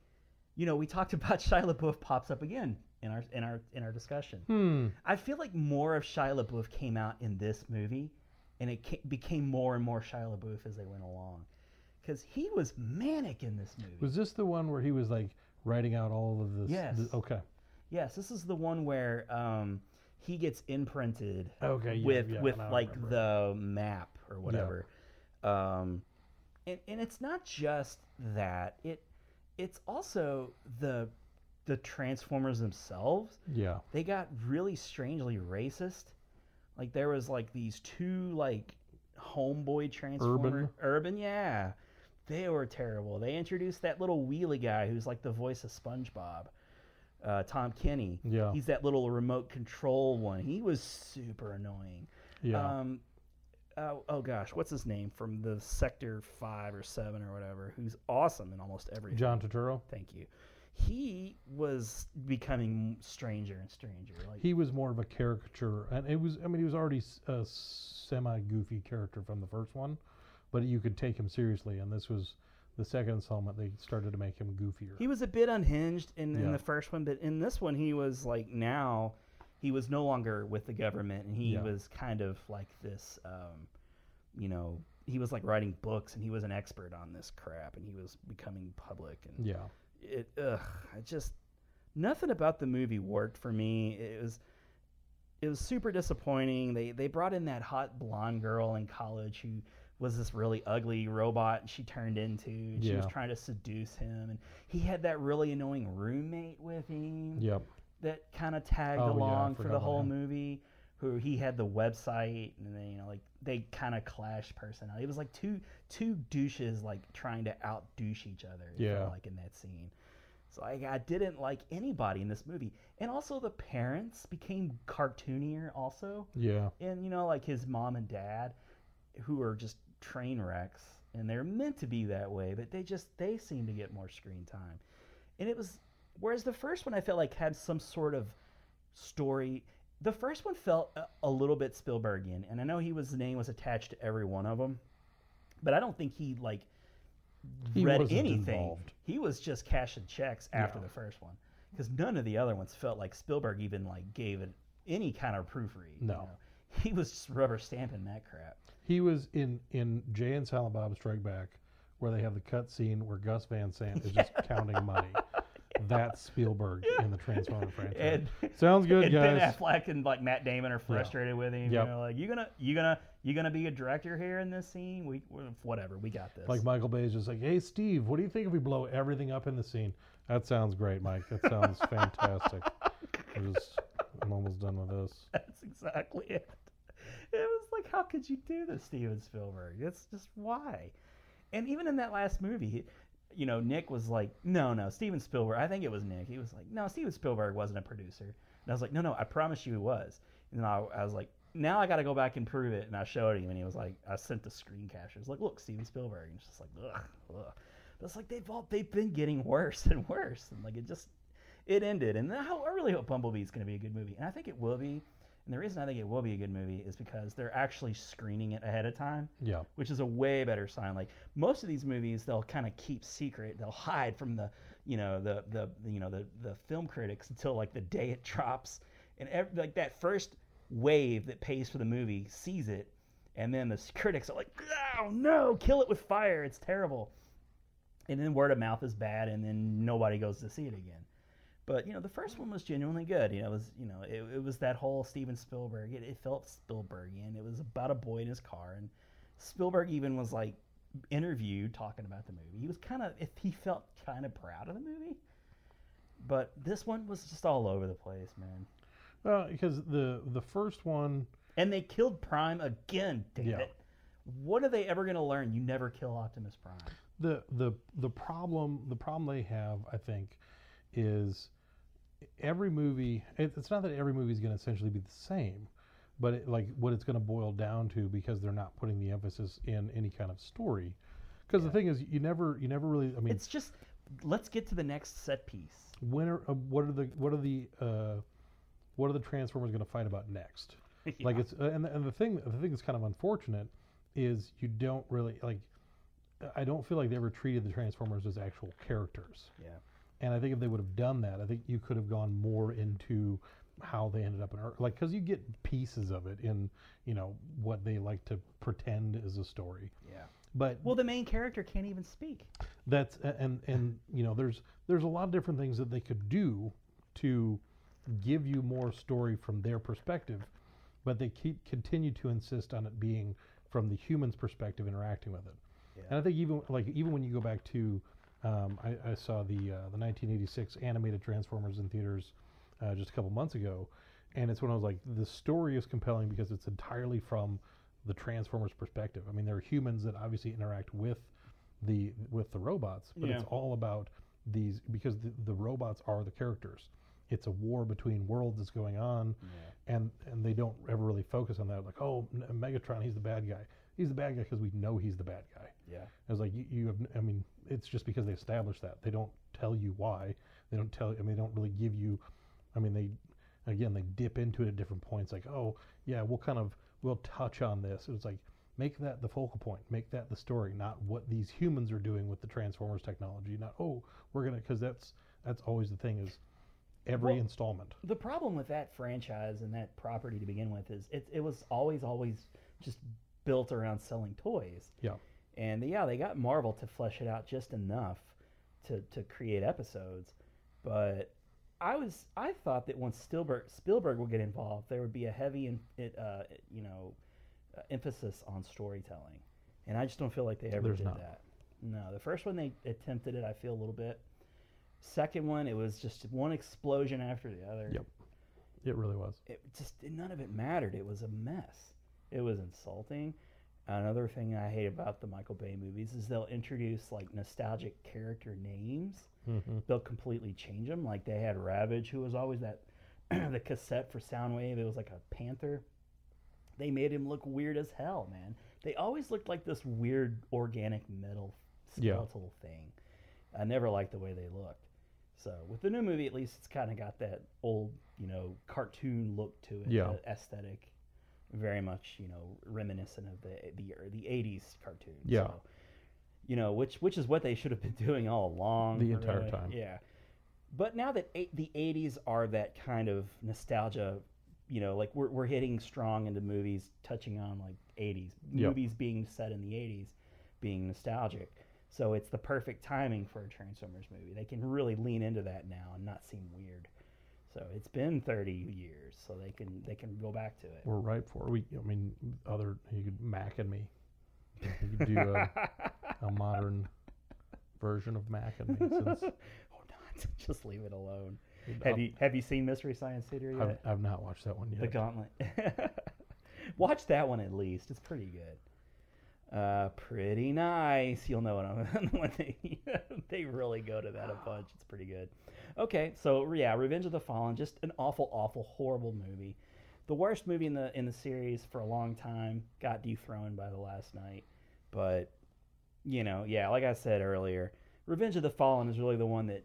[SPEAKER 1] you know, we talked about Shia LaBeouf pops up again in our in our in our discussion.
[SPEAKER 2] Hmm.
[SPEAKER 1] I feel like more of Shia LaBeouf came out in this movie, and it ca- became more and more Shia LaBeouf as they went along, because he was manic in this movie.
[SPEAKER 2] Was this the one where he was like writing out all of this?
[SPEAKER 1] Yes.
[SPEAKER 2] th- okay.
[SPEAKER 1] Yes, this is the one where um, he gets imprinted
[SPEAKER 2] Okay, yeah,
[SPEAKER 1] with
[SPEAKER 2] yeah,
[SPEAKER 1] with
[SPEAKER 2] now I
[SPEAKER 1] like
[SPEAKER 2] remember.
[SPEAKER 1] the map or whatever. Um, and, and it's not just that. It it's also the the Transformers themselves.
[SPEAKER 2] Yeah.
[SPEAKER 1] They got really strangely racist. Like there was like these two like homeboy transformer urban, yeah. They were terrible. They introduced that little wheelie guy who's like the voice of SpongeBob, uh, Tom Kenny.
[SPEAKER 2] Yeah.
[SPEAKER 1] he's that little remote control one. He was super annoying.
[SPEAKER 2] Yeah.
[SPEAKER 1] Um, oh, oh gosh, what's his name from the Sector Five or Seven or whatever? Who's awesome in almost everything.
[SPEAKER 2] John Turturro.
[SPEAKER 1] Thank you. he was becoming stranger and stranger. Like
[SPEAKER 2] He was more of a caricature, and it was. I mean, he was already s- a semi goofy character from the first one, but you could take him seriously. And this was the second installment. They started to make him goofier.
[SPEAKER 1] He was a bit unhinged in, in
[SPEAKER 2] Yeah.
[SPEAKER 1] the first one, but in this one, he was like now he was no longer with the government, and he
[SPEAKER 2] Yeah.
[SPEAKER 1] was kind of like this, um, you know, he was like writing books, and he was an expert on this crap, and he was becoming public, and
[SPEAKER 2] Yeah.
[SPEAKER 1] it, ugh, I just nothing about the movie worked for me. It was. It was super disappointing. They they brought in that hot blonde girl in college who was this really ugly robot she turned into and she was
[SPEAKER 2] Yeah.
[SPEAKER 1] trying to seduce him and he had that really annoying roommate with him
[SPEAKER 2] Yep.
[SPEAKER 1] that kind of tagged
[SPEAKER 2] Oh, yeah, I
[SPEAKER 1] along for
[SPEAKER 2] forgot
[SPEAKER 1] the
[SPEAKER 2] about
[SPEAKER 1] whole
[SPEAKER 2] him.
[SPEAKER 1] movie who he had the website and then you know like they kind of clashed personality it was like two two douches like trying to out douche each other it felt
[SPEAKER 2] Yeah.
[SPEAKER 1] like in that scene so like, i didn't like anybody in this movie and also the parents became cartoonier also
[SPEAKER 2] Yeah.
[SPEAKER 1] and you know like his mom and dad who are just train wrecks and they're meant to be that way but they just they seem to get more screen time and it was whereas the first one i felt like had some sort of story the first one felt a, a little bit spielbergian and i know he was name was attached to every one of them but i don't think he like
[SPEAKER 2] He
[SPEAKER 1] read
[SPEAKER 2] wasn't
[SPEAKER 1] anything
[SPEAKER 2] involved.
[SPEAKER 1] he was just cashing checks after
[SPEAKER 2] Yeah.
[SPEAKER 1] the first one because none of the other ones felt like spielberg even like gave it any kind of proofread you
[SPEAKER 2] No.
[SPEAKER 1] know? he was just rubber stamping that crap
[SPEAKER 2] He was in in Jay and Silent Bob Strike Back, where they have the cut scene where Gus Van Sant is just counting money. That's Spielberg in the Transformer franchise. Sounds good,
[SPEAKER 1] and
[SPEAKER 2] guys.
[SPEAKER 1] Ben Affleck and like Matt Damon are frustrated with him.
[SPEAKER 2] Yep.
[SPEAKER 1] You know, like you gonna you gonna you gonna be a director here in this scene? We we're- whatever, we got this.
[SPEAKER 2] Like Michael Bay is just like, hey Steve, what do you think if we blow everything up in the scene? That sounds great, Mike. That sounds fantastic. I'm just, I'm almost done with this.
[SPEAKER 1] That's exactly it. It was like, how could you do this, Steven Spielberg? That's just why. And even in that last movie, he- you know, Nick was like, no, no, Steven Spielberg. I think it was Nick. He was like, no, Steven Spielberg wasn't a producer. And I was like, no, no, I promise you he was. And I, I was like, now I got to go back and prove it. And I showed him, and he was like, I sent the screen capture. It's like, look, Steven Spielberg. And it's just like, ugh, ugh. But it's like they've all they've been getting worse and worse, and like it just it ended. And I ho- I really hope Bumblebee is going to be a good movie, and I think it will be. And the reason I think it will be a good movie is because they're actually screening it ahead of time.
[SPEAKER 2] Yeah.
[SPEAKER 1] Which is a way better sign. Like most of these movies, they'll kind of keep secret. They'll hide from the, you know, the the you know the the film critics until like the day it drops, and ev- like that first wave that pays for the movie sees it, and then the s- critics are like, oh no, kill it with fire. It's terrible. And then word of mouth is bad, and then nobody goes to see it again. But you know, the first one was genuinely good. You know, it was you know, it, it was that whole Steven Spielberg. It, it felt Spielbergian. It was about a boy in his car, and Spielberg even was like interviewed talking about the movie. He was kind of if he felt kind of proud of the movie. But this one was just all over the place, man.
[SPEAKER 2] Well, because the the first one,
[SPEAKER 1] and they killed Prime again. Damn
[SPEAKER 2] Yeah.
[SPEAKER 1] it! What are they ever going to learn? You never kill Optimus Prime.
[SPEAKER 2] the the the problem the problem they have, I think, is every movie. It, it's not that every movie is going to essentially be the same, but it, like what it's going to boil down to because they're not putting the emphasis in any kind of story. Because the thing is, you never you never really. I mean,
[SPEAKER 1] It's just let's get to the next set piece.
[SPEAKER 2] when are uh, what are the what are the uh, what are the Transformers going to fight about next? Like
[SPEAKER 1] Yeah.
[SPEAKER 2] it's uh, and and the thing the thing that's kind of unfortunate is you don't really like. I don't feel like they ever treated the Transformers as actual characters.
[SPEAKER 1] Yeah.
[SPEAKER 2] And I think if they would have done that, I think you could have gone more into how they ended up in Earth, like because you get pieces of it in you know what they like to pretend is a story.
[SPEAKER 1] Yeah.
[SPEAKER 2] But
[SPEAKER 1] Well, the main character can't even speak.
[SPEAKER 2] that's a- and and you know there's there's a lot of different things that they could do to give you more story from their perspective but they keep continue to insist on it being from the human's perspective interacting with it and i think even like even when you go back to um, I, I saw the uh, the 1986 animated transformers in theaters uh, just a couple months ago and it's when i was like the story is compelling because it's entirely from the transformers perspective i mean there are humans that obviously interact with the with the robots, but it's
[SPEAKER 13] Yeah.
[SPEAKER 2] all about these because the, the robots are the characters. It's a war between worlds that's going on, and and they don't ever really focus on that. Like, oh, M- Megatron, he's the bad guy. He's the bad guy because we know he's the bad guy.
[SPEAKER 1] Yeah.
[SPEAKER 2] I was like, you, you have. n- I mean, it's just because they established that. They don't tell you why. They don't tell. I mean, they don't really give you. I mean, they again they dip into it at different points. Like, oh yeah, we'll kind of we'll touch on this. It's like make that the focal point, make that the story, not what these humans are doing with the Transformers technology. Not oh we're gonna because that's that's always the thing is every
[SPEAKER 1] Well,
[SPEAKER 2] installment.
[SPEAKER 1] The problem with that franchise and that property to begin with is it, it was always, always just built around selling toys.
[SPEAKER 2] Yeah.
[SPEAKER 1] And yeah, they got Marvel to flesh it out just enough to, to create episodes. But I was I thought that once Spielberg Spielberg would get involved, there would be a heavy in, it, uh, you know uh, emphasis on storytelling, and I just don't feel like they ever
[SPEAKER 2] There's
[SPEAKER 1] did
[SPEAKER 2] not.
[SPEAKER 1] that. No, the first one they attempted it, I feel a little bit. Second one, it was just one explosion after the other.
[SPEAKER 2] Yep. It really was.
[SPEAKER 1] It just none of it mattered. It was a mess. It was insulting. Another thing I hate about the Michael Bay movies is they'll introduce like nostalgic character names.
[SPEAKER 2] Mhm.
[SPEAKER 1] They'll completely change them. Like they had Ravage, who was always that the cassette for Soundwave. It was like a panther. They made him look weird as hell, man. They always looked like this weird organic metal
[SPEAKER 2] Yeah.
[SPEAKER 1] skeletal thing. I never liked the way they looked. So with the new movie, at least it's kind of got that old, you know, cartoon look to it.
[SPEAKER 2] Yeah.
[SPEAKER 1] the aesthetic, very much, you know, reminiscent of the the the '80s cartoon.
[SPEAKER 2] Yeah.
[SPEAKER 1] So, you know, which which is what they should have been doing all along.
[SPEAKER 2] The entire
[SPEAKER 1] really.
[SPEAKER 2] time.
[SPEAKER 1] Yeah. But now that eight, the '80s are that kind of nostalgia, you know, like we're we're hitting strong into movies touching on like '80s
[SPEAKER 2] Yep.
[SPEAKER 1] movies being set in the '80s, being nostalgic. So it's the perfect timing for a Transformers movie. They can really lean into that now and not seem weird. So it's been 30 years, so they can they can go back to it.
[SPEAKER 2] We're ripe for. We, I mean, other you could Mac and me. You could do a,
[SPEAKER 1] Oh,
[SPEAKER 2] a modern version of Mac and me. Since
[SPEAKER 1] Hold on, just leave it alone. Have
[SPEAKER 2] I've-
[SPEAKER 1] you have you seen Mystery Science Theater yet?
[SPEAKER 2] I've, I've not watched that one yet.
[SPEAKER 1] The Gauntlet. Watch that one at least. It's pretty good. Uh, pretty nice. You'll know what I'm when they they really go to that a bunch. It's pretty good. Okay, so yeah, Revenge of the Fallen, just an awful, awful, horrible movie. The worst movie in the in the series for a long time. Got dethroned by the last night, but you know, yeah, like I said earlier, Revenge of the Fallen is really the one that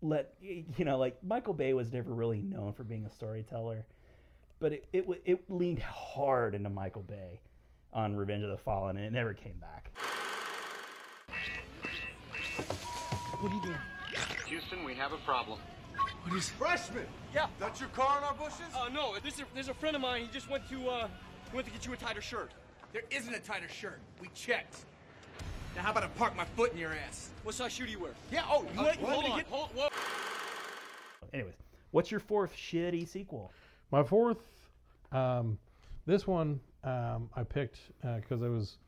[SPEAKER 1] let you know, like Michael Bay was never really known for being a storyteller but it it, w- it leaned hard into Michael Bay on Revenge of the Fallen, and it never came back.
[SPEAKER 13] What are you doing?
[SPEAKER 14] Houston, we have a problem.
[SPEAKER 13] What is Freshman! Yeah. That's your car in our bushes? Uh, no. There's a, there's a friend of mine. He just went to, uh, went to get you a tighter shirt. There isn't a tighter shirt. We checked. Now, how about I park my foot in your ass? What size shoe do you wear? Yeah, oh, you
[SPEAKER 3] Uh,
[SPEAKER 13] want-
[SPEAKER 3] hold
[SPEAKER 13] you want me
[SPEAKER 3] on,
[SPEAKER 13] to get... Hold, whoa.
[SPEAKER 1] Anyways, what's your fourth shitty sequel?
[SPEAKER 2] My fourth, um, this one um, I picked because I was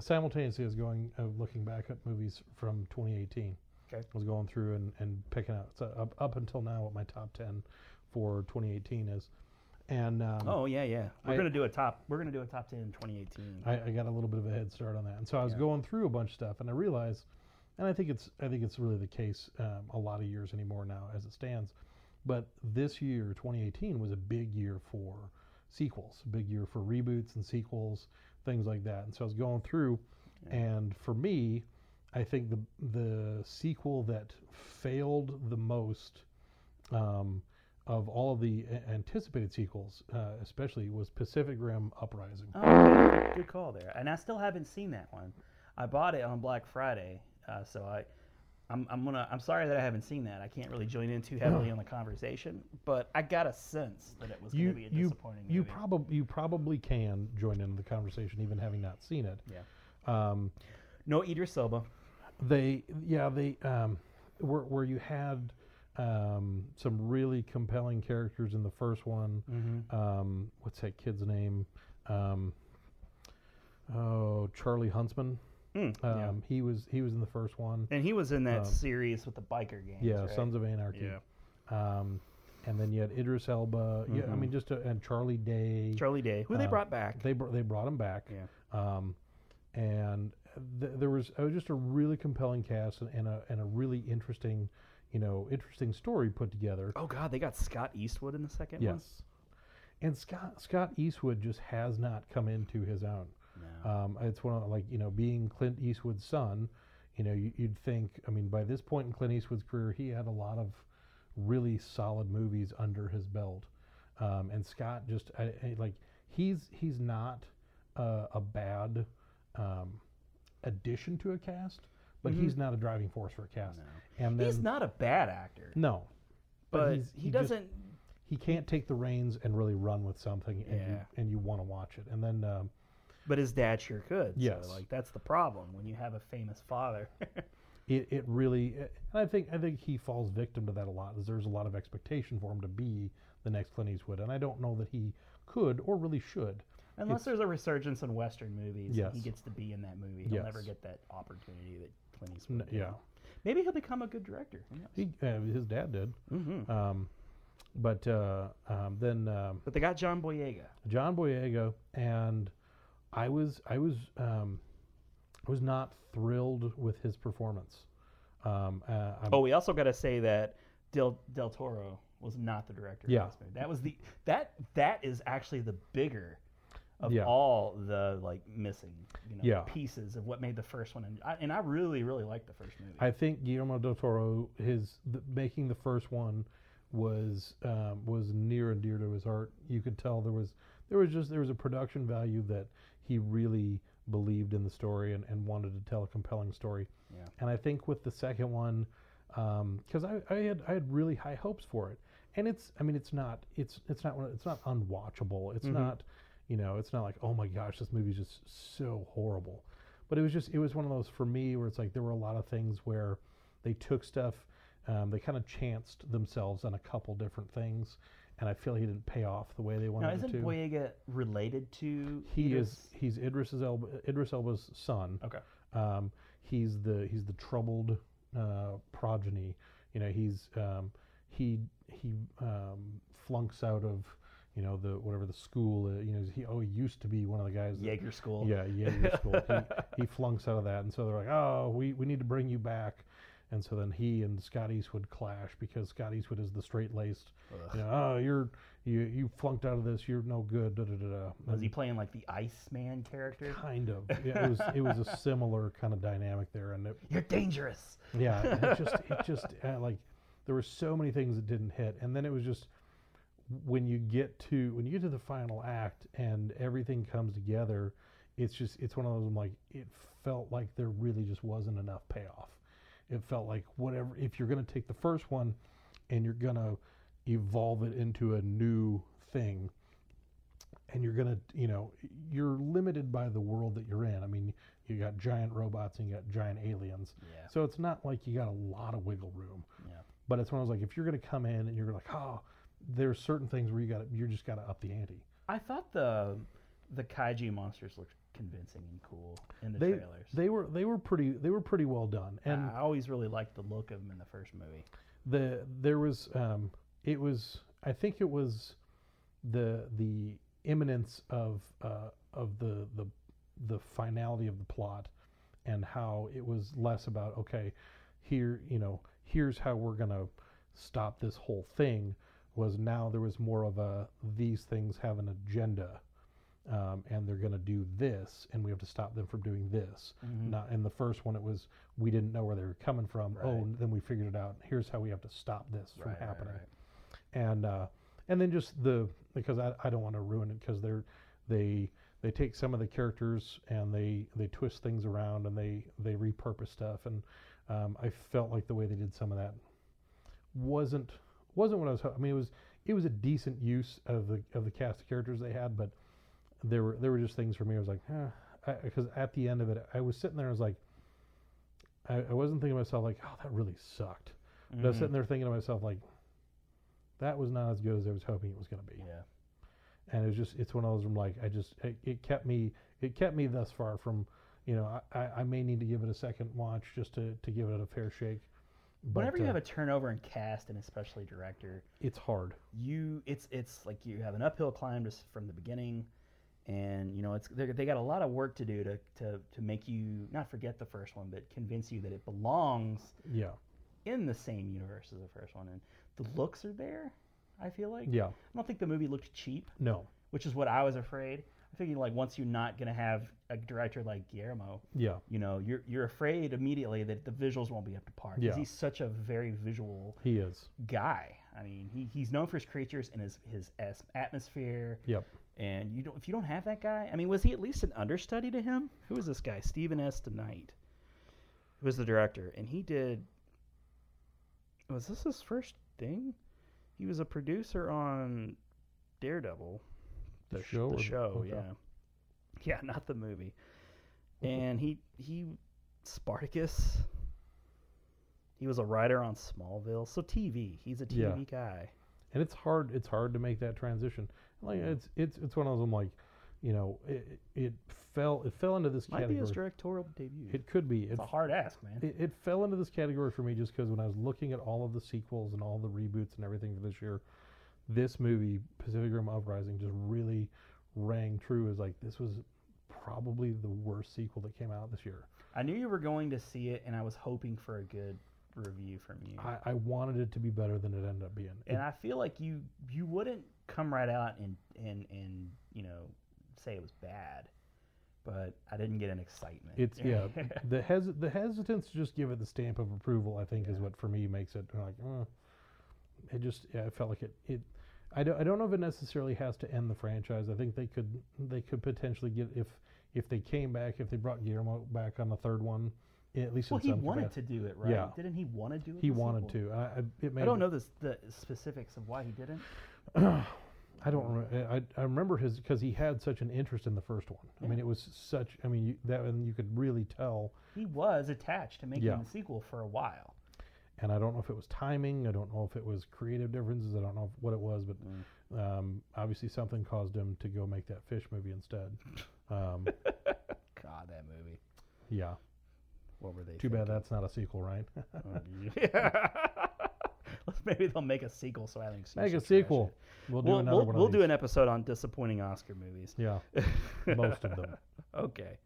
[SPEAKER 2] simultaneously I was going uh, looking back at movies from 2018.
[SPEAKER 1] Okay.
[SPEAKER 2] I was going through and, and picking out so up, up until now what my top 10 for 2018 is, and um,
[SPEAKER 1] oh yeah, yeah, we're
[SPEAKER 2] I-
[SPEAKER 1] gonna do a top. We're gonna do a top ten in 2018.
[SPEAKER 2] I, I got a little bit of a head start on that, and so I was
[SPEAKER 1] Yeah.
[SPEAKER 2] going through a bunch of stuff, and I realized, and I think it's I think it's really the case um, a lot of years anymore now as it stands, but this year 2018 was a big year for sequels, big year for reboots and sequels, things like that, and so I was going through, and for me, I think the the sequel that failed the most. Um, of all of the a- anticipated sequels, uh, especially was Pacific Rim Uprising.
[SPEAKER 1] Oh, good call there. And I still haven't seen that one. I bought it on Black Friday, uh, so I, I'm, I'm gonna. I'm sorry that I haven't seen that. I can't really join in too heavily on the conversation, but I got a sense that it was gonna be a disappointing
[SPEAKER 2] You
[SPEAKER 1] movie.
[SPEAKER 2] probably you probably can join into the conversation even having not seen it.
[SPEAKER 1] Yeah.
[SPEAKER 2] Um,
[SPEAKER 1] no Idris Elba.
[SPEAKER 2] They yeah they um, where where you had um, some really compelling characters in the first one.
[SPEAKER 1] Mhm.
[SPEAKER 2] Um, what's that kid's name? Um, oh Charlie Huntsman.
[SPEAKER 1] Mm, yeah.
[SPEAKER 2] Um, He was he was in the first one.
[SPEAKER 1] and he was in that
[SPEAKER 2] Um,
[SPEAKER 1] series with the biker gangs.
[SPEAKER 2] Yeah,
[SPEAKER 1] right?
[SPEAKER 2] Sons of Anarchy. Um, and then you had Idris Elba. Yeah, I
[SPEAKER 1] Mhm.
[SPEAKER 2] mean, just a, and Charlie Day.
[SPEAKER 1] Charlie Day,
[SPEAKER 2] uh,
[SPEAKER 1] who they brought back.
[SPEAKER 2] They br- they brought him back.
[SPEAKER 1] Yeah.
[SPEAKER 2] Um, and th- there was uh, just a really compelling cast and, and a and a really interesting, you know, interesting story put together.
[SPEAKER 1] Oh God, they got Scott Eastwood in the second one.
[SPEAKER 2] Yes. And Scott Scott Eastwood just has not come into his own. Um, it's one of like you know being Clint Eastwood's son, you know you, you'd think I mean by this point in Clint Eastwood's career he had a lot of really solid movies under his belt. Um, and Scott just I, I- like he's he's not uh, a bad um, addition to a cast, but
[SPEAKER 1] Mhm.
[SPEAKER 2] he's not a driving force for a cast. And
[SPEAKER 1] He's
[SPEAKER 2] then-
[SPEAKER 1] not a bad actor.
[SPEAKER 2] No,
[SPEAKER 1] But
[SPEAKER 2] he's-
[SPEAKER 1] he
[SPEAKER 2] just-
[SPEAKER 1] doesn't-
[SPEAKER 2] he can't take the reins and really run with something, and you,
[SPEAKER 1] Yeah.
[SPEAKER 2] and you want to watch it. And then, um,
[SPEAKER 1] But his dad sure could.
[SPEAKER 2] Yes.
[SPEAKER 1] So, like that's the problem when you have a famous father.
[SPEAKER 2] it, it really and I think I think he falls victim to that a lot. Is there's a lot of expectation for him to be the next Clint Eastwood, and I don't know that he could or really should.
[SPEAKER 1] Unless
[SPEAKER 2] It's-
[SPEAKER 1] there's a resurgence in Western movies, and he
[SPEAKER 2] Yes.
[SPEAKER 1] gets to be in that movie. He'll never
[SPEAKER 2] Yes.
[SPEAKER 1] get that opportunity that Clint Eastwood.
[SPEAKER 2] n-
[SPEAKER 1] did.
[SPEAKER 2] yeah,
[SPEAKER 1] Maybe he'll become a good director. Who knows?
[SPEAKER 2] he, uh, his dad did.
[SPEAKER 1] Mhm.
[SPEAKER 2] Um, but uh, um, then um,
[SPEAKER 1] but they got John Boyega.
[SPEAKER 2] John Boyega, and I was I was um, I was not thrilled with his performance. Um, uh, I'm-
[SPEAKER 1] Oh, we also got to say that Del Del Toro was not the director.
[SPEAKER 2] Yeah.
[SPEAKER 1] Of this movie. That was the that that is actually the bigger of
[SPEAKER 2] Yeah.
[SPEAKER 1] all the like missing you know
[SPEAKER 2] Yeah.
[SPEAKER 1] pieces of what made the first one and I, and I really really liked the first movie.
[SPEAKER 2] I think Guillermo del Toro, his th making the first one was um, was near and dear to his heart. You could tell there was there was just there was a production value that he really believed in the story and, and wanted to tell a compelling story.
[SPEAKER 1] Yeah.
[SPEAKER 2] And I think with the second one, because I, I had I had really high hopes for it, and it's I mean it's not it's it's not one of- it's not unwatchable. It's
[SPEAKER 1] Mhm.
[SPEAKER 2] not you know it's not like oh my gosh this movie's just so horrible, but it was just it was one of those for me where it's like there were a lot of things where they took stuff, um, they kind of chanced themselves on a couple different things, and I feel he didn't pay off the way they wanted
[SPEAKER 1] Now
[SPEAKER 2] it
[SPEAKER 1] isn't
[SPEAKER 2] to.
[SPEAKER 1] Boyega related to
[SPEAKER 2] He
[SPEAKER 1] Idris?
[SPEAKER 2] is he's Idris's Elba, Idris Elba's son.
[SPEAKER 1] Okay.
[SPEAKER 2] Um, he's the he's the troubled uh, progeny. You know, he's um, he he um, flunks out of you know the whatever the school. Uh, you know, he oh he used to be one of the guys. that-
[SPEAKER 1] Jaeger school.
[SPEAKER 2] Yeah, Jaeger school. he, he flunks out of that, and so they're like, oh, we we need to bring you back. And so then he and Scott Eastwood clash because Scott Eastwood is the straight laced. You know, oh, you're you you flunked out of this. You're no good. Da, da, da, da.
[SPEAKER 1] Was he
[SPEAKER 2] And-
[SPEAKER 1] playing like the Iceman character?
[SPEAKER 2] Kind of. Yeah, it was it was a similar kind of dynamic there, and it,
[SPEAKER 1] You're dangerous.
[SPEAKER 2] yeah, and it just it just uh, like there were so many things that didn't hit, and then it was just when you get to when you get to the final act and everything comes together, it's just it's one of those I'm like it felt like there really just wasn't enough payoff. It felt like whatever if you're gonna take the first one and you're gonna evolve it into a new thing and you're gonna you know you're limited by the world that you're in i mean you got giant robots and you got giant aliens
[SPEAKER 1] Yeah.
[SPEAKER 2] so it's not like you got a lot of wiggle room
[SPEAKER 1] Yeah.
[SPEAKER 2] but it's one of those like if you're gonna come in and you're like oh there's certain things where you got to you're just gotta up the ante
[SPEAKER 1] I thought the the kaiju monsters looked convincing and cool in the
[SPEAKER 2] they
[SPEAKER 1] trailers. Ah,
[SPEAKER 2] they were they were pretty they were pretty well done and
[SPEAKER 1] I always really liked the look of them in the first movie.
[SPEAKER 2] the there was um it was i think it was the the imminence of uh of the the the finality of the plot and how it was less about okay here you know here's how we're gonna stop this whole thing was now there was more of a these things have an agenda um, and they're going to do this, and we have to stop them from doing this.
[SPEAKER 1] Mhm.
[SPEAKER 2] Not in the first one, it was we didn't know where they were coming from.
[SPEAKER 1] Right.
[SPEAKER 2] Oh, and then we figured it out. Here's how we have to stop this from
[SPEAKER 1] Right, right,
[SPEAKER 2] happening.
[SPEAKER 1] right.
[SPEAKER 2] And uh, and then just the because I, I don't want to ruin it because they're they they take some of the characters and they they twist things around and they they repurpose stuff and um, I felt like the way they did some of that wasn't wasn't what I was. ho- I mean, it was it was a decent use of the of the cast of characters they had, but there were there were just things for me. I was like, because at the end of it, I was sitting there. I was like, I, I wasn't thinking to myself like, oh, that really sucked. But I was
[SPEAKER 1] Mhm.
[SPEAKER 2] sitting there thinking to myself like, that was not as good as I was hoping it was going to be.
[SPEAKER 1] Yeah.
[SPEAKER 2] And it was just it's one of those. I'm like, I just it, it kept me it kept me thus far from. You know, I, I, I may need to give it a second watch just to, to give it a fair shake. But,
[SPEAKER 1] Whenever you
[SPEAKER 2] uh,
[SPEAKER 1] have a turnover in cast and especially director,
[SPEAKER 2] it's hard.
[SPEAKER 1] you it's it's like you have an uphill climb just from the beginning, and you know it's they they got a lot of work to do to, to to make you not forget the first one, but convince you that it belongs
[SPEAKER 2] Yeah.
[SPEAKER 1] in the same universe as the first one. And the looks are there. I feel like
[SPEAKER 2] Yeah.
[SPEAKER 1] I don't think the movie looked cheap.
[SPEAKER 2] No.
[SPEAKER 1] which is what I was afraid. I figure like once you're not gonna have a director like Guillermo,
[SPEAKER 2] Yeah.
[SPEAKER 1] you know, you're you're afraid immediately that the visuals won't be up to par because
[SPEAKER 2] Yeah.
[SPEAKER 1] he's such a very visual
[SPEAKER 2] He is.
[SPEAKER 1] guy. I mean, he, he's known for his creatures and his his as- atmosphere.
[SPEAKER 2] Yep.
[SPEAKER 1] And you don't if you don't have that guy, I mean, was he at least an understudy to him? Who was this guy? Stephen S. DeKnight. Who was the director? And he did. Was this his first thing? He was a producer on Daredevil,
[SPEAKER 2] The
[SPEAKER 1] sh-
[SPEAKER 2] show or
[SPEAKER 1] The
[SPEAKER 2] the-
[SPEAKER 1] show,
[SPEAKER 2] okay.
[SPEAKER 1] yeah, yeah, not the movie. And he he Spartacus. He was a writer on Smallville, so TV. He's a TV
[SPEAKER 2] Yeah.
[SPEAKER 1] guy.
[SPEAKER 2] and it's hard it's hard to make that transition like
[SPEAKER 1] Yeah.
[SPEAKER 2] it's it's it's one of those i'm like you know it, it it fell it fell into this
[SPEAKER 1] Might
[SPEAKER 2] category
[SPEAKER 1] be his directorial debut.
[SPEAKER 2] it could be
[SPEAKER 1] It's a hard ask, man.
[SPEAKER 2] it, it fell into this category for me just because when i was looking at all of the sequels and all the reboots and everything for this year this movie pacific rim uprising just really rang true as like this was probably the worst sequel that came out this year
[SPEAKER 1] I knew you were going to see it, and I was hoping for a good review from you.
[SPEAKER 2] i, I wanted it to be better than it ended up being It-
[SPEAKER 1] and I feel like you you wouldn't come right out and and and you know say it was bad, but I didn't get an excitement.
[SPEAKER 2] It's yeah. the hes the hesitance to just give it the stamp of approval. I think is what for me makes it like. Uh, it just yeah, it felt like it it. I don't I don't know if it necessarily has to end the franchise. I think they could they could potentially get if if they came back if they brought Guillermo back on the third one. At least
[SPEAKER 1] well,
[SPEAKER 2] in
[SPEAKER 1] he
[SPEAKER 2] some
[SPEAKER 1] wanted
[SPEAKER 2] capacity.
[SPEAKER 1] to do it, right?
[SPEAKER 2] Yeah,
[SPEAKER 1] Didn't he want to do it?
[SPEAKER 2] he
[SPEAKER 1] in the
[SPEAKER 2] wanted
[SPEAKER 1] sequel?
[SPEAKER 2] to. I, I, it may
[SPEAKER 1] I don't
[SPEAKER 2] have been-
[SPEAKER 1] know this, the specifics of why he didn't.
[SPEAKER 2] I don't remember. I, I remember his because he had such an interest in the first one. I mean, it was such. I mean, you, that and you could really tell
[SPEAKER 1] He was attached to making
[SPEAKER 2] Yeah.
[SPEAKER 1] the sequel for a while.
[SPEAKER 2] and I don't know if it was timing. I don't know if it was creative differences. I don't know what it was, but
[SPEAKER 1] Mm.
[SPEAKER 2] um, obviously something caused him to go make that fish movie instead. Um,
[SPEAKER 1] God, that movie.
[SPEAKER 2] yeah.
[SPEAKER 1] What were they?
[SPEAKER 2] Too bad that's not a sequel, right?
[SPEAKER 1] thinking? Oh, Yeah. Maybe they'll make a sequel, so I think
[SPEAKER 2] Make a sequel. We'll do another
[SPEAKER 1] we'll,
[SPEAKER 2] one. of
[SPEAKER 1] We'll do
[SPEAKER 2] these.
[SPEAKER 1] an episode on disappointing Oscar movies.
[SPEAKER 2] Yeah, most of them.
[SPEAKER 1] Okay.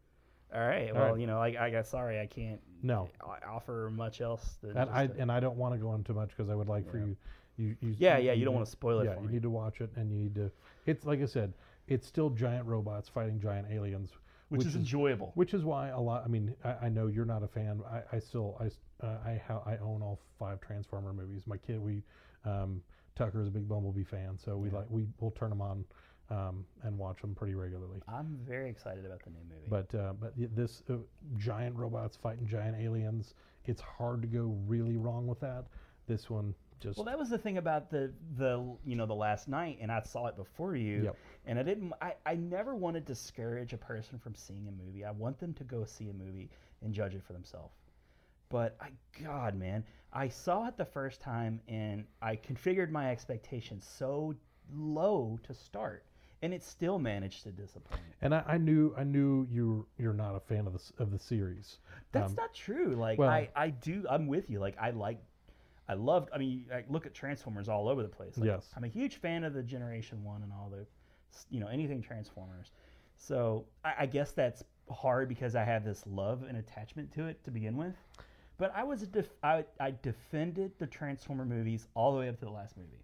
[SPEAKER 1] All right.
[SPEAKER 2] All
[SPEAKER 1] Well,
[SPEAKER 2] right.
[SPEAKER 1] you know, I, I got sorry, I can't
[SPEAKER 2] No.
[SPEAKER 1] o- offer much else. Than
[SPEAKER 2] And
[SPEAKER 1] just
[SPEAKER 2] I
[SPEAKER 1] a-
[SPEAKER 2] and I don't want to go into much because I would like for you, you, you.
[SPEAKER 1] Yeah, yeah, you don't
[SPEAKER 2] need-
[SPEAKER 1] wanna spoil it
[SPEAKER 2] Yeah,
[SPEAKER 1] for
[SPEAKER 2] you
[SPEAKER 1] me.
[SPEAKER 2] need to watch it, and you need to. It's like I said, it's still giant robots fighting giant aliens,
[SPEAKER 1] Which is enjoyable.
[SPEAKER 2] Which is why a lot. I mean, I, I know you're not a fan. I, I still, I, s- uh, I, ha- I own all five Transformer movies. My kid, we, um, Tucker is a big Bumblebee fan, so we like we will turn them on, um, and watch them pretty regularly.
[SPEAKER 1] I'm very excited about the new movie.
[SPEAKER 2] But uh, but y- this uh, giant robots fighting giant aliens, it's hard to go really wrong with that. This one just
[SPEAKER 1] well, that was the thing about the the you know the last night, and I saw it before you,
[SPEAKER 2] Yep.
[SPEAKER 1] and I didn't. I, I never want to discourage a person from seeing a movie. I want them to go see a movie and judge it for themselves. But I, God, man, I saw it the first time, and I configured my expectations so low to start, and it still managed to disappoint.
[SPEAKER 2] and I, I knew I knew you you're not a fan of the s- of the series.
[SPEAKER 1] That's
[SPEAKER 2] Um,
[SPEAKER 1] not true. Like
[SPEAKER 2] well-
[SPEAKER 1] I, I do. I'm with you. Like I like, I loved. I mean, I look at Transformers all over the place. Like,
[SPEAKER 2] Yes.
[SPEAKER 1] I'm a huge fan of the Generation One and all the, s- you know, anything Transformers. So I, I guess that's hard because I have this love and attachment to it to begin with. But I was a def- I, I defended the Transformer movies all the way up to the last movie.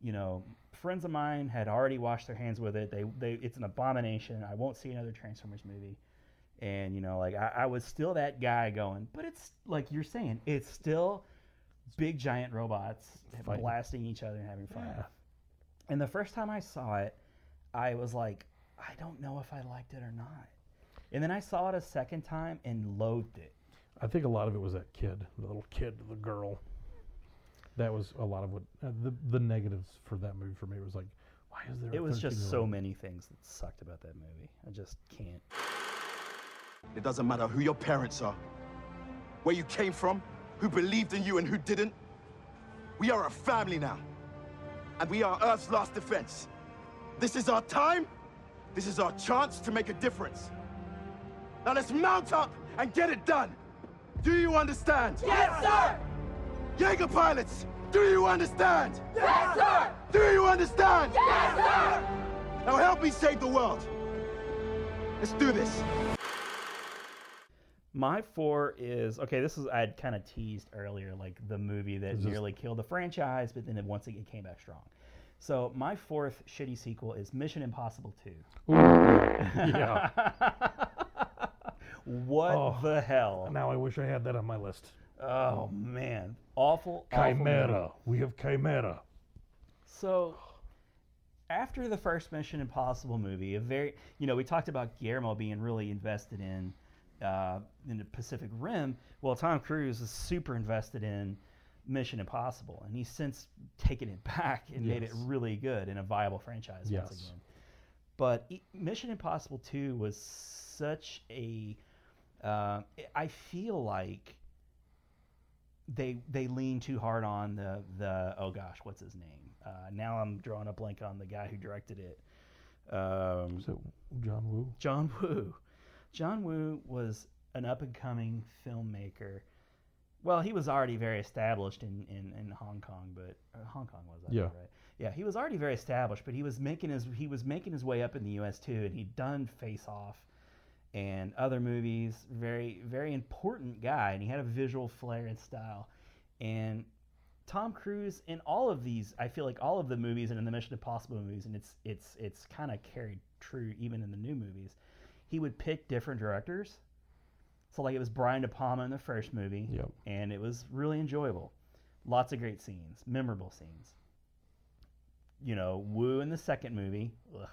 [SPEAKER 1] You know, friends of mine had already washed their hands with it. They, they it's an abomination. I won't see another Transformers movie and you know like I, I was still that guy going but it's like you're saying it's still big giant robots
[SPEAKER 2] Fighting.
[SPEAKER 1] blasting each other and having fun
[SPEAKER 2] Yeah.
[SPEAKER 1] and the first time i saw it i was like i don't know if i liked it or not and then i saw it a second time and loathed it
[SPEAKER 2] I think a lot of it was that kid, the little kid, the girl. That was a lot of what uh, the the negatives for that movie for me was like, why is there? a
[SPEAKER 1] it was just so
[SPEAKER 2] 13-year-old?
[SPEAKER 1] many things that sucked about that movie i just can't
[SPEAKER 13] It doesn't matter who your parents are, where you came from, who believed in you and who didn't. We are a family now. And we are Earth's last defense. This is our time. This is our chance to make a difference. Now let's mount up and get it done. Do you understand? Yes, sir! Jaeger pilots, do you understand? Yes, sir! Do you understand? Yes, sir! Now help me save the world. Let's do this.
[SPEAKER 1] My four is okay. This is I had kind of teased earlier, like the movie that
[SPEAKER 2] This is-
[SPEAKER 1] nearly killed the franchise, but then it, once again came back strong. So my fourth shitty sequel is Mission Impossible Two.
[SPEAKER 2] yeah.
[SPEAKER 1] what
[SPEAKER 2] Oh,
[SPEAKER 1] the hell?
[SPEAKER 2] Now I wish I had that on my list.
[SPEAKER 1] Oh man, awful. awful
[SPEAKER 2] Chimera.
[SPEAKER 1] movie.
[SPEAKER 2] We have Chimera.
[SPEAKER 1] So after the first Mission Impossible movie, a very you know we talked about Guillermo being really invested in uh, in the Pacific Rim. Well, Tom Cruise is super invested in Mission Impossible, and he's since taken it back and made it
[SPEAKER 2] Yes.
[SPEAKER 1] really good and a viable franchise once
[SPEAKER 2] Yes.
[SPEAKER 1] again. But e- Mission Impossible Two was such a uh, I feel like they they lean too hard on the the oh gosh what's his name uh, now I'm drawing a blank on the guy who directed it. Um,
[SPEAKER 2] So John Woo.
[SPEAKER 1] John Woo, John Woo was an up and coming filmmaker. Well, he was already very established in, in, in Hong Kong, but uh, Hong Kong was I think,
[SPEAKER 2] Yeah.
[SPEAKER 1] right? Yeah, he was already very established, but he was making his he was making his way up in the U.S. too, and he'd done Face Off and other movies. Very very important guy, and he had a visual flair and style. And Tom Cruise in all of these, I feel like all of the movies and in the Mission Impossible movies, and it's it's it's kind of carried true even in the new movies. He would pick different directors. So like it was Brian De Palma in the first movie,
[SPEAKER 2] Yep.
[SPEAKER 1] and it was really enjoyable. Lots of great scenes, memorable scenes. You know, Woo in the second movie, Ugh.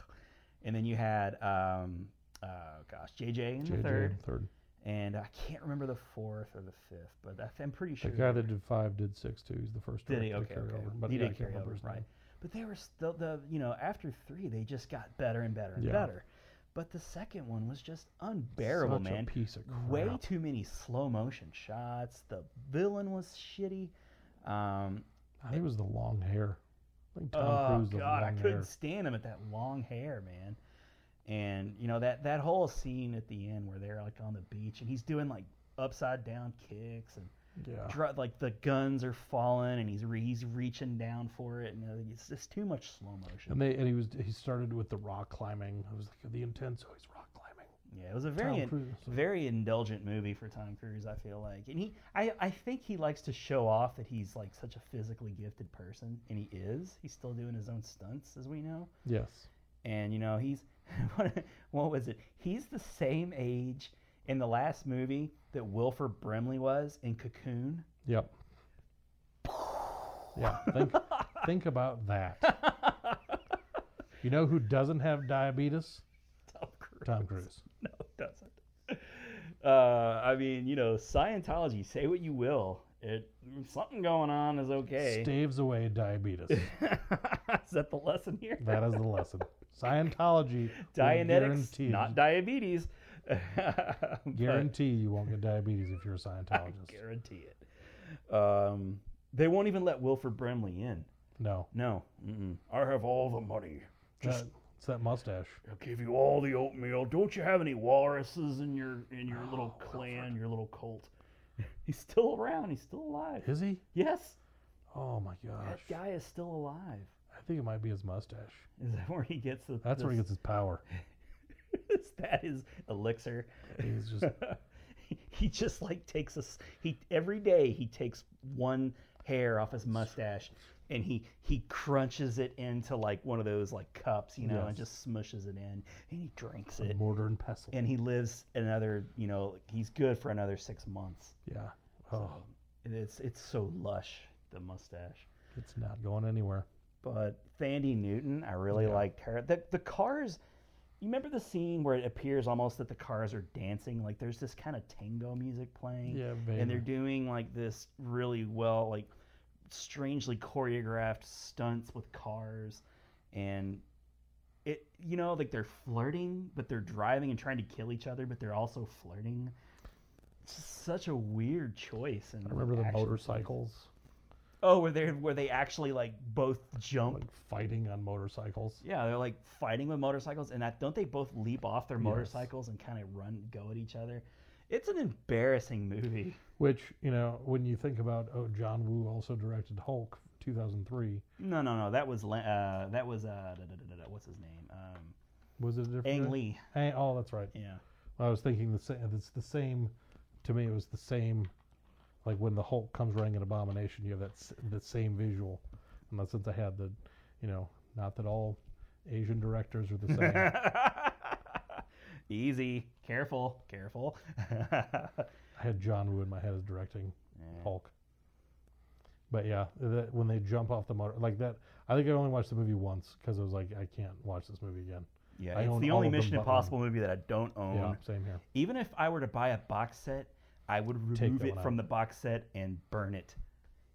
[SPEAKER 1] and then you had um, oh gosh, JJ in
[SPEAKER 2] JJ in
[SPEAKER 1] the third,
[SPEAKER 2] third.
[SPEAKER 1] and I can't remember the fourth or the fifth, but I th- I'm pretty sure
[SPEAKER 2] The guy that did five did six too. He's the first
[SPEAKER 1] did he? Okay,
[SPEAKER 2] director to carry
[SPEAKER 1] okay.
[SPEAKER 2] over. But
[SPEAKER 1] he
[SPEAKER 2] yeah, I
[SPEAKER 1] did
[SPEAKER 2] can't
[SPEAKER 1] carry
[SPEAKER 2] remember
[SPEAKER 1] over,
[SPEAKER 2] his name.
[SPEAKER 1] right? But they were still the you know after three they just got better and better and
[SPEAKER 2] Yeah.
[SPEAKER 1] better. But the second one was just unbearable,
[SPEAKER 2] Such a
[SPEAKER 1] man.
[SPEAKER 2] piece of
[SPEAKER 1] Way
[SPEAKER 2] crap.
[SPEAKER 1] too many slow motion shots. The villain was shitty. Um,
[SPEAKER 2] I think it was the long hair. I think Tom
[SPEAKER 1] oh
[SPEAKER 2] Cruise with
[SPEAKER 1] God, I
[SPEAKER 2] long
[SPEAKER 1] couldn't
[SPEAKER 2] hair.
[SPEAKER 1] stand him at that long hair, man. And you know that that whole scene at the end where they're like on the beach and he's doing like upside down kicks and
[SPEAKER 2] Yeah.
[SPEAKER 1] dra- like the guns are falling and he's re- he's reaching down for it and uh, it's just too much slow motion.
[SPEAKER 2] And they and he was he started with the rock climbing. I was like the intense. Oh, he's rock climbing.
[SPEAKER 1] Yeah, it was a very
[SPEAKER 2] Tom
[SPEAKER 1] in-
[SPEAKER 2] Cruise.
[SPEAKER 1] very indulgent movie for Tom Cruise. I feel like, and he, I, I think he likes to show off that he's like such a physically gifted person, and he is. He's still doing his own stunts, as we know.
[SPEAKER 2] Yes.
[SPEAKER 1] And you know, he's what, what was it? He's the same age in the last movie that Wilford Brimley was in Cocoon.
[SPEAKER 2] Yep. Yeah. Think think about that. You know who doesn't have diabetes?
[SPEAKER 1] Tom Cruise.
[SPEAKER 2] Tom Cruise.
[SPEAKER 1] No, it doesn't. Uh, I mean, you know, Scientology. Say what you will. It something going on is okay.
[SPEAKER 2] Staves away diabetes.
[SPEAKER 1] is that the lesson here?
[SPEAKER 2] That is the lesson. Scientology will
[SPEAKER 1] Dianetics,
[SPEAKER 2] guarantee,
[SPEAKER 1] not diabetes.
[SPEAKER 2] guarantee you won't get diabetes if you're a Scientologist.
[SPEAKER 1] guarantee it. Um, they won't even let Wilford Brimley in.
[SPEAKER 2] No.
[SPEAKER 1] No. Mm-mm. I have all the money. Just
[SPEAKER 2] That- it's that mustache.
[SPEAKER 1] I'll give you all the oatmeal. Don't you have any walruses in your in
[SPEAKER 2] Oh,
[SPEAKER 1] your little clan, your little cult? He's still around. He's still alive.
[SPEAKER 2] Is he?
[SPEAKER 1] Yes.
[SPEAKER 2] Oh my gosh.
[SPEAKER 1] That guy is still alive.
[SPEAKER 2] I think it might be his mustache.
[SPEAKER 1] Is that where he gets the?
[SPEAKER 2] That's where he
[SPEAKER 1] this-
[SPEAKER 2] gets his power.
[SPEAKER 1] is that his elixir?
[SPEAKER 2] He's just-
[SPEAKER 1] he just like takes us. He every day he takes one hair off his mustache, and he he crunches it into like one of those like cups, you know, and
[SPEAKER 2] Yes.
[SPEAKER 1] just
[SPEAKER 2] Mm-hmm.
[SPEAKER 1] smushes it in, and he drinks
[SPEAKER 2] A
[SPEAKER 1] it,
[SPEAKER 2] mortar and pestle.
[SPEAKER 1] and he lives another. You know, he's good for another six months.
[SPEAKER 2] yeah.
[SPEAKER 1] So,
[SPEAKER 2] Oh,
[SPEAKER 1] and it's it's so lush the mustache.
[SPEAKER 2] it's not going anywhere.
[SPEAKER 1] But Thandi Newton, I really
[SPEAKER 2] Yeah.
[SPEAKER 1] liked her. The the cars you remember the scene where it appears almost that the cars are dancing? Like there's this kind of tango music playing.
[SPEAKER 2] Yeah,
[SPEAKER 1] And they're
[SPEAKER 2] vaguely.
[SPEAKER 1] doing like this really well, like strangely choreographed stunts with cars and it you know, like they're flirting, but they're driving and trying to kill each other, but they're also flirting. It's just such a weird choice and
[SPEAKER 2] I remember the
[SPEAKER 1] action.
[SPEAKER 2] motorcycles
[SPEAKER 1] Oh, where they where they actually like both jump
[SPEAKER 2] like fighting on motorcycles.
[SPEAKER 1] Yeah, they're like fighting with motorcycles, and that don't they both leap off their
[SPEAKER 2] Yes.
[SPEAKER 1] motorcycles and kind of run go at each other? It's an embarrassing movie.
[SPEAKER 2] Which you know, when you think about oh, John Woo also directed Hulk, 2003.
[SPEAKER 1] No, no, no. That was La- uh, that was uh, da, da, da, da, da, what's his name? Um,
[SPEAKER 2] Was it a different?
[SPEAKER 1] Ang
[SPEAKER 2] guy?
[SPEAKER 1] Lee.
[SPEAKER 2] Ang- oh, that's right.
[SPEAKER 1] Yeah.
[SPEAKER 2] I was thinking the same. It's the same. To me, it was the same. Like when the Hulk comes running an abomination, you have that s- the same visual. And that since I had the, you know, Not that all Asian directors are the same.
[SPEAKER 1] Easy. Careful. Careful.
[SPEAKER 2] I had John Woo in my head as directing Hulk. But yeah, that, when they jump off the motor like that, I think I only watched the movie once because I was like, I can't watch this movie again.
[SPEAKER 1] Yeah,
[SPEAKER 2] I
[SPEAKER 1] it's
[SPEAKER 2] own
[SPEAKER 1] the
[SPEAKER 2] all
[SPEAKER 1] only
[SPEAKER 2] of them
[SPEAKER 1] Mission
[SPEAKER 2] but one.
[SPEAKER 1] Impossible movie that I don't own.
[SPEAKER 2] Yeah, same here.
[SPEAKER 1] Even if I were to buy a box set, I would
[SPEAKER 2] Take
[SPEAKER 1] remove
[SPEAKER 2] that
[SPEAKER 1] it
[SPEAKER 2] one
[SPEAKER 1] from
[SPEAKER 2] out.
[SPEAKER 1] the box set and burn it.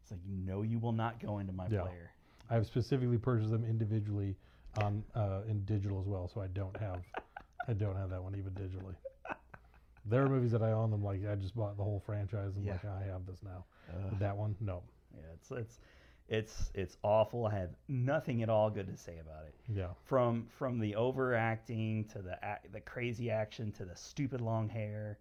[SPEAKER 1] So you know you will not go into my
[SPEAKER 2] Yeah.
[SPEAKER 1] player.
[SPEAKER 2] I have specifically purchased them individually on uh, in digital as well, so I don't have I don't have that one even digitally. There are movies that I own them like I just bought the whole franchise and like I have this now. But
[SPEAKER 1] Ugh.
[SPEAKER 2] that one, no.
[SPEAKER 1] Yeah, it's it's it's it's awful. I have nothing at all good to say about it.
[SPEAKER 2] Yeah.
[SPEAKER 1] From from the overacting to the ac- the crazy action to the stupid long hair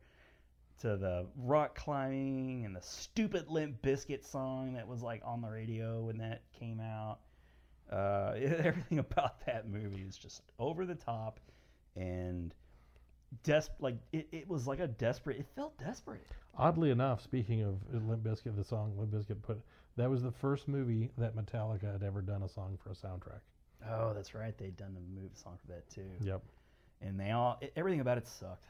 [SPEAKER 1] to the rock climbing and the stupid Limp Biscuit song that was like on the radio when that came out. Uh, everything about that movie is just over the top and des- like it, it was like a desperate it felt desperate.
[SPEAKER 2] Oddly enough, speaking of Limp Bizkit, the song Limp Bizkit put that was the first movie that Metallica had ever done a song for a soundtrack.
[SPEAKER 1] Oh, that's right. They'd done a movie song for that too.
[SPEAKER 2] Yep.
[SPEAKER 1] And they all e- everything about it sucked.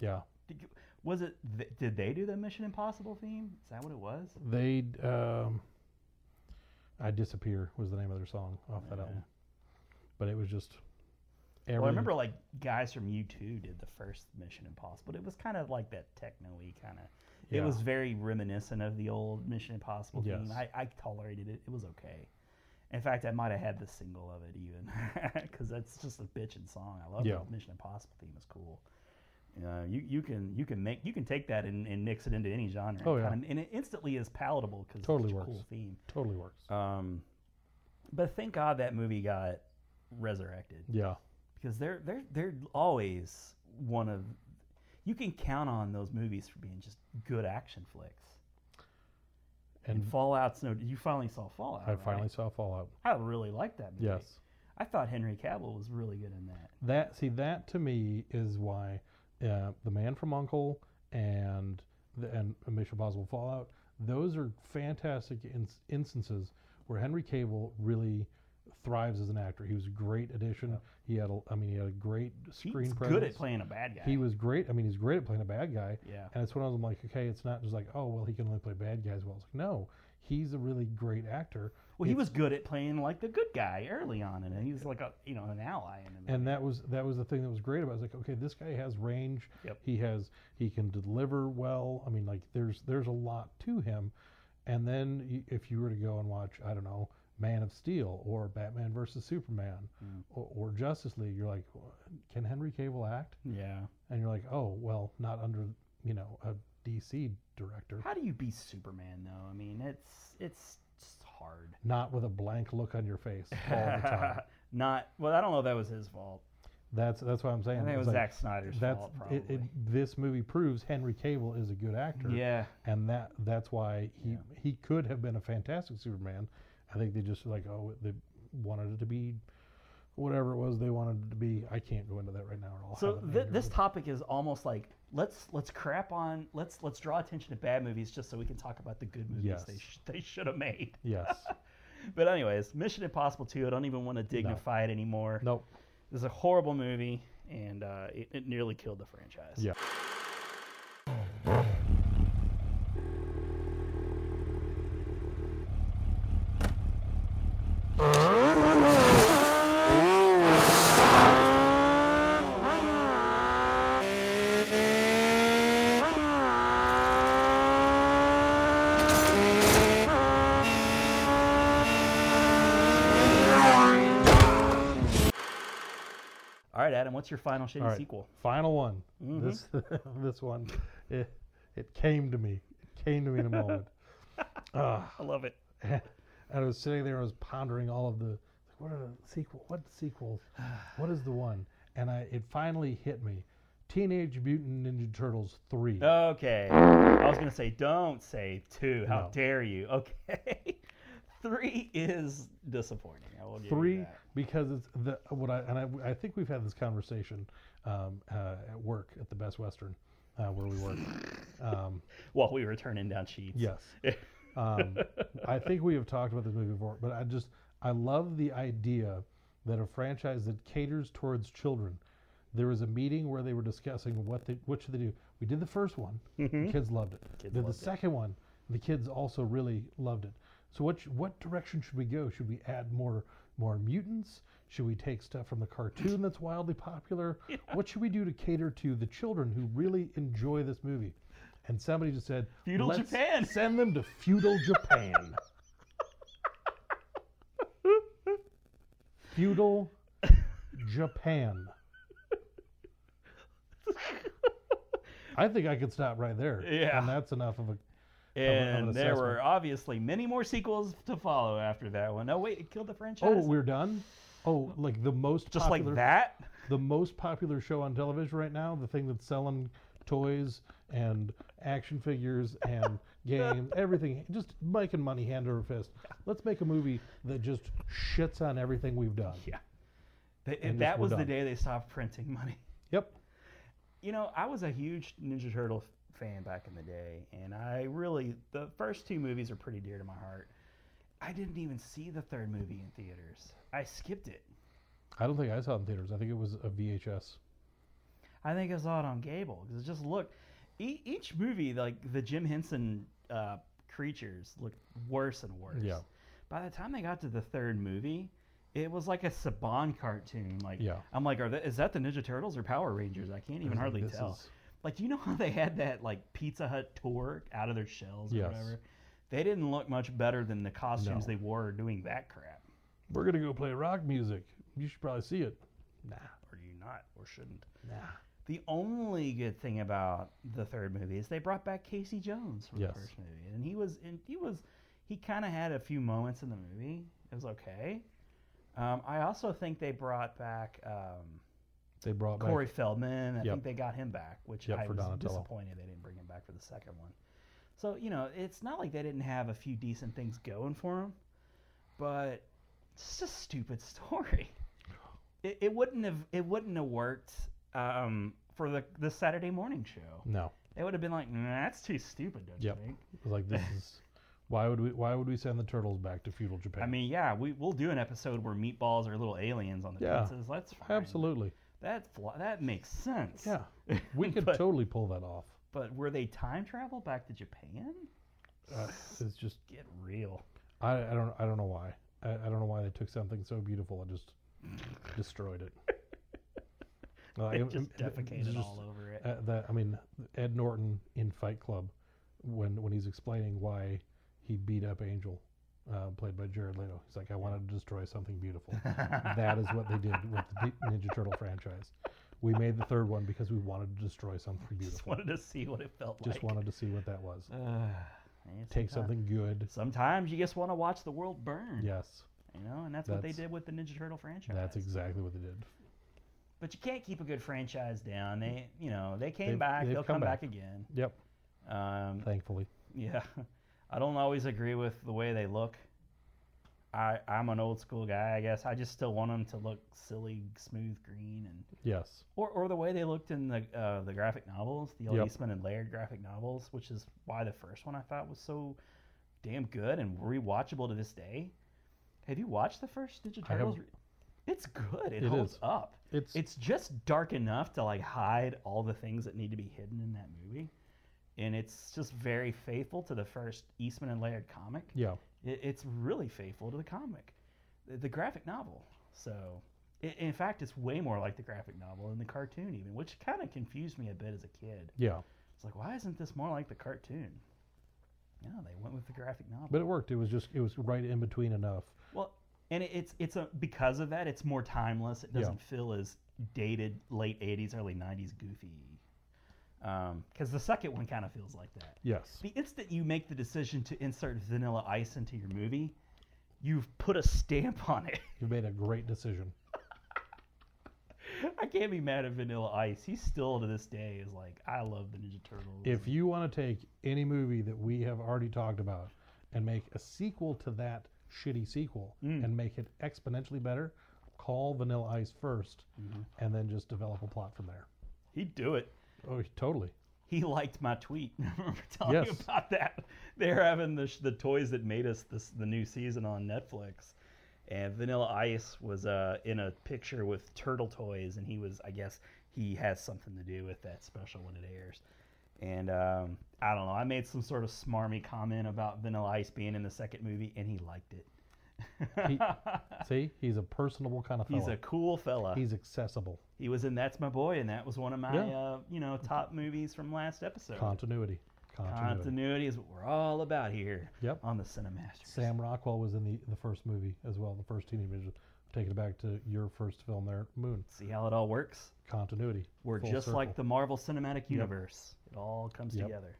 [SPEAKER 2] Yeah.
[SPEAKER 1] Did you, was it? Th- did they do the Mission Impossible theme? Is that what it was?
[SPEAKER 2] They um, I disappear was the name of their song off that album, but it was just.
[SPEAKER 1] Well, I
[SPEAKER 2] everything-
[SPEAKER 1] remember like guys from U two did the first Mission Impossible. but It was kind of like that techno-y kind of. It
[SPEAKER 2] Yeah.
[SPEAKER 1] was very reminiscent of the old Mission Impossible theme.
[SPEAKER 2] Yes.
[SPEAKER 1] I, I tolerated it. It was okay. In fact, I might have had the single of it even because that's just a bitchin' song. I love
[SPEAKER 2] Yeah.
[SPEAKER 1] the Mission Impossible theme. It's cool. Uh, you you can you can make you can take that and, and mix it into any genre.
[SPEAKER 2] Oh, yeah.
[SPEAKER 1] Kinda- and it instantly is palatable because
[SPEAKER 2] Totally
[SPEAKER 1] it's such
[SPEAKER 2] works.
[SPEAKER 1] a cool theme.
[SPEAKER 2] Totally works.
[SPEAKER 1] Um, but thank God that movie got resurrected
[SPEAKER 2] Yeah.
[SPEAKER 1] because they're they're they're always one of you can count on those movies for being just good action flicks. And,
[SPEAKER 2] And-
[SPEAKER 1] Fallout's no. You finally saw Fallout.
[SPEAKER 2] I finally
[SPEAKER 1] right?
[SPEAKER 2] saw Fallout.
[SPEAKER 1] I really liked that movie.
[SPEAKER 2] Yes.
[SPEAKER 1] I thought Henry Cavill was really good in that.
[SPEAKER 2] That see that to me is why uh, the Man from Uncle and the, and Mission Impossible Fallout those are fantastic ins instances where Henry Cable really thrives as an actor. He was a great addition. He had a, I mean he had a great screen
[SPEAKER 1] He's
[SPEAKER 2] presence.
[SPEAKER 1] good at playing a bad guy.
[SPEAKER 2] He was great. I mean he's great at playing a bad guy.
[SPEAKER 1] Yeah.
[SPEAKER 2] And it's one of them like okay it's not just like oh well he can only play bad guys well. It's like no he's a really great actor.
[SPEAKER 1] well, he
[SPEAKER 2] It's-
[SPEAKER 1] was good at playing like the good guy early on, and he was like a you know an ally in the movie.
[SPEAKER 2] and that was that was the thing that was great about. It. It's like, okay, this guy has range. He has he can deliver well. I mean, like there's there's a lot to him. And then y- if you were to go and watch, I don't know, Man of Steel or Batman versus Superman or, or Justice League, you're like, "Wha- can Henry Cable act?
[SPEAKER 1] Yeah.
[SPEAKER 2] And you're like, oh well, not under you know a DC director.
[SPEAKER 1] How do you be Superman though? I mean, it's it's just hard.
[SPEAKER 2] Not with a blank look on your face all the time.
[SPEAKER 1] Not well. I don't know. if That was his fault.
[SPEAKER 2] That's that's what I'm saying.
[SPEAKER 1] think it
[SPEAKER 2] It's
[SPEAKER 1] was Zack Snyder's
[SPEAKER 2] that's,
[SPEAKER 1] fault,
[SPEAKER 2] It, it, this movie proves Henry Cable is a good actor.
[SPEAKER 1] Yeah.
[SPEAKER 2] and that that's why he he could have been a fantastic Superman. I think they just like oh they wanted it to be whatever it was they wanted it to be. I can't go into that right now at all.
[SPEAKER 1] So th- this topic is almost like let's let's crap on let's let's draw attention to bad movies just so we can talk about the good movies
[SPEAKER 2] Yes.
[SPEAKER 1] they sh- they should have made.
[SPEAKER 2] Yes.
[SPEAKER 1] but anyways, Mission Impossible 2, I don't even want to dignify it anymore.
[SPEAKER 2] Nope.
[SPEAKER 1] This is a horrible movie and uh, it, it nearly killed the franchise.
[SPEAKER 2] Yeah.
[SPEAKER 1] All right, Adam, what's your final shitty
[SPEAKER 2] All right,
[SPEAKER 1] sequel?
[SPEAKER 2] Final one.
[SPEAKER 1] Mhm.
[SPEAKER 2] This this one, it, it came to me. It came to me in a moment. Ah.
[SPEAKER 1] I love it.
[SPEAKER 2] and I was sitting there, I was pondering all of the like, what are the sequel? What sequel? what is the one? And I it finally hit me, Teenage Mutant Ninja Turtles three.
[SPEAKER 1] Oh, Okay. I was going to say don't say 2. How
[SPEAKER 2] No.
[SPEAKER 1] dare you? Okay. 3 is disappointing. I will give you
[SPEAKER 2] three
[SPEAKER 1] that.
[SPEAKER 2] because it's the what I and I, I think we've had this conversation um, uh, at work at the Best Western uh, where we work. Um,
[SPEAKER 1] While we were turning down sheets.
[SPEAKER 2] Yes. um, I think we have talked about this movie before, but I just I love the idea that a franchise that caters towards children. There was a meeting where they were discussing what they what should they do. We did the first one, the kids loved it.
[SPEAKER 1] Mm-hmm. Kids
[SPEAKER 2] did
[SPEAKER 1] loved it.
[SPEAKER 2] the second one, the kids also really loved it. So what sh- what direction should we go? Should we add more more mutants? Should we take stuff from the cartoon that's wildly popular? What should we do to cater to the children who really enjoy this movie? And somebody just said,
[SPEAKER 1] Feudal
[SPEAKER 2] "Let's
[SPEAKER 1] Japan."
[SPEAKER 2] Send them to feudal Japan. feudal Japan. I think I could stop right there.
[SPEAKER 1] Yeah.
[SPEAKER 2] and that's enough of a. of a- of an
[SPEAKER 1] And there
[SPEAKER 2] assessment.
[SPEAKER 1] were obviously many more sequels to follow after that one. Oh wait, it killed the franchise.
[SPEAKER 2] Oh, we're done. Oh, like the most
[SPEAKER 1] Just like
[SPEAKER 2] popular-
[SPEAKER 1] that?
[SPEAKER 2] The most popular show on television right now, the thing that's selling toys and action figures and games, everything, just making money hand over fist. Let's make a movie that just shits on everything we've done.
[SPEAKER 1] Yeah, Th-
[SPEAKER 2] And just
[SPEAKER 1] that
[SPEAKER 2] we're
[SPEAKER 1] was the
[SPEAKER 2] done.
[SPEAKER 1] day they stopped printing money.
[SPEAKER 2] Yep.
[SPEAKER 1] You know, I was a huge Ninja Turtle f- fan back in the day, and I really the first two movies are pretty dear to my heart. I didn't even see the third movie in theaters. I skipped it.
[SPEAKER 2] I don't think I saw it in theaters. I think it was a VHS.
[SPEAKER 1] I think I saw it on Gable because it just looked. E- each movie, like the Jim Henson uh, creatures, looked worse and worse.
[SPEAKER 2] Yeah.
[SPEAKER 1] By the time they got to the third movie, it was like a Saban cartoon. Like,
[SPEAKER 2] Yeah.
[SPEAKER 1] I'm like, are that, is that the Ninja Turtles or Power Rangers? I can't
[SPEAKER 2] was
[SPEAKER 1] even
[SPEAKER 2] like,
[SPEAKER 1] hardly
[SPEAKER 2] this
[SPEAKER 1] tell.
[SPEAKER 2] is-
[SPEAKER 1] Like, do you know how they had that like Pizza Hut tour out of their shells or
[SPEAKER 2] Yes.
[SPEAKER 1] whatever? They didn't look much better than the costumes they wore doing that crap.
[SPEAKER 2] We're gonna go play rock music. You should probably see it. Nah.
[SPEAKER 1] Or you not, or shouldn't.
[SPEAKER 2] Nah.
[SPEAKER 1] The only good thing about the third movie is they brought back Casey Jones from
[SPEAKER 2] Yes.
[SPEAKER 1] the first movie, and he was and he was he kind of had a few moments in the movie. It was okay. Um, I also think they brought back um,
[SPEAKER 2] They brought back-
[SPEAKER 1] Corey Feldman. I
[SPEAKER 2] Yep.
[SPEAKER 1] think they got him back, which
[SPEAKER 2] Yep,
[SPEAKER 1] I
[SPEAKER 2] for
[SPEAKER 1] was
[SPEAKER 2] Donatello.
[SPEAKER 1] disappointed they didn't bring him back for the second one. So you know, it's not like they didn't have a few decent things going for him, but it's just a stupid story. It, it wouldn't have it wouldn't have worked um, for the the Saturday morning show.
[SPEAKER 2] No.
[SPEAKER 1] They would have been like, nah, that's too stupid, don't
[SPEAKER 2] Yep.
[SPEAKER 1] you think?
[SPEAKER 2] It was like this is why would we why would we send the turtles back to feudal Japan?
[SPEAKER 1] I mean, yeah, we we'll do an episode where meatballs are little aliens on the
[SPEAKER 2] Yeah.
[SPEAKER 1] pizzas. That's fine.
[SPEAKER 2] absolutely.
[SPEAKER 1] That fl- that makes sense.
[SPEAKER 2] Yeah. We could
[SPEAKER 1] But-
[SPEAKER 2] totally pull that off.
[SPEAKER 1] But were they time travel back to Japan?
[SPEAKER 2] Uh, it's just
[SPEAKER 1] get real.
[SPEAKER 2] I, I don't I don't know why I, I don't know why they took something so beautiful and just destroyed it. Uh,
[SPEAKER 1] They
[SPEAKER 2] it-
[SPEAKER 1] just
[SPEAKER 2] it- it's
[SPEAKER 1] defecated all over it.
[SPEAKER 2] Uh, that I mean, Ed Norton in Fight Club, when when he's explaining why he beat up Angel, uh, played by Jared Leto, he's like, "I wanted to destroy something beautiful." uh, that is what they did with the D- Ninja Turtle franchise. We made the third one because we wanted to destroy something beautiful.
[SPEAKER 1] Just wanted to see what it felt like.
[SPEAKER 2] Just wanted to see what that was.
[SPEAKER 1] Man, sometime-
[SPEAKER 2] Take something good.
[SPEAKER 1] Sometimes you just want to watch the world burn.
[SPEAKER 2] Yes.
[SPEAKER 1] You know, and that's, what they
[SPEAKER 2] That's-
[SPEAKER 1] did with the Ninja Turtle franchise.
[SPEAKER 2] That's exactly what they did.
[SPEAKER 1] But you can't keep a good franchise down. They, you know, they came
[SPEAKER 2] They've-
[SPEAKER 1] back.
[SPEAKER 2] they've
[SPEAKER 1] They'll come,
[SPEAKER 2] come
[SPEAKER 1] back.
[SPEAKER 2] back.
[SPEAKER 1] again.
[SPEAKER 2] Yep.
[SPEAKER 1] Um,
[SPEAKER 2] Thankfully.
[SPEAKER 1] Yeah, I don't always agree with the way they look. I I'm an old school guy, I guess. I just still want them to look silly, smooth green, and
[SPEAKER 2] Yes.
[SPEAKER 1] or or the way they looked in the uh, the graphic novels, the old
[SPEAKER 2] Yep.
[SPEAKER 1] Eastman and Laird graphic novels, which is why the first one I thought was so damn good and rewatchable to this day. Have you watched the first Ninja
[SPEAKER 2] I have-
[SPEAKER 1] Turtles? It's good. It,
[SPEAKER 2] It
[SPEAKER 1] holds
[SPEAKER 2] is.
[SPEAKER 1] up.
[SPEAKER 2] It's
[SPEAKER 1] it's just dark enough to like hide all the things that need to be hidden in that movie, and it's just very faithful to the first Eastman and Laird comic.
[SPEAKER 2] Yeah.
[SPEAKER 1] It, it's really faithful to the comic, the, the graphic novel. So, i in fact, it's way more like the graphic novel than the cartoon, even, which kind of confused me a bit as a kid.
[SPEAKER 2] Yeah.
[SPEAKER 1] It's like, why isn't this more like the cartoon? No, they went with the graphic novel.
[SPEAKER 2] But it worked. It was just it was right in between enough.
[SPEAKER 1] Well, and it, it's it's a because of that, it's more timeless. It
[SPEAKER 2] Yeah.
[SPEAKER 1] doesn't feel as dated, late '80s, early '90s goofy. Because the second one kind of feels like that.
[SPEAKER 2] Yes.
[SPEAKER 1] The instant you make the decision to insert Vanilla Ice into your movie, you've put a stamp on it.
[SPEAKER 2] You made a great decision.
[SPEAKER 1] I can't be mad at Vanilla Ice. He still to this day is like, I love the Ninja Turtles.
[SPEAKER 2] If you want to take any movie that we have already talked about and make a sequel to that shitty sequel and make it exponentially better, call Vanilla Ice 1st and then just develop a plot from there.
[SPEAKER 1] He'd do it.
[SPEAKER 2] Oh, totally.
[SPEAKER 1] He liked my tweet. Remember telling you
[SPEAKER 2] Yes.
[SPEAKER 1] about that? They're having the, sh- the toys that made us this the new season on Netflix, and Vanilla Ice was uh, in a picture with turtle toys, and he was, I guess, he has something to do with that special when it airs. And um, I don't know. I made some sort of smarmy comment about Vanilla Ice being in the second movie, and he liked it.
[SPEAKER 2] He, see, he's a personable kind of fella.
[SPEAKER 1] He's a cool fella.
[SPEAKER 2] He's accessible.
[SPEAKER 1] He was in That's My Boy, and that was one of my,
[SPEAKER 2] Yeah.
[SPEAKER 1] uh, you know, top movies from last episode.
[SPEAKER 2] Continuity. Continuity.
[SPEAKER 1] Continuity is what we're all about here
[SPEAKER 2] Yep.
[SPEAKER 1] on the Cinemaster.
[SPEAKER 2] Sam Rockwell was in the, the first movie as well, the first Teenage Mutant. Taking it back to your first film there, Moon.
[SPEAKER 1] See how it all works?
[SPEAKER 2] Continuity.
[SPEAKER 1] We're
[SPEAKER 2] Full
[SPEAKER 1] just like
[SPEAKER 2] circle.
[SPEAKER 1] the Marvel Cinematic Universe. It all comes
[SPEAKER 2] Yep.
[SPEAKER 1] together.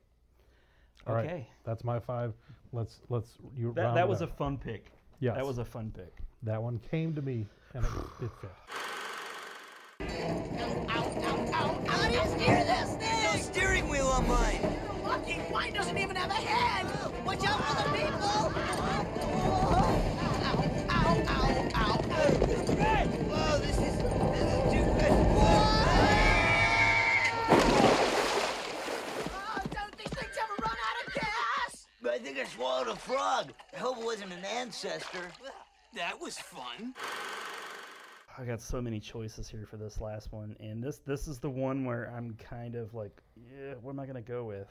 [SPEAKER 2] All right,
[SPEAKER 1] okay.
[SPEAKER 2] that's my five. Let's let's you.
[SPEAKER 1] That,
[SPEAKER 2] round
[SPEAKER 1] that
[SPEAKER 2] it
[SPEAKER 1] was a
[SPEAKER 2] up.
[SPEAKER 1] fun pick.
[SPEAKER 2] Yes.
[SPEAKER 1] That was a fun pick.
[SPEAKER 2] That one came to me and it, it fit.
[SPEAKER 15] How do you steer this thing? No steering wheel on mine. Lucky mine doesn't even have a head. Watch out for the people. Ow, ow, ow, ow. Whoa, this is, this is too good. Whoa. Oh, don't these things ever run out of gas?
[SPEAKER 16] I think I swallowed a frog. I hope it wasn't an ancestor. That was fun.
[SPEAKER 1] I got so many choices here for this last one, and this this is the one where I'm kind of like, yeah, what am I gonna go with?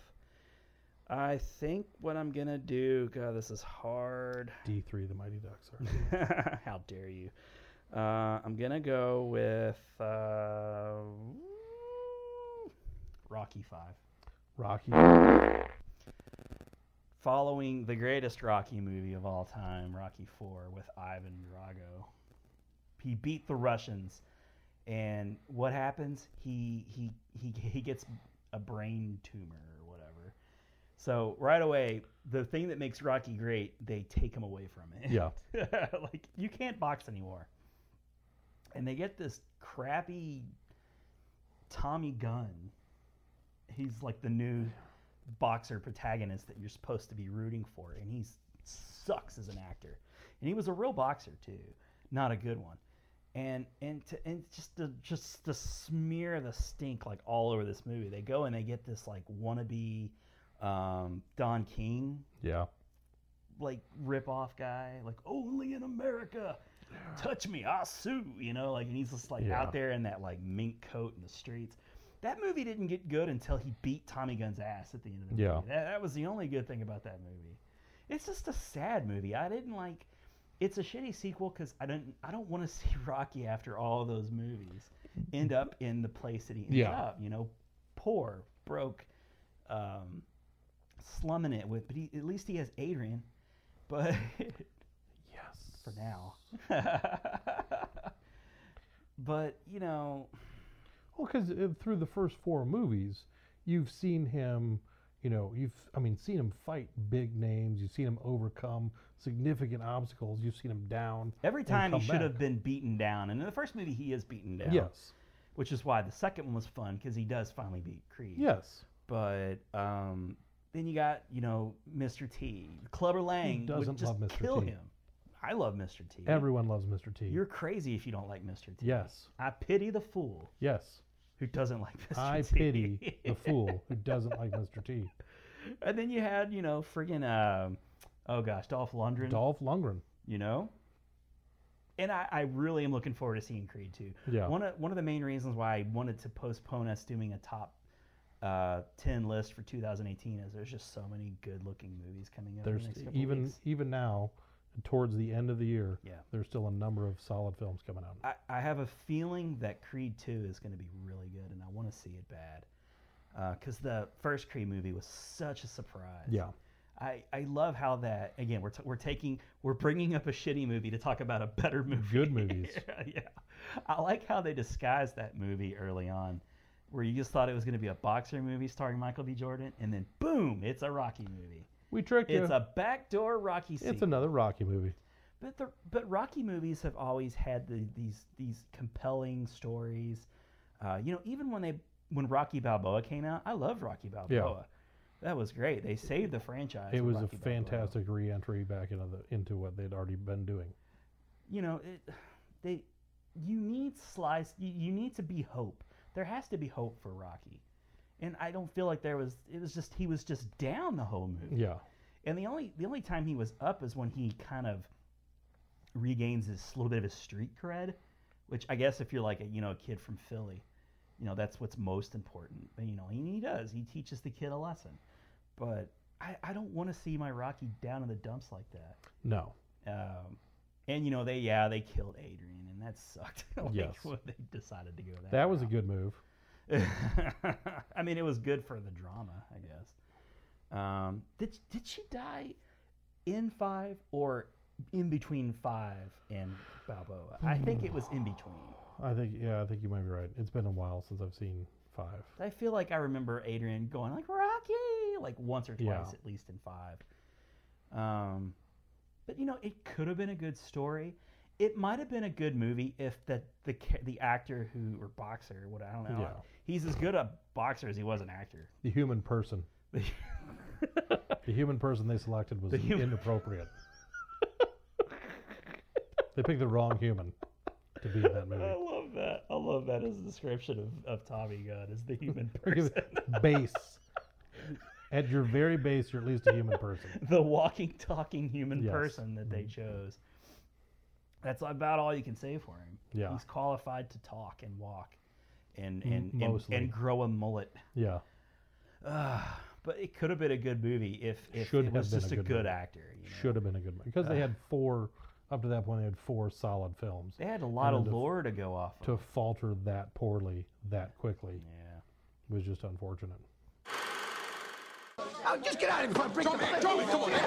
[SPEAKER 1] I think what I'm gonna do. God, this is hard.
[SPEAKER 2] D three, the Mighty Ducks are.
[SPEAKER 1] How dare you? Uh, I'm gonna go with uh, Rocky Five.
[SPEAKER 2] Rocky.
[SPEAKER 1] Following the greatest Rocky movie of all time, Rocky Four, with Ivan Drago. He beat the Russians, and what happens? He he he he gets a brain tumor or whatever. So right away, the thing that makes Rocky great, they take him away from it.
[SPEAKER 2] Yeah.
[SPEAKER 1] like you can't box anymore. And they get this crappy Tommy Gunn. He's like the new boxer protagonist that you're supposed to be rooting for, and he sucks as an actor. And he was a real boxer too, not a good one. And and to, and just to just to smear the stink like all over this movie, they go and they get this like wannabe um, Don King
[SPEAKER 2] Yeah.
[SPEAKER 1] like rip off guy, like only in America. Touch me, I'll sue. You know, like and he's just like
[SPEAKER 2] Yeah.
[SPEAKER 1] out there in that like mink coat in the streets. That movie didn't get good until he beat Tommy Gunn's ass at the end of the
[SPEAKER 2] Yeah.
[SPEAKER 1] movie. That, that was the only good thing about that movie. It's just a sad movie. I didn't like. It's a shitty sequel because I don't. I don't want to see Rocky after all those movies end up in the place that he ends
[SPEAKER 2] Yeah.
[SPEAKER 1] up. You know, poor, broke, um, slumming it with. But he, at least he has Adrian. But
[SPEAKER 2] yes,
[SPEAKER 1] for now. but you know,
[SPEAKER 2] Well, because through the first four movies, you've seen him. You know, you've I mean, seen him fight big names. You've seen him overcome significant obstacles. You've seen him down
[SPEAKER 1] every
[SPEAKER 2] and
[SPEAKER 1] time he
[SPEAKER 2] come
[SPEAKER 1] should
[SPEAKER 2] back.
[SPEAKER 1] have been beaten down, and in the first movie he is beaten down.
[SPEAKER 2] Yes.
[SPEAKER 1] Which is why the second one was fun because he does finally beat Creed.
[SPEAKER 2] Yes.
[SPEAKER 1] But um, then you got you know Mr. T, Clubber Lang would
[SPEAKER 2] doesn't
[SPEAKER 1] just
[SPEAKER 2] love Mr.
[SPEAKER 1] Kill
[SPEAKER 2] T?
[SPEAKER 1] him. I love Mr. T.
[SPEAKER 2] Everyone loves Mr. T.
[SPEAKER 1] You're crazy if you don't like Mr. T.
[SPEAKER 2] Yes.
[SPEAKER 1] I pity the fool
[SPEAKER 2] Yes.
[SPEAKER 1] who doesn't like Mr.
[SPEAKER 2] I
[SPEAKER 1] T.
[SPEAKER 2] pity the fool who doesn't like Mr. T.
[SPEAKER 1] And then you had, you know, friggin' um, oh gosh, Dolph Lundgren.
[SPEAKER 2] Dolph Lundgren.
[SPEAKER 1] You know. And I, I really am looking forward to seeing Creed too.
[SPEAKER 2] Yeah.
[SPEAKER 1] One of one of the main reasons why I wanted to postpone us doing a top uh, ten list for 2018 is there's just so many good looking movies coming out. in the
[SPEAKER 2] There's
[SPEAKER 1] next couple
[SPEAKER 2] even
[SPEAKER 1] weeks.
[SPEAKER 2] even now, towards the end of the year,
[SPEAKER 1] Yeah.
[SPEAKER 2] there's still a number of solid films coming out.
[SPEAKER 1] I, I have a feeling that Creed 2 is going to be really good, and I want to see it bad. Because the first Creed movie was such a surprise.
[SPEAKER 2] Yeah.
[SPEAKER 1] I, I love how that, again, we're, t- we're taking, we're bringing up a shitty movie to talk about a better movie.
[SPEAKER 2] Good movies.
[SPEAKER 1] yeah. I like how they disguised that movie early on, where you just thought it was going to be a boxer movie starring Michael B. Jordan, and then boom, it's a Rocky movie.
[SPEAKER 2] We tricked
[SPEAKER 1] It's
[SPEAKER 2] you.
[SPEAKER 1] a backdoor Rocky sequel.
[SPEAKER 2] It's another Rocky movie.
[SPEAKER 1] But the but Rocky movies have always had the, these these compelling stories. Uh, you know, even when they when Rocky Balboa came out, I loved Rocky Balboa. That was great. They saved the franchise.
[SPEAKER 2] It
[SPEAKER 1] with
[SPEAKER 2] was a
[SPEAKER 1] Rocky Balboa.
[SPEAKER 2] fantastic re-entry back into the, into what they'd already been doing.
[SPEAKER 1] You know, it, they you need slice. You, you need to be hope. There has to be hope for Rocky, and I don't feel like there was. It was just he was just down the whole movie.
[SPEAKER 2] Yeah.
[SPEAKER 1] And the only the only time he was up is when he kind of regains his little bit of his street cred, which I guess if you're like a you know a kid from Philly, you know that's what's most important. But, you know, and he does. He teaches the kid a lesson. But I, I don't want to see my Rocky down in the dumps like that.
[SPEAKER 2] No.
[SPEAKER 1] Um, and you know they yeah they killed Adrian and that sucked. like,
[SPEAKER 2] Yes.
[SPEAKER 1] when they decided to go that.
[SPEAKER 2] That was a good move.
[SPEAKER 1] route. I mean, it was good for the drama, I guess. Um, did did she die in five or in between five and Balboa? I think it was in between.
[SPEAKER 2] I think yeah, I think you might be right. It's been a while since I've seen five.
[SPEAKER 1] I feel like I remember Adrian going like Rocky, like once or twice
[SPEAKER 2] Yeah.
[SPEAKER 1] at least in five. Um, but you know, it could have been a good story. It might have been a good movie if the the ca- the actor who or boxer, what I don't know,
[SPEAKER 2] Yeah.
[SPEAKER 1] he's as good a boxer as he was an actor.
[SPEAKER 2] The human person.
[SPEAKER 1] The,
[SPEAKER 2] human person they selected was
[SPEAKER 1] The human-
[SPEAKER 2] inappropriate. they picked the wrong human to be in that movie.
[SPEAKER 1] I love that. I love that as a description of, of Tommy Gunn as the human person.
[SPEAKER 2] base. At your very base, you're at least a human person.
[SPEAKER 1] the walking, talking human
[SPEAKER 2] Yes. Mm-hmm.
[SPEAKER 1] person that they chose. That's about all you can say for him.
[SPEAKER 2] Yeah.
[SPEAKER 1] He's qualified to talk and walk and
[SPEAKER 2] M-
[SPEAKER 1] and, and,
[SPEAKER 2] mostly.
[SPEAKER 1] and grow a mullet.
[SPEAKER 2] Yeah.
[SPEAKER 1] Ah, but it could have been a good movie if, if
[SPEAKER 2] Should
[SPEAKER 1] it
[SPEAKER 2] have
[SPEAKER 1] was
[SPEAKER 2] been
[SPEAKER 1] just
[SPEAKER 2] a
[SPEAKER 1] a
[SPEAKER 2] good
[SPEAKER 1] good,
[SPEAKER 2] movie.
[SPEAKER 1] actor.
[SPEAKER 2] Should have been a good movie because they
[SPEAKER 1] Uh.
[SPEAKER 2] had four up to that point. They had four solid films.
[SPEAKER 1] They had a lot
[SPEAKER 2] And
[SPEAKER 1] of
[SPEAKER 2] then to-
[SPEAKER 1] lore to go off of.
[SPEAKER 2] To falter that poorly, that quickly,
[SPEAKER 1] yeah,
[SPEAKER 2] was just unfortunate.
[SPEAKER 15] Oh, just get out of here before I break the back. Come on, man.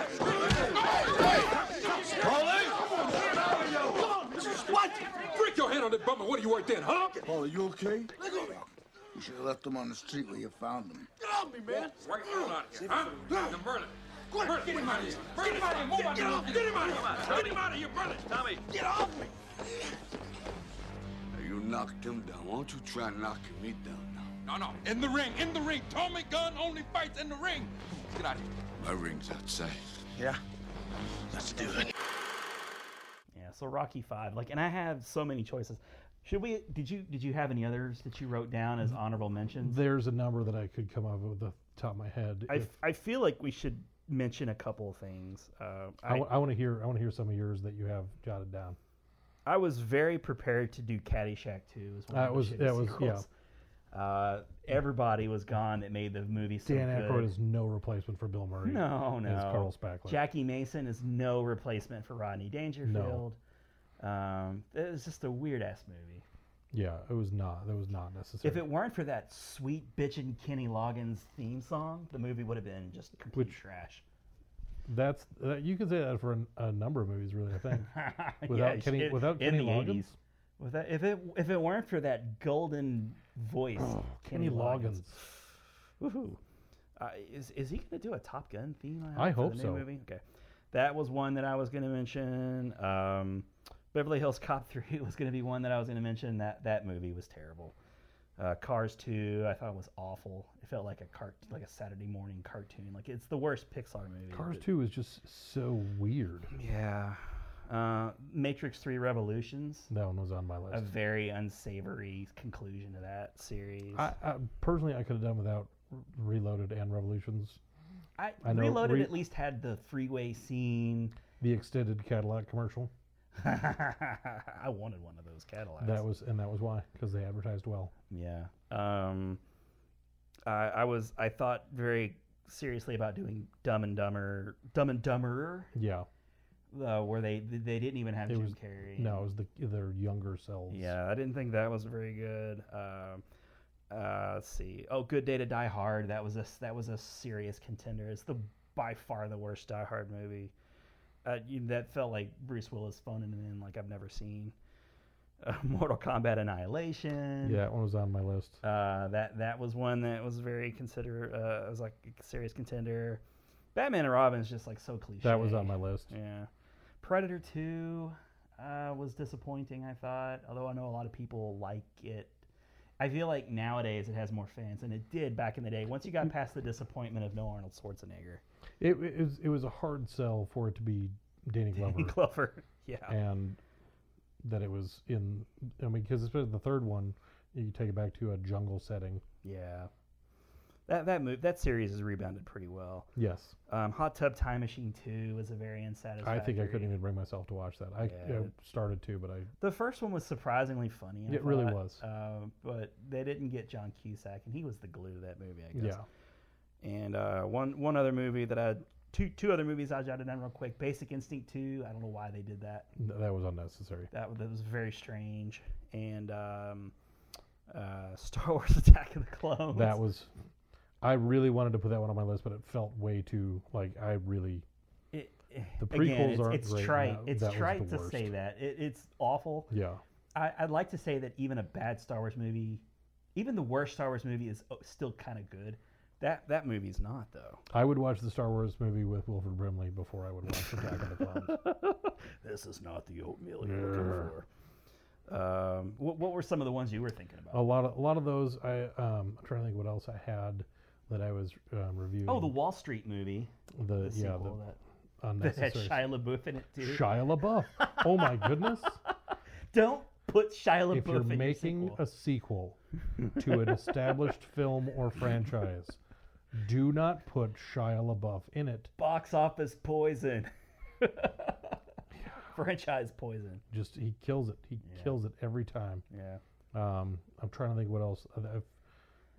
[SPEAKER 17] What? Break your hand on that bummer. What do you work then, huh?
[SPEAKER 18] Paul, are you okay? You should have left them on the street where you found them.
[SPEAKER 17] Get off me, man. Right on out of here, huh? Now, Merlin. Merlin, get him out of here. Get him out of here. Move on. Get him out of here. Get him out of here, Merlin. Tommy. Get off me.
[SPEAKER 7] Now, you knocked him down. Why don't you try knocking me down now?
[SPEAKER 17] No, no. In the ring. In the ring. Tommy Gunn only fights in the ring. Get out of here.
[SPEAKER 7] My ring's outside.
[SPEAKER 18] Yeah? Let's do it.
[SPEAKER 1] yeah. So Rocky Five, like, and I have so many choices. Should we? Did you did you have any others that you wrote down as honorable mentions?
[SPEAKER 2] There's a number that I could come up with off the top of my head.
[SPEAKER 1] I,
[SPEAKER 2] if-
[SPEAKER 1] f- I feel like we should mention a couple of things. Uh,
[SPEAKER 2] I, want to hear I want to hear some of yours that you have jotted down.
[SPEAKER 1] I was very prepared to do Caddyshack 2. As one
[SPEAKER 2] That
[SPEAKER 1] of
[SPEAKER 2] was-
[SPEAKER 1] the
[SPEAKER 2] that was-
[SPEAKER 1] sequels. Uh, everybody was gone that made the movie so
[SPEAKER 2] Dan
[SPEAKER 1] good.
[SPEAKER 2] Aykroyd is no replacement for Bill Murray.
[SPEAKER 1] no, no.
[SPEAKER 2] As Carl Spackler.
[SPEAKER 1] Jackie Mason is no replacement for Rodney Dangerfield. Um, it was just a weird ass movie.
[SPEAKER 2] yeah, it was not. That was not necessary.
[SPEAKER 1] If it weren't for that sweet bitchin' Kenny Loggins theme song, the movie would have been just complete trash.
[SPEAKER 2] That's that, you could say that for an, a number of movies, really. I think without
[SPEAKER 1] Yeah,
[SPEAKER 2] Kenny
[SPEAKER 1] it-
[SPEAKER 2] without
[SPEAKER 1] in
[SPEAKER 2] Kenny
[SPEAKER 1] the
[SPEAKER 2] Loggins,
[SPEAKER 1] 80s. Without- if it if it weren't for that golden voice,
[SPEAKER 2] Oh, Kenny
[SPEAKER 1] Kenny Loggins. Woohoo! Uh, is is he gonna do a Top Gun theme? on
[SPEAKER 2] I
[SPEAKER 1] for
[SPEAKER 2] hope
[SPEAKER 1] the new
[SPEAKER 2] so.
[SPEAKER 1] Movie? Okay, that was one that I was gonna mention. Um, Beverly Hills Cop Three was gonna be one that I was gonna mention. That that movie was terrible. Uh, Cars Two, I thought was awful. It felt like a cart, like a Saturday morning cartoon. Like it's the worst Pixar movie.
[SPEAKER 2] Cars
[SPEAKER 1] but-
[SPEAKER 2] Two is just so weird.
[SPEAKER 1] Yeah, uh, Matrix Three Revolutions.
[SPEAKER 2] that one was on my
[SPEAKER 1] A
[SPEAKER 2] list.
[SPEAKER 1] very unsavory conclusion to that series.
[SPEAKER 2] I, I personally I could have done without R- Reloaded and Revolutions.
[SPEAKER 1] I,
[SPEAKER 2] I know
[SPEAKER 1] Reloaded
[SPEAKER 2] re-
[SPEAKER 1] at least had the freeway scene.
[SPEAKER 2] The extended Cadillac commercial
[SPEAKER 1] I wanted one of those Cadillacs.
[SPEAKER 2] that was and that was why because they advertised well.
[SPEAKER 1] yeah. Um, I, I was I thought very seriously about doing Dumb and Dumber, Dumb and Dumberer,
[SPEAKER 2] Yeah,
[SPEAKER 1] uh, where they they didn't even have
[SPEAKER 2] it
[SPEAKER 1] Jim
[SPEAKER 2] was
[SPEAKER 1] Carrey.
[SPEAKER 2] no, it was the their younger selves.
[SPEAKER 1] Yeah, I didn't think that was very good. Um, uh, let's see. Oh, Good Day to Die Hard. That was a that was a serious contender. It's the by far the worst Die Hard movie. Uh, you, that felt like Bruce Willis phoning it in like I've never seen. Uh, Mortal Kombat Annihilation.
[SPEAKER 2] yeah, that one was on my list.
[SPEAKER 1] Uh, that that was one that was very consider. Uh, it was like a serious contender. Batman and Robin is just like so cliche.
[SPEAKER 2] That was on my list.
[SPEAKER 1] Yeah. Predator 2 uh, was disappointing, I thought, although I know a lot of people like it. I feel like nowadays it has more fans than it did back in the day. Once you got past the disappointment of no Arnold Schwarzenegger,
[SPEAKER 2] It, it was it was a hard sell for it to be Danny Glover.
[SPEAKER 1] Glover, yeah,
[SPEAKER 2] and that it was in. I mean, because especially the third one, you take it back to a jungle setting.
[SPEAKER 1] yeah, That that move that series has rebounded pretty well.
[SPEAKER 2] Yes.
[SPEAKER 1] Um, Hot Tub Time Machine Two was a very unsatisfactory.
[SPEAKER 2] I think I couldn't even bring myself to watch that. I,
[SPEAKER 1] Yeah.
[SPEAKER 2] I started to, but I
[SPEAKER 1] The first one was surprisingly funny. I
[SPEAKER 2] It really
[SPEAKER 1] thought.
[SPEAKER 2] was.
[SPEAKER 1] Uh, but they didn't get John Cusack, and he was the glue of that movie, I guess.
[SPEAKER 2] Yeah.
[SPEAKER 1] And uh, one one other movie that I two two other movies I jotted down real quick. Basic Instinct Two. I don't know why they did that.
[SPEAKER 2] th- that was unnecessary.
[SPEAKER 1] That wa- that was very strange. And um, uh, Star Wars: Attack of the Clones.
[SPEAKER 2] That was. I really wanted to put that one on my list, but it felt way too like I really.
[SPEAKER 1] It- eh,
[SPEAKER 2] the prequels
[SPEAKER 1] Again, it's,
[SPEAKER 2] aren't
[SPEAKER 1] it's
[SPEAKER 2] great. and
[SPEAKER 1] trite.
[SPEAKER 2] that-
[SPEAKER 1] it's
[SPEAKER 2] that was the
[SPEAKER 1] trite to
[SPEAKER 2] worst.
[SPEAKER 1] say that. It, it's awful.
[SPEAKER 2] Yeah.
[SPEAKER 1] I, I'd like to say that even a bad Star Wars movie, even the worst Star Wars movie, is uh, still kind of good. That that movie's not though.
[SPEAKER 2] I would watch the Star Wars movie with Wilford Brimley before I would watch Attack of the Clowns.
[SPEAKER 1] This is not the oatmeal you're
[SPEAKER 2] Mm.
[SPEAKER 1] looking for. Um, what, what were some of the ones you were thinking about?
[SPEAKER 2] A lot of a lot of those. I um, I'm trying to think what else I had that I was um, reviewing.
[SPEAKER 1] Oh, the Wall Street movie.
[SPEAKER 2] The- yeah,
[SPEAKER 1] sequel
[SPEAKER 2] the
[SPEAKER 1] that, that had
[SPEAKER 2] unnecessary-
[SPEAKER 1] Shia LaBeouf in it too.
[SPEAKER 2] Mm-hmm. Shia LaBeouf. Oh my goodness!
[SPEAKER 1] Don't put Shia LaBeouf
[SPEAKER 2] if you're
[SPEAKER 1] in your
[SPEAKER 2] making
[SPEAKER 1] sequel.
[SPEAKER 2] a sequel to an established film or franchise, do not put Shia LaBeouf in it.
[SPEAKER 1] box office poison, franchise poison.
[SPEAKER 2] Just he kills it. He kills it every time.
[SPEAKER 1] Yeah.
[SPEAKER 2] Um, I'm trying to think what else. I- I've,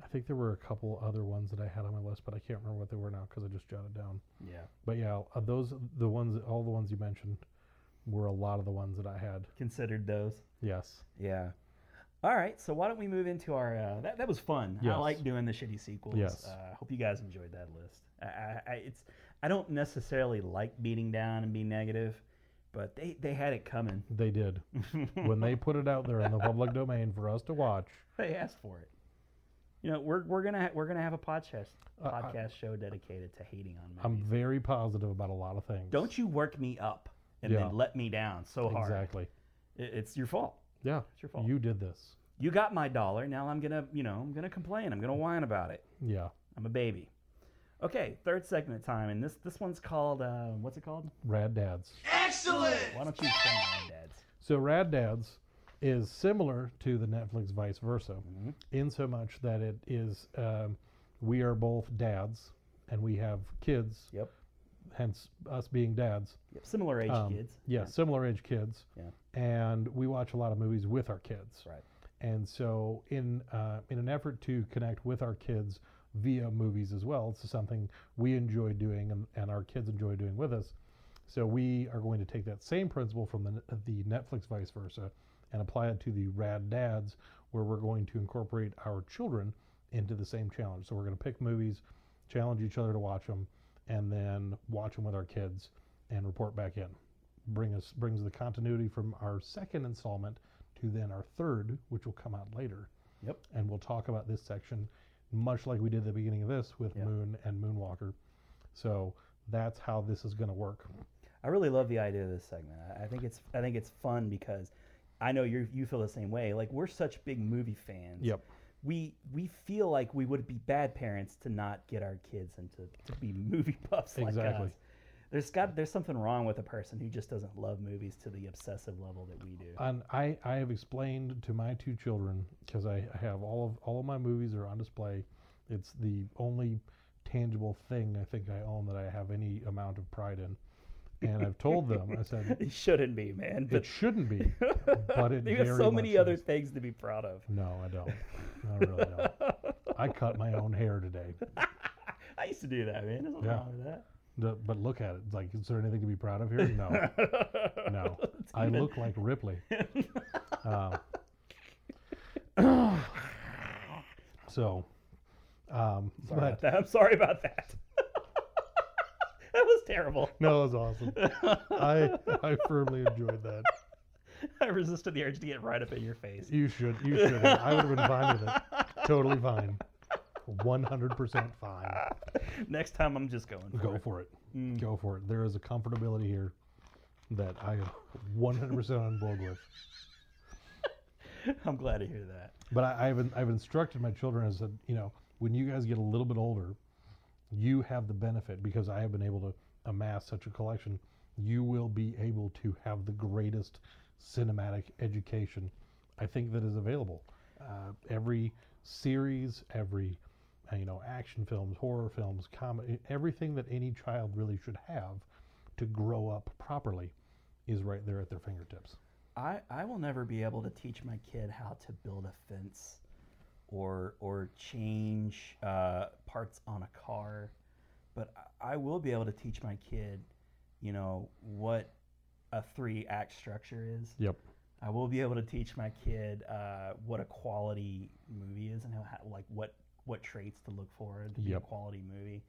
[SPEAKER 2] I think there were a couple other ones that I had on my list, but I can't remember what they were now because I just jotted down.
[SPEAKER 1] Yeah.
[SPEAKER 2] But yeah, uh, those the ones, all the ones you mentioned, were a lot of the ones that I had.
[SPEAKER 1] Considered those.
[SPEAKER 2] Yes.
[SPEAKER 1] Yeah. All right, so why don't we move into our? Uh, that, that was fun. I
[SPEAKER 2] Yes.
[SPEAKER 1] like doing the shitty sequels.
[SPEAKER 2] Yes.
[SPEAKER 1] Uh, I hope you guys enjoyed that list. I, I, I, it's I don't necessarily like beating down and being negative, but they, they had it coming.
[SPEAKER 2] They did. when they put it out there in the public domain for us to watch,
[SPEAKER 1] They asked for it. You know, we're, we're gonna ha- we're gonna have a podcast
[SPEAKER 2] Uh, I-
[SPEAKER 1] podcast show dedicated to hating on movies.
[SPEAKER 2] I'm very positive about a lot of things.
[SPEAKER 1] don't you work me up and
[SPEAKER 2] Yeah.
[SPEAKER 1] then let me down so hard.
[SPEAKER 2] Exactly.
[SPEAKER 1] It, it's your fault.
[SPEAKER 2] Yeah.
[SPEAKER 1] It's your fault.
[SPEAKER 2] You did this.
[SPEAKER 1] You got my dollar. Now I'm gonna you know I'm gonna complain. I'm gonna whine about it.
[SPEAKER 2] Yeah.
[SPEAKER 1] I'm a baby. Okay, third segment time, and this this one's called uh, what's it called?
[SPEAKER 2] Rad dads.
[SPEAKER 1] Excellent. Why don't you explain Rad Dads?
[SPEAKER 2] So Rad Dads is similar to the Netflix Vice Versa,
[SPEAKER 1] Mm-hmm.
[SPEAKER 2] in so much that it is um, we are both dads and we have kids.
[SPEAKER 1] Yep.
[SPEAKER 2] Hence us being dads.
[SPEAKER 1] Yep, similar age
[SPEAKER 2] Um,
[SPEAKER 1] kids.
[SPEAKER 2] Yeah, similar age kids.
[SPEAKER 1] Yeah.
[SPEAKER 2] And we watch a lot of movies with our kids.
[SPEAKER 1] Right.
[SPEAKER 2] And so in uh, in an effort to connect with our kids via movies as well, it's something we enjoy doing and, and our kids enjoy doing with us. So we are going to take that same principle from the, the Netflix vice versa and apply it to the Rad Dads, where we're going to incorporate our children into the same challenge. So we're going to pick movies, challenge each other to watch them, and then watch them with our kids and report back in. Bring us brings the continuity from our second installment to then our third, which will come out later.
[SPEAKER 1] Yep.
[SPEAKER 2] And we'll talk about this section, much like we did at the beginning of this with Moon and Moonwalker. So that's how this is going to work.
[SPEAKER 1] I really love the idea of this segment. I, I think it's I think it's fun because I know you you feel the same way. Like we're such big movie fans.
[SPEAKER 2] Yep.
[SPEAKER 1] We we feel like we would be bad parents to not get our kids into to be movie buffs like
[SPEAKER 2] Exactly.
[SPEAKER 1] us. There's got there's something wrong with a person who just doesn't love movies to the obsessive level that we do.
[SPEAKER 2] And I, I have explained to my two children because I have all of all of my movies are on display. It's the only tangible thing I think I own that I have any amount of pride in. And I've told them, I said,
[SPEAKER 1] it shouldn't be, man. But
[SPEAKER 2] it shouldn't be, but it
[SPEAKER 1] you have
[SPEAKER 2] very
[SPEAKER 1] so
[SPEAKER 2] much
[SPEAKER 1] many other things to be proud of.
[SPEAKER 2] No, I don't. I really don't. I cut my own hair today.
[SPEAKER 1] I used to do that, man. There's nothing
[SPEAKER 2] Yeah.
[SPEAKER 1] wrong with that.
[SPEAKER 2] The, but look at it. It's like, is there anything to be proud of here? No, no.
[SPEAKER 1] It's
[SPEAKER 2] I
[SPEAKER 1] even-
[SPEAKER 2] look like Ripley. um, so, um,
[SPEAKER 1] Sorry
[SPEAKER 2] but
[SPEAKER 1] about that. I'm sorry about that. that was terrible.
[SPEAKER 2] no, it was awesome. I I firmly enjoyed that.
[SPEAKER 1] I resisted the urge to get right up in your face.
[SPEAKER 2] You should. You should. Have. I would have been fine with it. Totally fine. One hundred percent fine.
[SPEAKER 1] Next time, I'm just going. For
[SPEAKER 2] Go
[SPEAKER 1] it.
[SPEAKER 2] for it. Go for it. There is a comfortability here that I am one hundred percent on board with.
[SPEAKER 1] I'm glad to hear that.
[SPEAKER 2] But I, I've I've instructed my children as said, you know, when you guys get a little bit older, you have the benefit because I have been able to amass such a collection. You will be able to have the greatest cinematic education I think that is available. Uh, every series, every uh, you know, action films, horror films, comedy, everything that any child really should have to grow up properly is right there at their fingertips.
[SPEAKER 1] I, I will never be able to teach my kid how to build a fence or or change uh, parts on a car, but I I will be able to teach my kid, you know, what a three act structure is.
[SPEAKER 2] Yep.
[SPEAKER 1] I will be able to teach my kid uh, what a quality movie is and how, how like what what traits to look for to be a
[SPEAKER 2] Yep.
[SPEAKER 1] quality movie.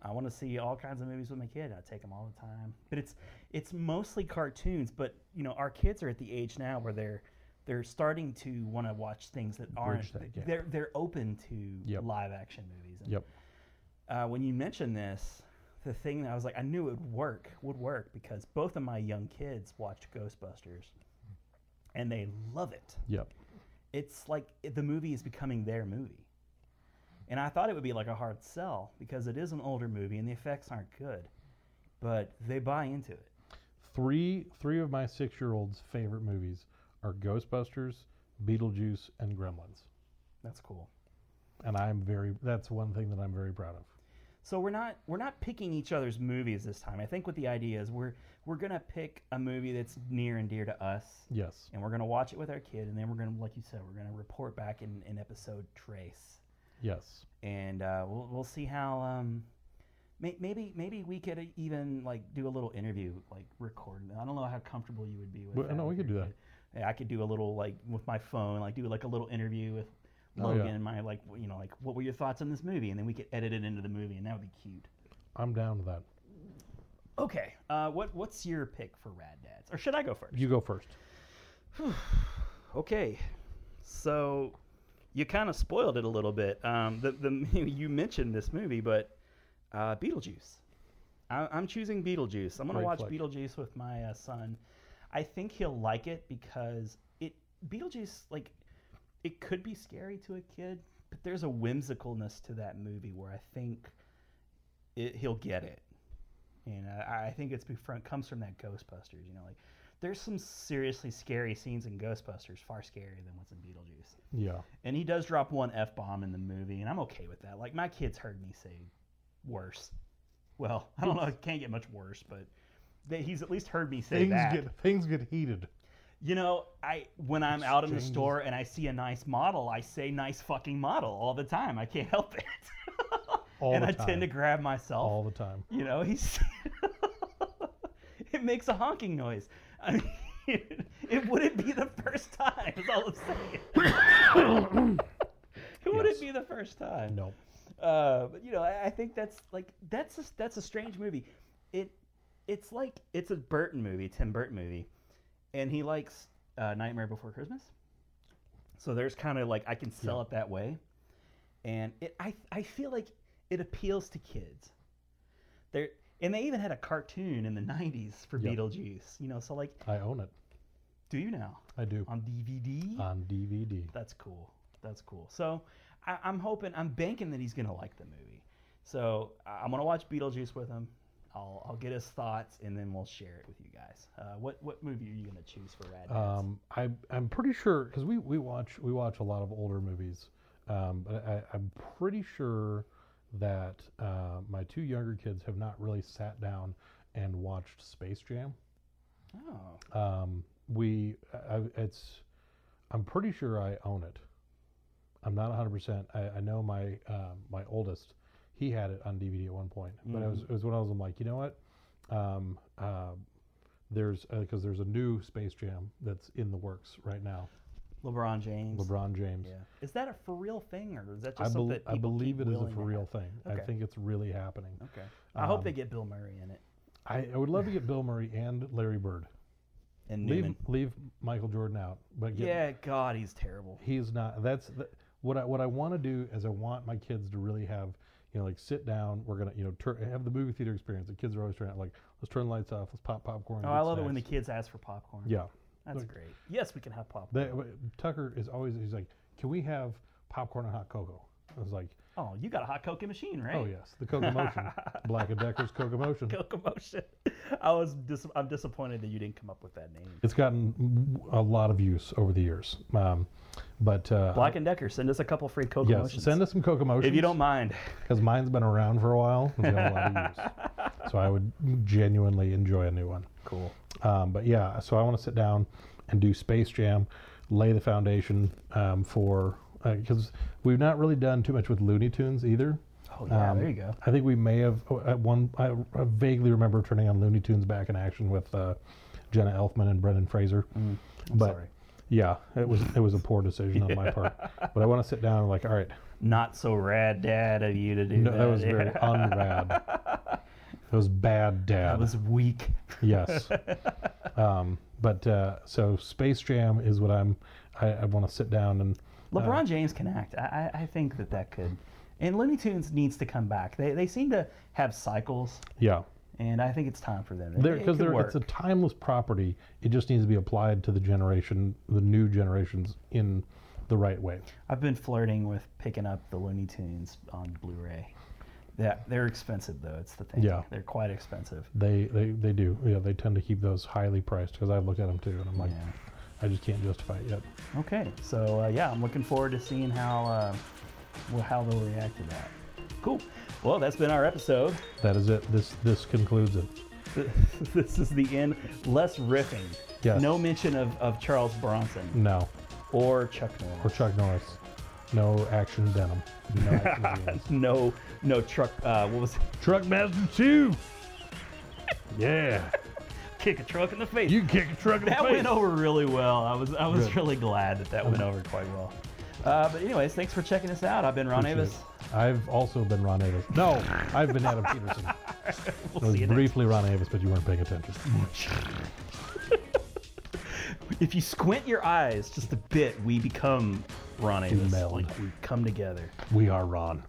[SPEAKER 1] I want to see all kinds of movies with my kid. I take them all the time, but it's it's mostly cartoons. But you know, our kids are at the age now where they're they're starting to want to watch things that aren't.
[SPEAKER 2] that gap.
[SPEAKER 1] they're they're open to
[SPEAKER 2] Yep.
[SPEAKER 1] live action movies. And,
[SPEAKER 2] Yep.
[SPEAKER 1] Uh, when you mentioned this, the thing that I was like, I knew it would work would work because both of my young kids watched Ghostbusters, and they love it.
[SPEAKER 2] Yep.
[SPEAKER 1] It's like i- the movie is becoming their movie. And I thought it would be like a hard sell because it is an older movie and the effects aren't good, but they buy into it.
[SPEAKER 2] Three three of my six year old's favorite movies are Ghostbusters, Beetlejuice, and Gremlins.
[SPEAKER 1] That's cool.
[SPEAKER 2] And I'm very that's one thing that I'm very proud of.
[SPEAKER 1] So we're not we're not picking each other's movies this time. I think what the idea is we're we're gonna pick a movie that's near and dear to us.
[SPEAKER 2] Yes.
[SPEAKER 1] And we're gonna watch it with our kid, and then we're gonna, like you said, we're gonna report back in an episode trace.
[SPEAKER 2] Yes.
[SPEAKER 1] and uh, we'll we'll see how. Um, may, maybe maybe we could even like do a little interview, like record. I don't know how comfortable you would be with.
[SPEAKER 2] Well,
[SPEAKER 1] that
[SPEAKER 2] no, we
[SPEAKER 1] with
[SPEAKER 2] could
[SPEAKER 1] your
[SPEAKER 2] do
[SPEAKER 1] kid. Yeah, I could do a little like with my phone, like do like a little interview with
[SPEAKER 2] Oh, yeah.
[SPEAKER 1] Logan. and My like w- you know like what were your thoughts on this movie, and then we could edit it into the movie, and that would be cute.
[SPEAKER 2] I'm down with that.
[SPEAKER 1] Okay, uh, what what's your pick for Rad Dads, or should I go first?
[SPEAKER 2] You go first.
[SPEAKER 1] Okay, so you kind of spoiled it a little bit. Um, the the you mentioned this movie, but uh, Beetlejuice. I, I'm choosing Beetlejuice. I'm gonna
[SPEAKER 2] Great
[SPEAKER 1] watch
[SPEAKER 2] flick.
[SPEAKER 1] Beetlejuice with my uh, son. I think he'll like it because it Beetlejuice like it could be scary to a kid, but there's a whimsicalness to that movie where I think it, he'll get it. And I, I think it's befront comes from that Ghostbusters. You know, like there's some seriously scary scenes in Ghostbusters, far scarier than what's in Beetlejuice.
[SPEAKER 2] Yeah.
[SPEAKER 1] And he does drop one f bomb in the movie, and I'm okay with that. Like my kids heard me say worse. Well, I don't know. It can't get much worse, but they, he's at least heard me say
[SPEAKER 2] Things
[SPEAKER 1] that.
[SPEAKER 2] get things get heated.
[SPEAKER 1] You know, I when I'm out in the
[SPEAKER 2] Exchanges.
[SPEAKER 1] store and I see a nice model, I say nice fucking model all the time. I can't help it.
[SPEAKER 2] All
[SPEAKER 1] and
[SPEAKER 2] the
[SPEAKER 1] I
[SPEAKER 2] time.
[SPEAKER 1] tend to grab myself.
[SPEAKER 2] all the time.
[SPEAKER 1] You know, he's it makes a honking noise. I mean, it wouldn't be the first time. Is all I'm saying. it wouldn't be the first time.
[SPEAKER 2] No.
[SPEAKER 1] Uh, but you know, I, I think that's like that's a, that's a strange movie. It it's like it's a Burton movie, Tim Burton movie, and he likes uh, Nightmare Before Christmas. So there's kind of like I can sell it that way, and it I I feel like it appeals to kids. There and they even had a cartoon in the '90s for
[SPEAKER 2] Yep.
[SPEAKER 1] Beetlejuice, you know. So like,
[SPEAKER 2] I own it.
[SPEAKER 1] do you now?
[SPEAKER 2] I do.
[SPEAKER 1] On DVD?
[SPEAKER 2] On DVD.
[SPEAKER 1] That's cool. That's cool. So I, I'm hoping, I'm banking that he's gonna like the movie. So I- I'm gonna watch Beetlejuice with him. I'll, I'll get his thoughts and then we'll share it with you guys. Uh, what what movie are you gonna choose for Rad? Dads?
[SPEAKER 2] Um, I I'm pretty sure because we, we watch we watch a lot of older movies, um, but I, I'm pretty sure that uh, my two younger kids have not really sat down and watched Space Jam.
[SPEAKER 1] oh,
[SPEAKER 2] Um, we I, I- it's I'm pretty sure I own it. I'm not 100. percent I, I know my um, my oldest he had it on DVD at one point, but
[SPEAKER 1] Mm.
[SPEAKER 2] it was
[SPEAKER 19] Mhm.
[SPEAKER 2] it was when I was I'm like you know what. Um, uh, there's because there's a new Space Jam that's in the works right now.
[SPEAKER 1] LeBron James.
[SPEAKER 2] LeBron James.
[SPEAKER 1] Yeah. Is that a for real thing or is that
[SPEAKER 2] I,
[SPEAKER 1] just
[SPEAKER 2] bel-
[SPEAKER 1] something that
[SPEAKER 2] I
[SPEAKER 1] people
[SPEAKER 2] believe
[SPEAKER 1] keep
[SPEAKER 2] it is a
[SPEAKER 1] willing
[SPEAKER 2] for
[SPEAKER 1] to
[SPEAKER 2] real
[SPEAKER 1] have?
[SPEAKER 2] thing. I
[SPEAKER 1] Okay.
[SPEAKER 2] think it's really happening.
[SPEAKER 1] Okay. I hope they
[SPEAKER 2] Um,
[SPEAKER 1] get Bill Murray in it.
[SPEAKER 2] I, I would love to get Bill Murray and Larry Bird.
[SPEAKER 1] And
[SPEAKER 2] leave,
[SPEAKER 1] Newman.
[SPEAKER 2] leave Michael Jordan out, but get,
[SPEAKER 1] yeah, God, he's terrible.
[SPEAKER 2] He's not. That's the, what I what I want to do is I want my kids to really have you know like sit down. We're gonna you know tur- have the movie theater experience. The kids are always trying to like let's turn the lights off. Let's pop popcorn.
[SPEAKER 1] Oh,
[SPEAKER 2] get
[SPEAKER 1] I love it when the
[SPEAKER 2] snacks."
[SPEAKER 1] kids ask for popcorn.
[SPEAKER 2] Yeah.
[SPEAKER 1] That's
[SPEAKER 2] Like-
[SPEAKER 1] great. Yes, we can have popcorn.
[SPEAKER 2] That, w- Tucker is always he's like, can we have popcorn and hot cocoa? I was like,
[SPEAKER 1] Oh, you got a hot cocoa machine, right?
[SPEAKER 2] oh yes, the Cocomotion, Black and Decker's Cocomotion.
[SPEAKER 1] Cocomotion. I was dis- I'm disappointed that you didn't come up with that name.
[SPEAKER 2] It's gotten a lot of use over the years. Um, but uh,
[SPEAKER 1] Black and Decker, send us a couple free Coke
[SPEAKER 2] yes,
[SPEAKER 1] emotions.
[SPEAKER 2] send us some Coke emotions
[SPEAKER 1] If you don't mind.
[SPEAKER 2] because mine's been around for a while. It's got a lot of use. So I would genuinely enjoy a new one.
[SPEAKER 1] Cool.
[SPEAKER 2] Um, but yeah, so I want to sit down and do Space Jam, lay the foundation um, for because we've not really done too much with Looney Tunes either.
[SPEAKER 1] Oh yeah,
[SPEAKER 2] Um,
[SPEAKER 1] there you go.
[SPEAKER 2] I think we may have oh, at one. I, I vaguely remember turning on Looney Tunes back in action with uh, Jenna Elfman and Brendan Fraser. but
[SPEAKER 1] Mm, sorry.
[SPEAKER 2] yeah, it was it was a poor decision on my part. But I want to sit down and like, all right,
[SPEAKER 1] Not so rad, Dad, of you to do
[SPEAKER 2] no,
[SPEAKER 1] that.
[SPEAKER 2] that was very
[SPEAKER 1] Yeah.
[SPEAKER 2] unrad. That was bad, Dad.
[SPEAKER 1] That was weak.
[SPEAKER 2] Yes. um, but uh, so Space Jam is what I'm. I, I want to sit down and uh,
[SPEAKER 1] LeBron James can act. I, I I think that that could. And Looney Tunes needs to come back. They they seem to have cycles,
[SPEAKER 2] yeah,
[SPEAKER 1] and I think it's time for them. It- it
[SPEAKER 2] because
[SPEAKER 1] could
[SPEAKER 2] it's a timeless property. It just needs to be applied to the generation, the new generations, in the right way.
[SPEAKER 1] I've been flirting with picking up the Looney Tunes on Blu-ray. Yeah, they're expensive though. It's the thing.
[SPEAKER 2] Yeah.
[SPEAKER 1] they're quite expensive.
[SPEAKER 2] They they, they do. Yeah, they tend to keep those highly priced because I've looked at them too, and I'm like, I just can't justify it yet.
[SPEAKER 1] Okay, so uh, yeah, I'm looking forward to seeing how uh, well, how they'll react to that. Cool. Well, that's been our episode.
[SPEAKER 2] That is it. This this concludes it.
[SPEAKER 1] this is the end. Less riffing.
[SPEAKER 2] Yes.
[SPEAKER 1] No mention of, of Charles Bronson
[SPEAKER 2] No,
[SPEAKER 1] or Chuck Norris.
[SPEAKER 2] or Chuck Norris. No action denim. No action heroes.
[SPEAKER 1] no, no truck. Uh, what was it?
[SPEAKER 2] Truckmaster Two. Yeah.
[SPEAKER 1] Kick a truck in the face.
[SPEAKER 2] You kick a truck in the
[SPEAKER 1] that
[SPEAKER 2] face.
[SPEAKER 1] went over really well. I was I was
[SPEAKER 2] Good.
[SPEAKER 1] really glad that that went over quite well. Uh, but anyways, thanks for checking us out. I've been Ron
[SPEAKER 2] Appreciate
[SPEAKER 1] Avis.
[SPEAKER 2] it. I've also been Ron Avis. No, I've been Adam Peterson.
[SPEAKER 1] We'll
[SPEAKER 2] I was
[SPEAKER 1] see you next-
[SPEAKER 2] briefly Ron Avis, but you weren't paying attention.
[SPEAKER 1] If you squint your eyes just a bit, we become Ron Avis.
[SPEAKER 2] meld.
[SPEAKER 1] Like we come together.
[SPEAKER 2] we are Ron.